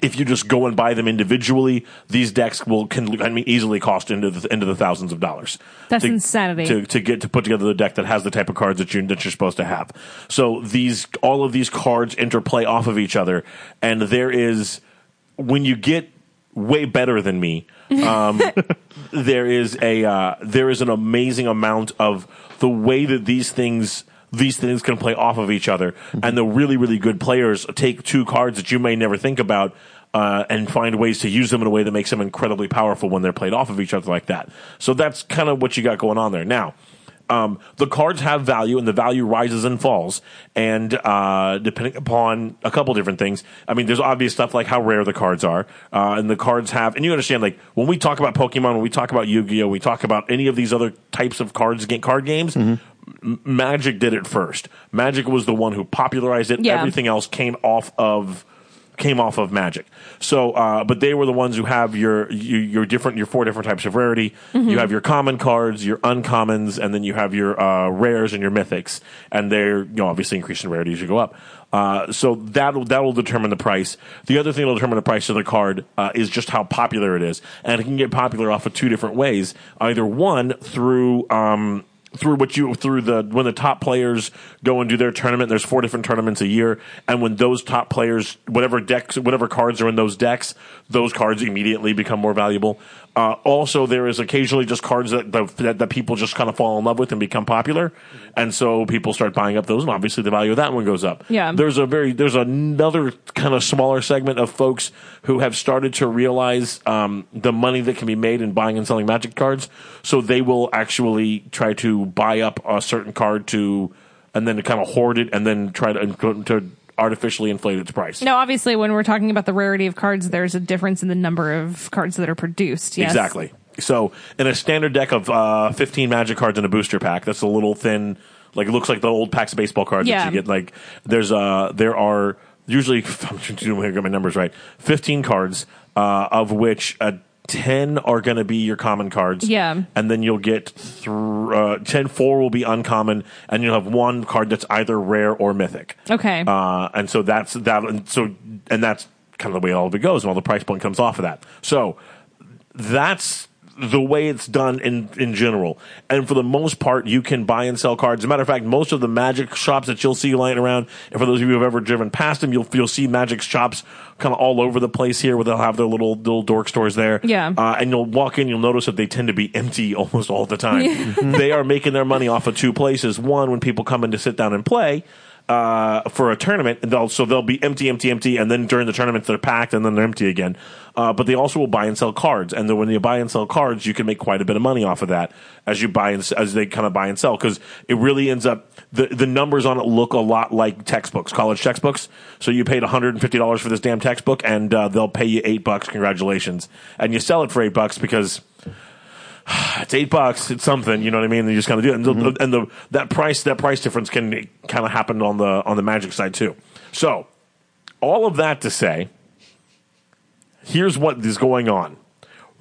Speaker 1: if you just go and buy them individually, these decks will can I mean easily cost into the into the thousands of dollars.
Speaker 3: That's
Speaker 1: to-
Speaker 3: insanity.
Speaker 1: To, to get to put together the deck that has the type of cards that you that you're supposed to have. So these all of these cards interplay off of each other, and there is when you get way better than me, um, there is a uh, there is an amazing amount of the way that these things these things can play off of each other,
Speaker 3: Mm-hmm.
Speaker 1: and the really really good players take two cards that you may never think about. Uh, and find ways to use them in a way that makes them incredibly powerful when they're played off of each other like that. So that's kind of what you got going on there. Now, um, the cards have value and the value rises and falls and uh, depending upon a couple different things i mean there's obvious stuff like how rare the cards are uh, and the cards have and you understand like when we talk about pokemon when we talk about yu-gi-oh we talk about any of these other types of cards ga- card games M- magic did it first magic was the one who popularized it
Speaker 3: Yeah.
Speaker 1: everything else came off of came off of magic so uh, but they were the ones who have your you, your different your four different types of rarity you have your common cards your uncommons and then you have your uh, rares and your mythics and they're you know obviously increasing rarity as you go up Uh, so that'll that'll determine the price. The other thing that'll determine the price of the card uh, is just how popular it is, and it can get popular off of two different ways. Either one through um, through what you through the when the top players go and do their tournament there's four different tournaments a year and when those top players whatever decks whatever cards are in those decks those cards immediately become more valuable uh, also there is occasionally just cards that, that that people just kind of fall in love with and become popular and so people start buying up those and obviously the value of that one goes up
Speaker 3: Yeah.
Speaker 1: there's a very there's another kind of smaller segment of folks who have started to realize um, the money that can be made in buying and selling magic cards so they will actually try to buy up a certain card to and then to kind of hoard it and then try to, to artificially inflate its price
Speaker 3: No, obviously, when we're talking about the rarity of cards, there's a difference in the number of cards that are produced. Yes.
Speaker 1: Exactly. So in a standard deck of uh, 15 magic cards in a booster pack, that's a little thin, like it looks like the old packs of baseball cards that
Speaker 3: Yeah.
Speaker 1: you get. Like there's uh there are usually I'm trying to get my numbers right. 15 cards, uh, of which uh, 10 are going to be your common cards.
Speaker 3: Yeah.
Speaker 1: And then you'll get thr uh, 10 4 will be uncommon, and you'll have one card that's either rare or mythic.
Speaker 3: Okay.
Speaker 1: Uh, and so that's that. And so and that's kind of the way all of it goes, and all the price point comes off of that. So that's the way it's done in in general. And for the most part, you can buy and sell cards. As a matter of fact, most of the magic shops that you'll see lying around, and for those of you who've ever driven past them, you'll you'll see magic shops kind of all over the place here, where they'll have their little little dork stores there.
Speaker 3: Yeah.
Speaker 1: Uh, and you'll walk in, you'll notice that they tend to be empty almost all the time. they are making their money off of two places. One, when people come in to sit down and play. Uh, for a tournament, and they'll, so they'll be empty, empty, empty, and then during the tournament they're packed, and then they're empty again. Uh, but they also will buy and sell cards, and then when you buy and sell cards, you can make quite a bit of money off of that as you buy and s- as they kind of buy and sell because it really ends up the the numbers on it look a lot like textbooks, college textbooks. So you paid one hundred and fifty dollars for this damn textbook, and uh, they'll pay you eight bucks. Congratulations, and you sell it for eight bucks because it's eight bucks. It's something. You know what I mean? They just kind of do it, and, the, and the that price that price difference can kind of happen on the on the magic side too. So all of that to say, here's what is going on.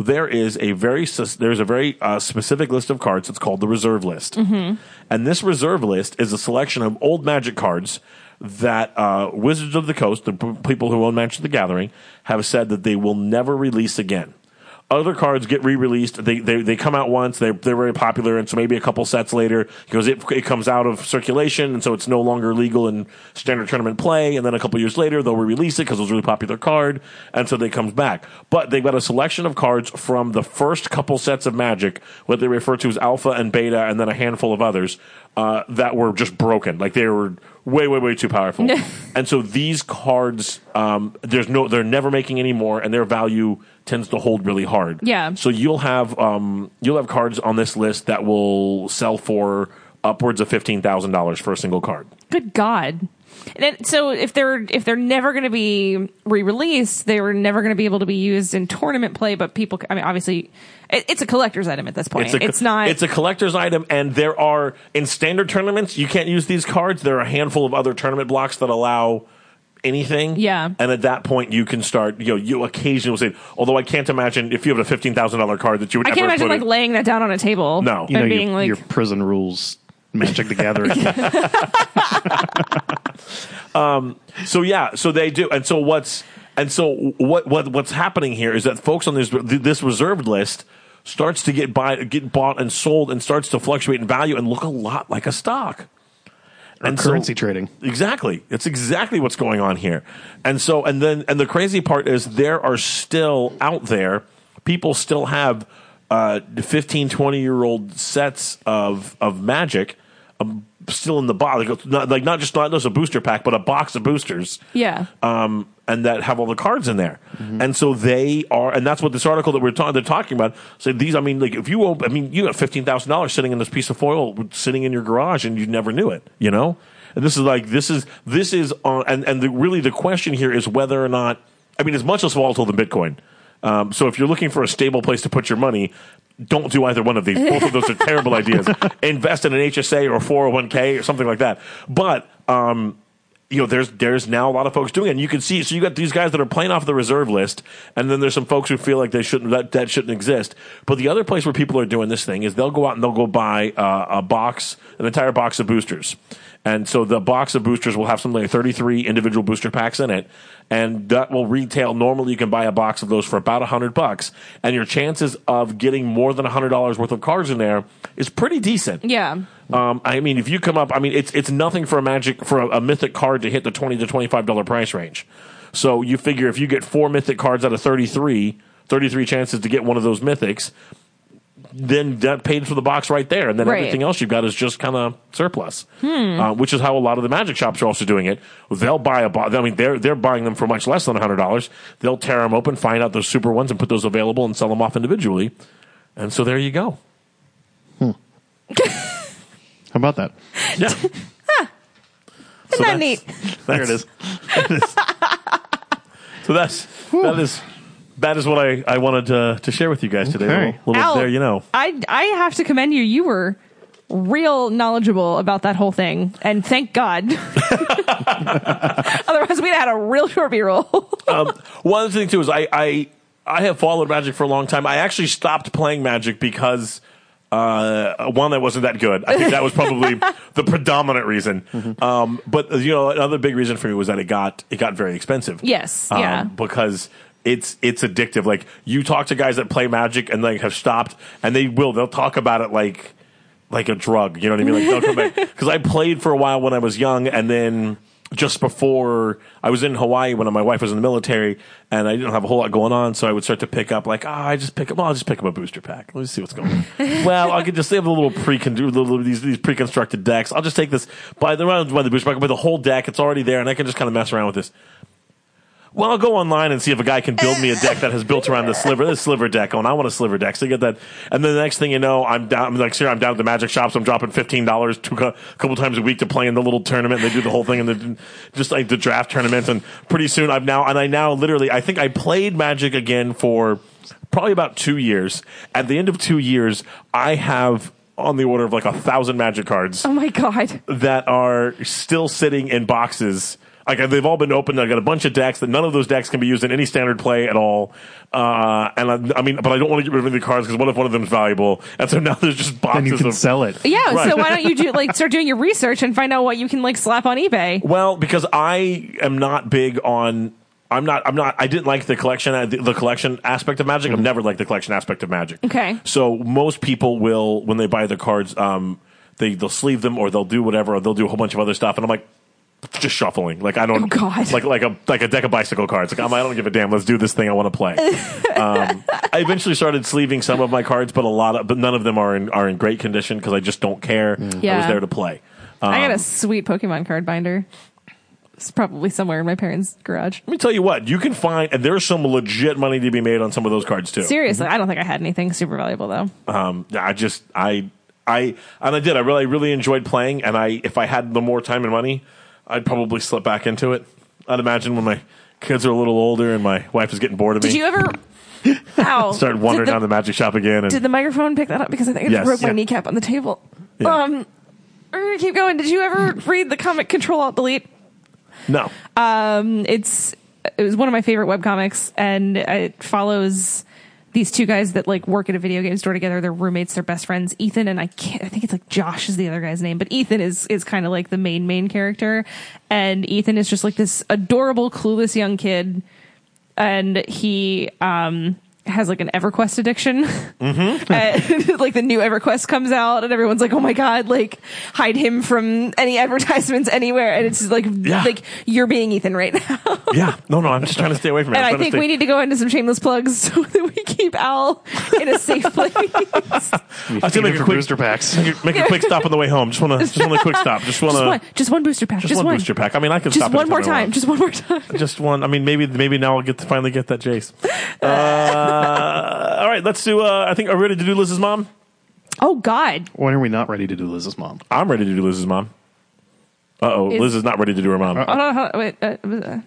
Speaker 1: There is a very sus- there's a very uh, specific list of cards. It's called the reserve list, and this reserve list is a selection of old Magic cards that uh, Wizards of the Coast, the p- people who own Magic the Gathering, have said that they will never release again. Other cards get re-released. They they, they come out once. They're they're very popular, and so maybe a couple sets later, because it it comes out of circulation, and so it's no longer legal in standard tournament play. And then a couple years later, they'll re-release it because it was a really popular card, and so they comes back. But they've got a selection of cards from the first couple sets of Magic, what they refer to as Alpha and Beta, and then a handful of others uh, that were just broken, like they were way way way too powerful. and so these cards, um, there's no, they're never making any more, and their value tends to hold really hard.
Speaker 3: Yeah.
Speaker 1: So you'll have um, you'll have cards on this list that will sell for upwards of fifteen thousand dollars for a single card.
Speaker 3: Good God. And it- so if they're if they're never going to be re-released, they were never going to be able to be used in tournament play. But people, c- I mean, obviously, it, it's a collector's item at this point. It's,
Speaker 1: co-
Speaker 3: not.
Speaker 1: It's a collector's item, and there are in standard tournaments you can't use these cards. There are a handful of other tournament blocks that allow anything.
Speaker 3: Yeah.
Speaker 1: And at that point, you can start. You know, you occasionally will say, although I can't imagine if you have a fifteen thousand dollar card that you would.
Speaker 3: I can't
Speaker 1: ever
Speaker 3: imagine
Speaker 1: put
Speaker 3: like
Speaker 1: in-
Speaker 3: laying that down on a table.
Speaker 1: No.
Speaker 2: You know,
Speaker 3: and
Speaker 2: your,
Speaker 3: being like,
Speaker 2: your prison rules, Magic the Gathering.
Speaker 1: So yeah, so they do, and so what's and so what what what's happening here is that folks on this this reserved list starts to get buy get bought and sold and starts to fluctuate in value and look a lot like a stock. And so-
Speaker 2: currency trading.
Speaker 1: Exactly. That's exactly what's going on here. And so and then and the crazy part is there are still out there people still have uh 15 20 year old sets of of magic um, still in the box like not, like not just not just a booster pack but a box of boosters
Speaker 3: yeah,
Speaker 1: um, and that have all the cards in there. And so they are, and that's what this article that we're ta- they're talking about. So these, I mean, like if you, op- I mean, you got fifteen thousand dollars sitting in this piece of foil sitting in your garage, and you never knew it, you know. And this is like this is this is on, and and the, really the question here is whether or not, I mean, it's much less volatile than Bitcoin. Um, so if you're looking for a stable place to put your money, don't do either one of these. Both of those are terrible ideas. Invest in an HSA or 401k or something like that. But um, you know, there's there's now a lot of folks doing it. And you can see, so you got these guys that are playing off the reserve list, and then there's some folks who feel like they shouldn't that that shouldn't exist. But the other place where people are doing this thing is they'll go out and they'll go buy uh, a box, an entire box of boosters, And so the box of boosters will have something like 33 individual booster packs in it. And that will retail. Normally, you can buy a box of those for about 100 bucks. And your chances of getting more than $100 worth of cards in there is pretty decent.
Speaker 3: Yeah.
Speaker 1: Um, I mean, if you come up, I mean, it's it's nothing for a magic for a, a mythic card to hit the twenty to twenty five dollar price range. So you figure if you get four mythic cards out of 33, 33 chances to get one of those mythics, then that pays for the box right there, and then
Speaker 3: Right.
Speaker 1: everything else you've got is just kind of surplus, uh, which is how a lot of the magic shops are also doing it. They'll buy a box. I mean, they're they're buying them for much less than hundred dollars. They'll tear them open, find out those super ones, and put those available and sell them off individually. And so there you go.
Speaker 2: How about that?
Speaker 1: Yeah. Isn't
Speaker 3: that neat?
Speaker 2: There it is.
Speaker 1: So that's that is that is what I, I wanted to to share with you guys today.
Speaker 2: Okay.
Speaker 1: Little, little
Speaker 3: Al,
Speaker 1: there you know.
Speaker 3: I I have to commend you. You were real knowledgeable about that whole thing, and thank God. Otherwise, we'd had a real short B roll.
Speaker 1: One other thing too is I I I have followed Magic for a long time. I actually stopped playing Magic because uh, one I wasn't that good. I think that was probably the predominant reason. Um, but uh, you know, another big reason for me was that it got it got very expensive.
Speaker 3: Yes,
Speaker 1: Um,
Speaker 3: yeah.
Speaker 1: Because it's it's addictive. Like you talk to guys that play Magic and like have stopped, and they will they'll talk about it like like a drug. You know what I mean? Like they'll come back because I played for a while when I was young, and then just before I was in Hawaii when my wife was in the military, and I didn't have a whole lot going on, so I would start to pick up like, ah, I just pick up, well, I'll just pick up a booster pack. Let me see what's going. on. well, I could just they have a little pre little these these pre-constructed decks. I'll just take this by the by the booster pack, but the whole deck it's already there, and I can just kind of mess around with this. Well, I'll go online and see if a guy can build me a deck that has built around the sliver, this sliver deck. Oh, and I want a sliver deck. So you get that. And then the next thing you know, I'm down. I'm like, sure, I'm down at the magic shops. I'm dropping fifteen dollars two a couple times a week to play in the little tournament. And they do the whole thing and the just like the draft tournament. And pretty soon, I've now and I now literally, I think I played Magic again for probably about two years. At the end of two years, I have on the order of like a thousand Magic cards
Speaker 3: oh my God!
Speaker 1: that are still sitting in boxes. Like they've all been opened. I got a bunch of decks that none of those decks can be used in any standard play at all. Uh, and I, I mean, but I don't want to get rid of any cards because what if one of them is valuable? And so now there's just boxes
Speaker 2: And you can
Speaker 1: of
Speaker 2: sell it.
Speaker 3: Yeah.
Speaker 1: Right.
Speaker 3: So why don't you do like start doing your research and find out what you can like slap on eBay?
Speaker 1: Well, because I am not big on. I'm not. I'm not. I didn't like the collection. uh, The, the collection aspect of Magic. I've never liked the collection aspect of Magic.
Speaker 3: Mm-hmm. Okay.
Speaker 1: So most people will, when they buy their cards, um, they they'll sleeve them or they'll do whatever or they'll do a whole bunch of other stuff, and I'm like. Just shuffling, like I don't,
Speaker 3: Oh, God.
Speaker 1: like like a like a deck of bicycle cards. Like I'm, I don't give a damn. Let's do this thing I want to play. Um, I eventually started sleeving some of my cards, but a lot of, but none of them are in are in great condition because I just don't care. I was
Speaker 3: Mm. Yeah.
Speaker 1: there to play. Um,
Speaker 3: I got a sweet Pokemon card binder. It's probably somewhere in my parents' garage.
Speaker 1: Let me tell you what, you can find, and there's some legit money to be made on some of those cards too.
Speaker 3: Seriously, I don't think I had anything super valuable though.
Speaker 1: Um, Mm-hmm. I just, I, I, and I did. I really, really enjoyed playing, and I, if I had the more time and money, I'd probably slip back into it. I'd imagine when my kids are a little older and my wife is getting bored of me,
Speaker 3: Did you ever? Ow!
Speaker 1: start wandering
Speaker 3: Did the-
Speaker 1: down the magic shop again. And
Speaker 3: Did the microphone pick that up? Because I think I just
Speaker 1: Yes.
Speaker 3: broke my
Speaker 1: Yeah.
Speaker 3: kneecap on the table.
Speaker 1: Yeah.
Speaker 3: Um, we're gonna keep going. Did you ever read the comic Control Alt Delete?
Speaker 1: no,
Speaker 3: Um, it's it was one of my favorite webcomics, and it follows these two guys that like work at a video game store together. They're roommates, they're best friends. Ethan and I can't. I think it's like Josh is the other guy's name, but Ethan is is kind of like the main main character, and Ethan is just like this adorable, clueless young kid, and he um has like an EverQuest addiction. and like the new EverQuest comes out, and everyone's like, "Oh my god!" Like hide him from any advertisements anywhere, and it's just like
Speaker 1: Yeah.
Speaker 3: like you're being Ethan right now.
Speaker 1: yeah, no, no. I'm just trying to stay away from it.
Speaker 3: and
Speaker 1: I'm
Speaker 3: I
Speaker 1: trying to
Speaker 3: think
Speaker 1: stay-
Speaker 3: we need to go into some shameless plugs so that we keep Al in a safe place.
Speaker 1: I was gonna make a
Speaker 2: for
Speaker 1: quick
Speaker 2: booster packs.
Speaker 1: Make a, make a quick stop on the way home. Just want to, just want a quick stop. Just want
Speaker 3: just one,
Speaker 1: to,
Speaker 3: just one booster pack. Just,
Speaker 1: just, one, booster pack. I mean, I can
Speaker 3: Just
Speaker 1: stop
Speaker 3: one more
Speaker 1: anytime I want.
Speaker 3: time. Just one more time.
Speaker 1: Just one. I mean, maybe maybe now I'll get to finally get that Jace. Uh, all right, let's do. Uh, I think are we ready to do Liz's mom?
Speaker 3: Oh God!
Speaker 2: When are we not ready to do Liz's mom?
Speaker 1: I'm ready to do Liz's mom. Uh oh,
Speaker 3: Is-
Speaker 1: Liz is not ready to do her mom.
Speaker 3: Oh, no, hold on, wait, uh, uh,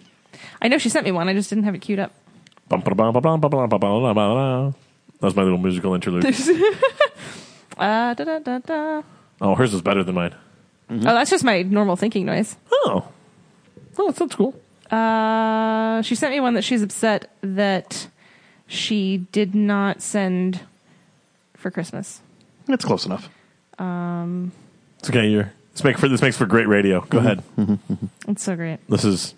Speaker 3: I know she sent me one. I just didn't have it queued up.
Speaker 1: Bum, ba, da, bum, ba, bum, ba, bum, ba, bum, da, ba, da. That was my little musical interlude.
Speaker 3: Uh, da, da, da, da.
Speaker 1: Oh, hers is better than mine. Mm-hmm.
Speaker 3: Oh, that's just my normal thinking noise.
Speaker 1: Oh, oh, that sounds cool.
Speaker 3: Uh, she sent me one that she's upset that she did not send for Christmas.
Speaker 2: It's close enough.
Speaker 1: It's okay. You're This make for this makes for great radio. Go
Speaker 3: Mm-hmm.
Speaker 1: ahead.
Speaker 3: It's so great.
Speaker 1: This is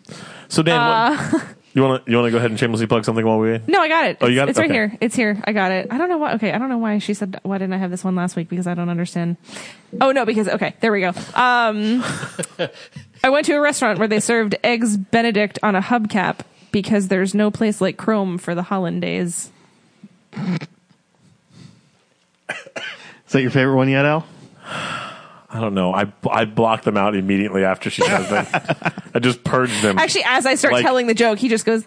Speaker 1: so Dan.
Speaker 3: Uh.
Speaker 1: what, you want to you want to go ahead and shamelessly plug something while we?
Speaker 3: No, I got it.
Speaker 1: Oh, you got it?
Speaker 3: It's right
Speaker 1: Okay.
Speaker 3: here. It's here. I got it. I don't know why. Okay, I don't know why she said why didn't I have this one last week because I don't understand. Oh no, because okay, there we go. Um, I went to a restaurant where they served eggs Benedict on a hubcap because there's no place like Chrome for the hollandaise.
Speaker 2: Is that your favorite one yet, Al?
Speaker 1: I don't know. I I blocked them out immediately after she says that. I just purged them.
Speaker 3: Actually, as I start
Speaker 1: Like-
Speaker 3: telling the joke, he just goes.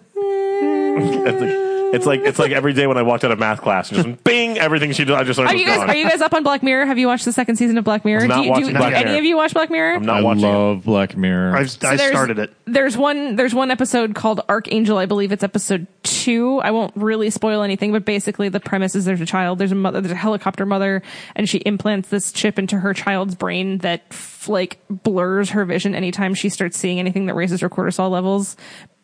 Speaker 3: "Mm."
Speaker 1: it's like it's like, it's like every day when I walked out of math class, and just bing, everything she did, I just
Speaker 3: Are
Speaker 1: started
Speaker 3: you guys
Speaker 1: gone.
Speaker 3: are you guys up on Black Mirror? Have you watched the second season of Black Mirror?
Speaker 1: I'm not
Speaker 3: do you, do
Speaker 1: watching Black
Speaker 3: any
Speaker 1: Mirror.
Speaker 3: of you watch Blach Mirror?
Speaker 1: I'm not
Speaker 4: I
Speaker 1: watching. it.
Speaker 4: love Black Mirror.
Speaker 2: I've,
Speaker 3: So
Speaker 2: I
Speaker 3: there's-
Speaker 2: started it.
Speaker 3: There's one. There's one episode called Archangel. I believe it's episode two. I won't really spoil anything, but basically the premise is there's a child. There's a mother. There's a helicopter mother, and she implants this chip into her child's brain that f- like blurs her vision anytime she starts seeing anything that raises her cortisol levels.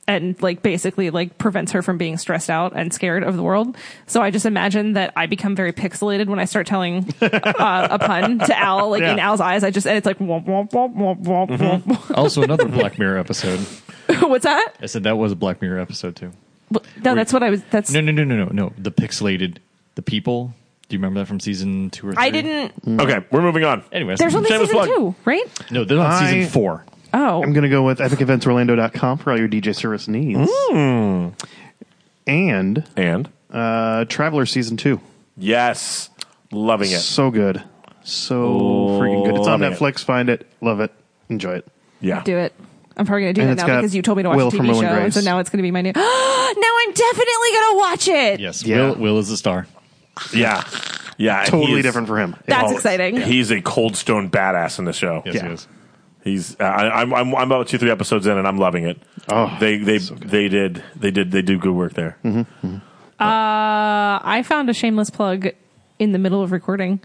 Speaker 3: And like basically like prevents her from being stressed out and scared of the world. So I just imagine that I become very pixelated when I start telling uh, a pun to Al, like in
Speaker 2: Yeah.
Speaker 3: Al's eyes. I just and it's like womp womp womp womp womp womp.
Speaker 4: also, another Black Mirror episode.
Speaker 3: What's that?
Speaker 4: I said that was a Black Mirror episode too.
Speaker 3: Well, No, that's what I was. That's
Speaker 4: No, no, no, no, no, no. The pixelated, the people. Do you remember that from season two or three?
Speaker 3: I didn't.
Speaker 1: Okay, we're moving on.
Speaker 4: Anyways,
Speaker 3: There's only
Speaker 1: Shameless
Speaker 3: season
Speaker 1: plug.
Speaker 3: two, right?
Speaker 4: no. They're on
Speaker 2: I-
Speaker 4: season four.
Speaker 3: Oh,
Speaker 2: I'm going to go with epiceventsorlando.com for all your DJ service needs.
Speaker 1: Hmm.
Speaker 2: And
Speaker 1: And
Speaker 2: uh, Traveler Season 2.
Speaker 1: yes, loving it.
Speaker 2: So good. So freaking good. It's on
Speaker 1: Loving it.
Speaker 2: Netflix. Find it. Love it. Enjoy it.
Speaker 1: Yeah,
Speaker 3: do it. I'm probably gonna do
Speaker 2: And
Speaker 3: that
Speaker 2: it's
Speaker 3: now
Speaker 2: got
Speaker 3: because you told me to watch
Speaker 2: Will
Speaker 3: a
Speaker 2: from
Speaker 3: TV
Speaker 2: Will
Speaker 3: show,
Speaker 2: and
Speaker 3: and so
Speaker 2: Grace.
Speaker 3: now it's gonna be my new. now I'm definitely gonna watch it.
Speaker 4: Yes.
Speaker 2: Yeah.
Speaker 4: Will, Will is the star.
Speaker 1: yeah, yeah. and
Speaker 2: Totally
Speaker 1: he is-
Speaker 2: different for him.
Speaker 3: That's
Speaker 1: Oh,
Speaker 3: exciting.
Speaker 1: He's a cold stone badass in the show.
Speaker 4: Yes,
Speaker 2: Yeah.
Speaker 4: he is.
Speaker 1: He's uh, I, I'm I'm I'm about two three episodes in and I'm loving it.
Speaker 2: Oh, Mm-hmm.
Speaker 1: they they they did they did they do good work there.
Speaker 3: Uh, I found a shameless plug in the middle of recording.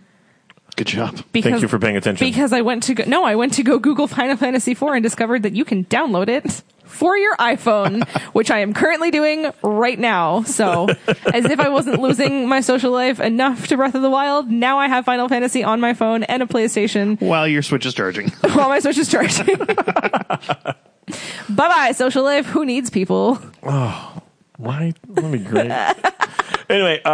Speaker 2: Good job.
Speaker 3: Because,
Speaker 1: Thank you for paying attention.
Speaker 3: Because I went to go, no, I went to go Google Final Fantasy IV and discovered that you can download it for your iPhone, which I am currently doing right now. So, as if I wasn't losing my social life enough to Breath of the Wild, now I have Final Fantasy on my phone and a PlayStation
Speaker 2: While your Switch is charging.
Speaker 3: while my Switch is charging. bye bye, social life. Who needs people?
Speaker 1: Why? That'd be great. anyway, uh,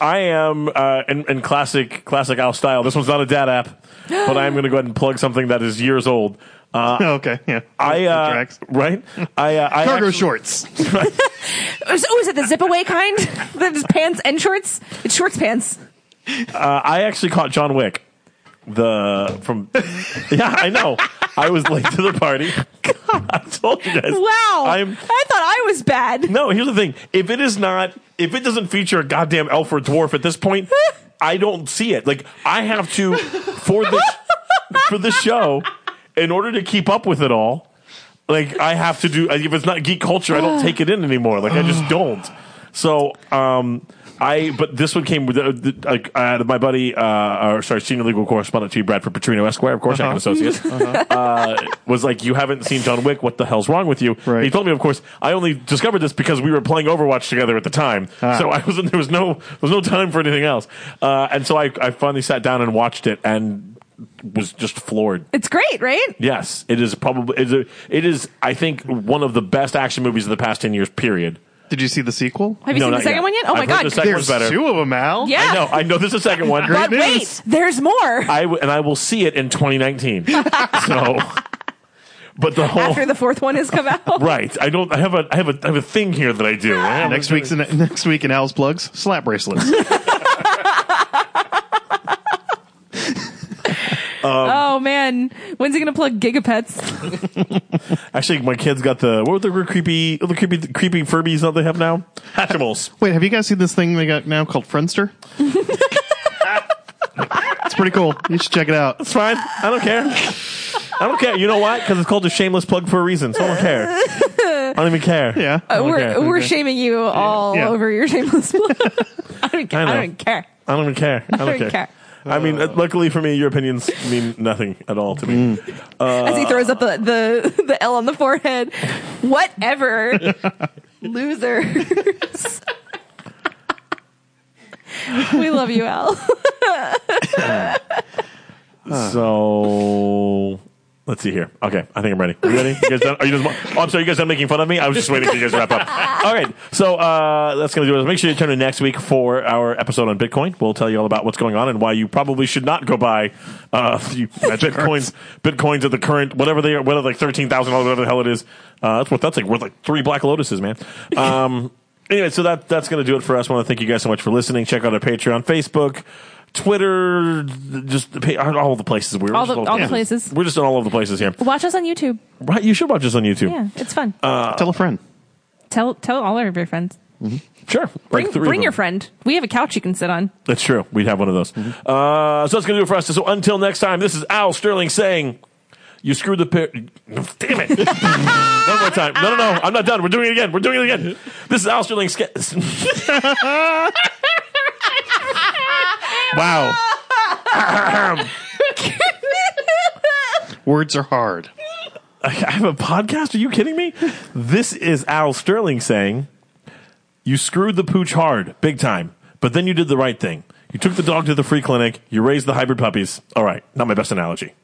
Speaker 1: I am uh, in, in classic classic Al style. This one's not a dad app, but I am going to go ahead and plug something that is years old. Uh,
Speaker 2: okay. Yeah.
Speaker 1: I
Speaker 2: That
Speaker 1: uh,
Speaker 2: tracks.
Speaker 1: right? I uh, I
Speaker 2: Cargo
Speaker 1: actually-
Speaker 2: shorts.
Speaker 3: Oh, is it the zip away kind? the pants and shorts? It's shorts pants.
Speaker 1: uh, I actually caught John Wick. The from yeah, I know. I was late to the party. I told you guys.
Speaker 3: Wow.
Speaker 1: I'm
Speaker 3: I thought I was bad.
Speaker 1: No, here's the thing. If it is not, if it doesn't feature a goddamn elf or dwarf at this point, I don't see it. Like I have to for this for the show in order to keep up with it all. Like I have to do. If it's not geek culture, I don't take it in anymore. Like I just don't. So, um, I but this one came with uh, th- like uh, my buddy, uh, or sorry, senior legal correspondent T. Bradford Petrino Esquire, of course, I can associate, uh was like, "You haven't seen John Wick? What the hell's wrong with you?"
Speaker 2: Right.
Speaker 1: He told me, of course, I only discovered this because we were playing Overwatch together at the time,
Speaker 2: Ah.
Speaker 1: so I wasn't. There was no there was no time for anything else, uh, and so I I finally sat down and watched it and was just floored.
Speaker 3: It's great, right?
Speaker 1: Yes, it is probably it is, it is I think one of the best action movies of the past ten years. Period.
Speaker 2: Did you see the sequel?
Speaker 3: Have you
Speaker 1: No,
Speaker 3: seen the
Speaker 1: not
Speaker 3: second
Speaker 1: yet.
Speaker 3: one yet? Oh my
Speaker 1: I've heard
Speaker 3: god!
Speaker 1: the second-
Speaker 2: There's
Speaker 1: one's better.
Speaker 2: two of them, Al.
Speaker 3: Yeah.
Speaker 1: I know. I know this is the second one.
Speaker 3: but
Speaker 2: Great
Speaker 3: wait,
Speaker 2: news.
Speaker 3: there's more
Speaker 1: I w- and I will see it in 2019. so, but the whole
Speaker 3: after the fourth one has come out.
Speaker 1: right. I don't. I have a. I have a. I have a thing here that I do. I have-
Speaker 2: Next week's next week in Al's plugs slap bracelets.
Speaker 3: oh man, when's he gonna plug Gigapets? Uh,
Speaker 1: Actually, my kids got the what were the real creepy, the creepy, creepy Furbies that they have now? Hatchimals.
Speaker 2: Wait, have you guys seen this thing they got now called Friendster? it's pretty cool. You should check it out.
Speaker 1: It's fine. I don't care. I don't care. You know why? Because it's called a shameless plug for a reason. So I don't care. I don't even care.
Speaker 2: Yeah.
Speaker 1: I don't
Speaker 3: we're
Speaker 1: care.
Speaker 3: we're shaming you all
Speaker 2: Yeah.
Speaker 3: over your shameless plug. I don't care.
Speaker 1: I
Speaker 3: I,
Speaker 1: know.
Speaker 3: don't care.
Speaker 1: I don't even care. I don't, care. I mean, uh, luckily for me, your opinions mean nothing at all to me.
Speaker 3: As
Speaker 1: Uh,
Speaker 3: he throws up the, the the L on the forehead, whatever, losers. we love you, Al.
Speaker 1: So let's see here. Okay, I think I'm ready. Are you ready? You guys done? Are you just, oh, I'm sorry. You guys done making fun of me? I was just waiting for you guys to wrap up. All right. So uh, that's going to do it. Make sure you turn in next week for our episode on Bitcoin. We'll tell you all about what's going on and why you probably should not go buy uh, you- Bitcoins. Bitcoins at the current whatever they are, whether like thirteen thousand dollars, whatever the hell it is. Uh, that's what that's like worth like three black lotuses, man. Um, anyway, so that that's going to do it for us. I want to thank you guys so much for listening. Check out our Patreon, Facebook. Twitter, just the pa- all the places we're
Speaker 3: All
Speaker 1: just
Speaker 3: the- all the places.
Speaker 1: We're just in all over the places here.
Speaker 3: Watch us on YouTube.
Speaker 1: Right, you should watch us on YouTube.
Speaker 3: Yeah, it's fun.
Speaker 1: Uh,
Speaker 2: Tell a friend.
Speaker 3: tell tell all of your friends.
Speaker 1: Sure, Like
Speaker 3: Bring,
Speaker 1: three of
Speaker 3: bring
Speaker 1: them.
Speaker 3: your Mm-hmm. friend. We have a couch you can sit on.
Speaker 1: That's true. We'd have one of those. Uh, so that's gonna do it for us. So until next time, this is Al Sterling saying, "You screwed the pair." Damn it! one more time. No, no, no. I'm not done. We're doing it again. We're doing it again. This is Al Sterling. Sca-
Speaker 2: Wow. Words are hard.
Speaker 1: I have a podcast. Are you kidding me? This is Al Sterling saying, You screwed the pooch hard, big time, but then you did the right thing. You took the dog to the free clinic, you raised the hybrid puppies. All right, not my best analogy.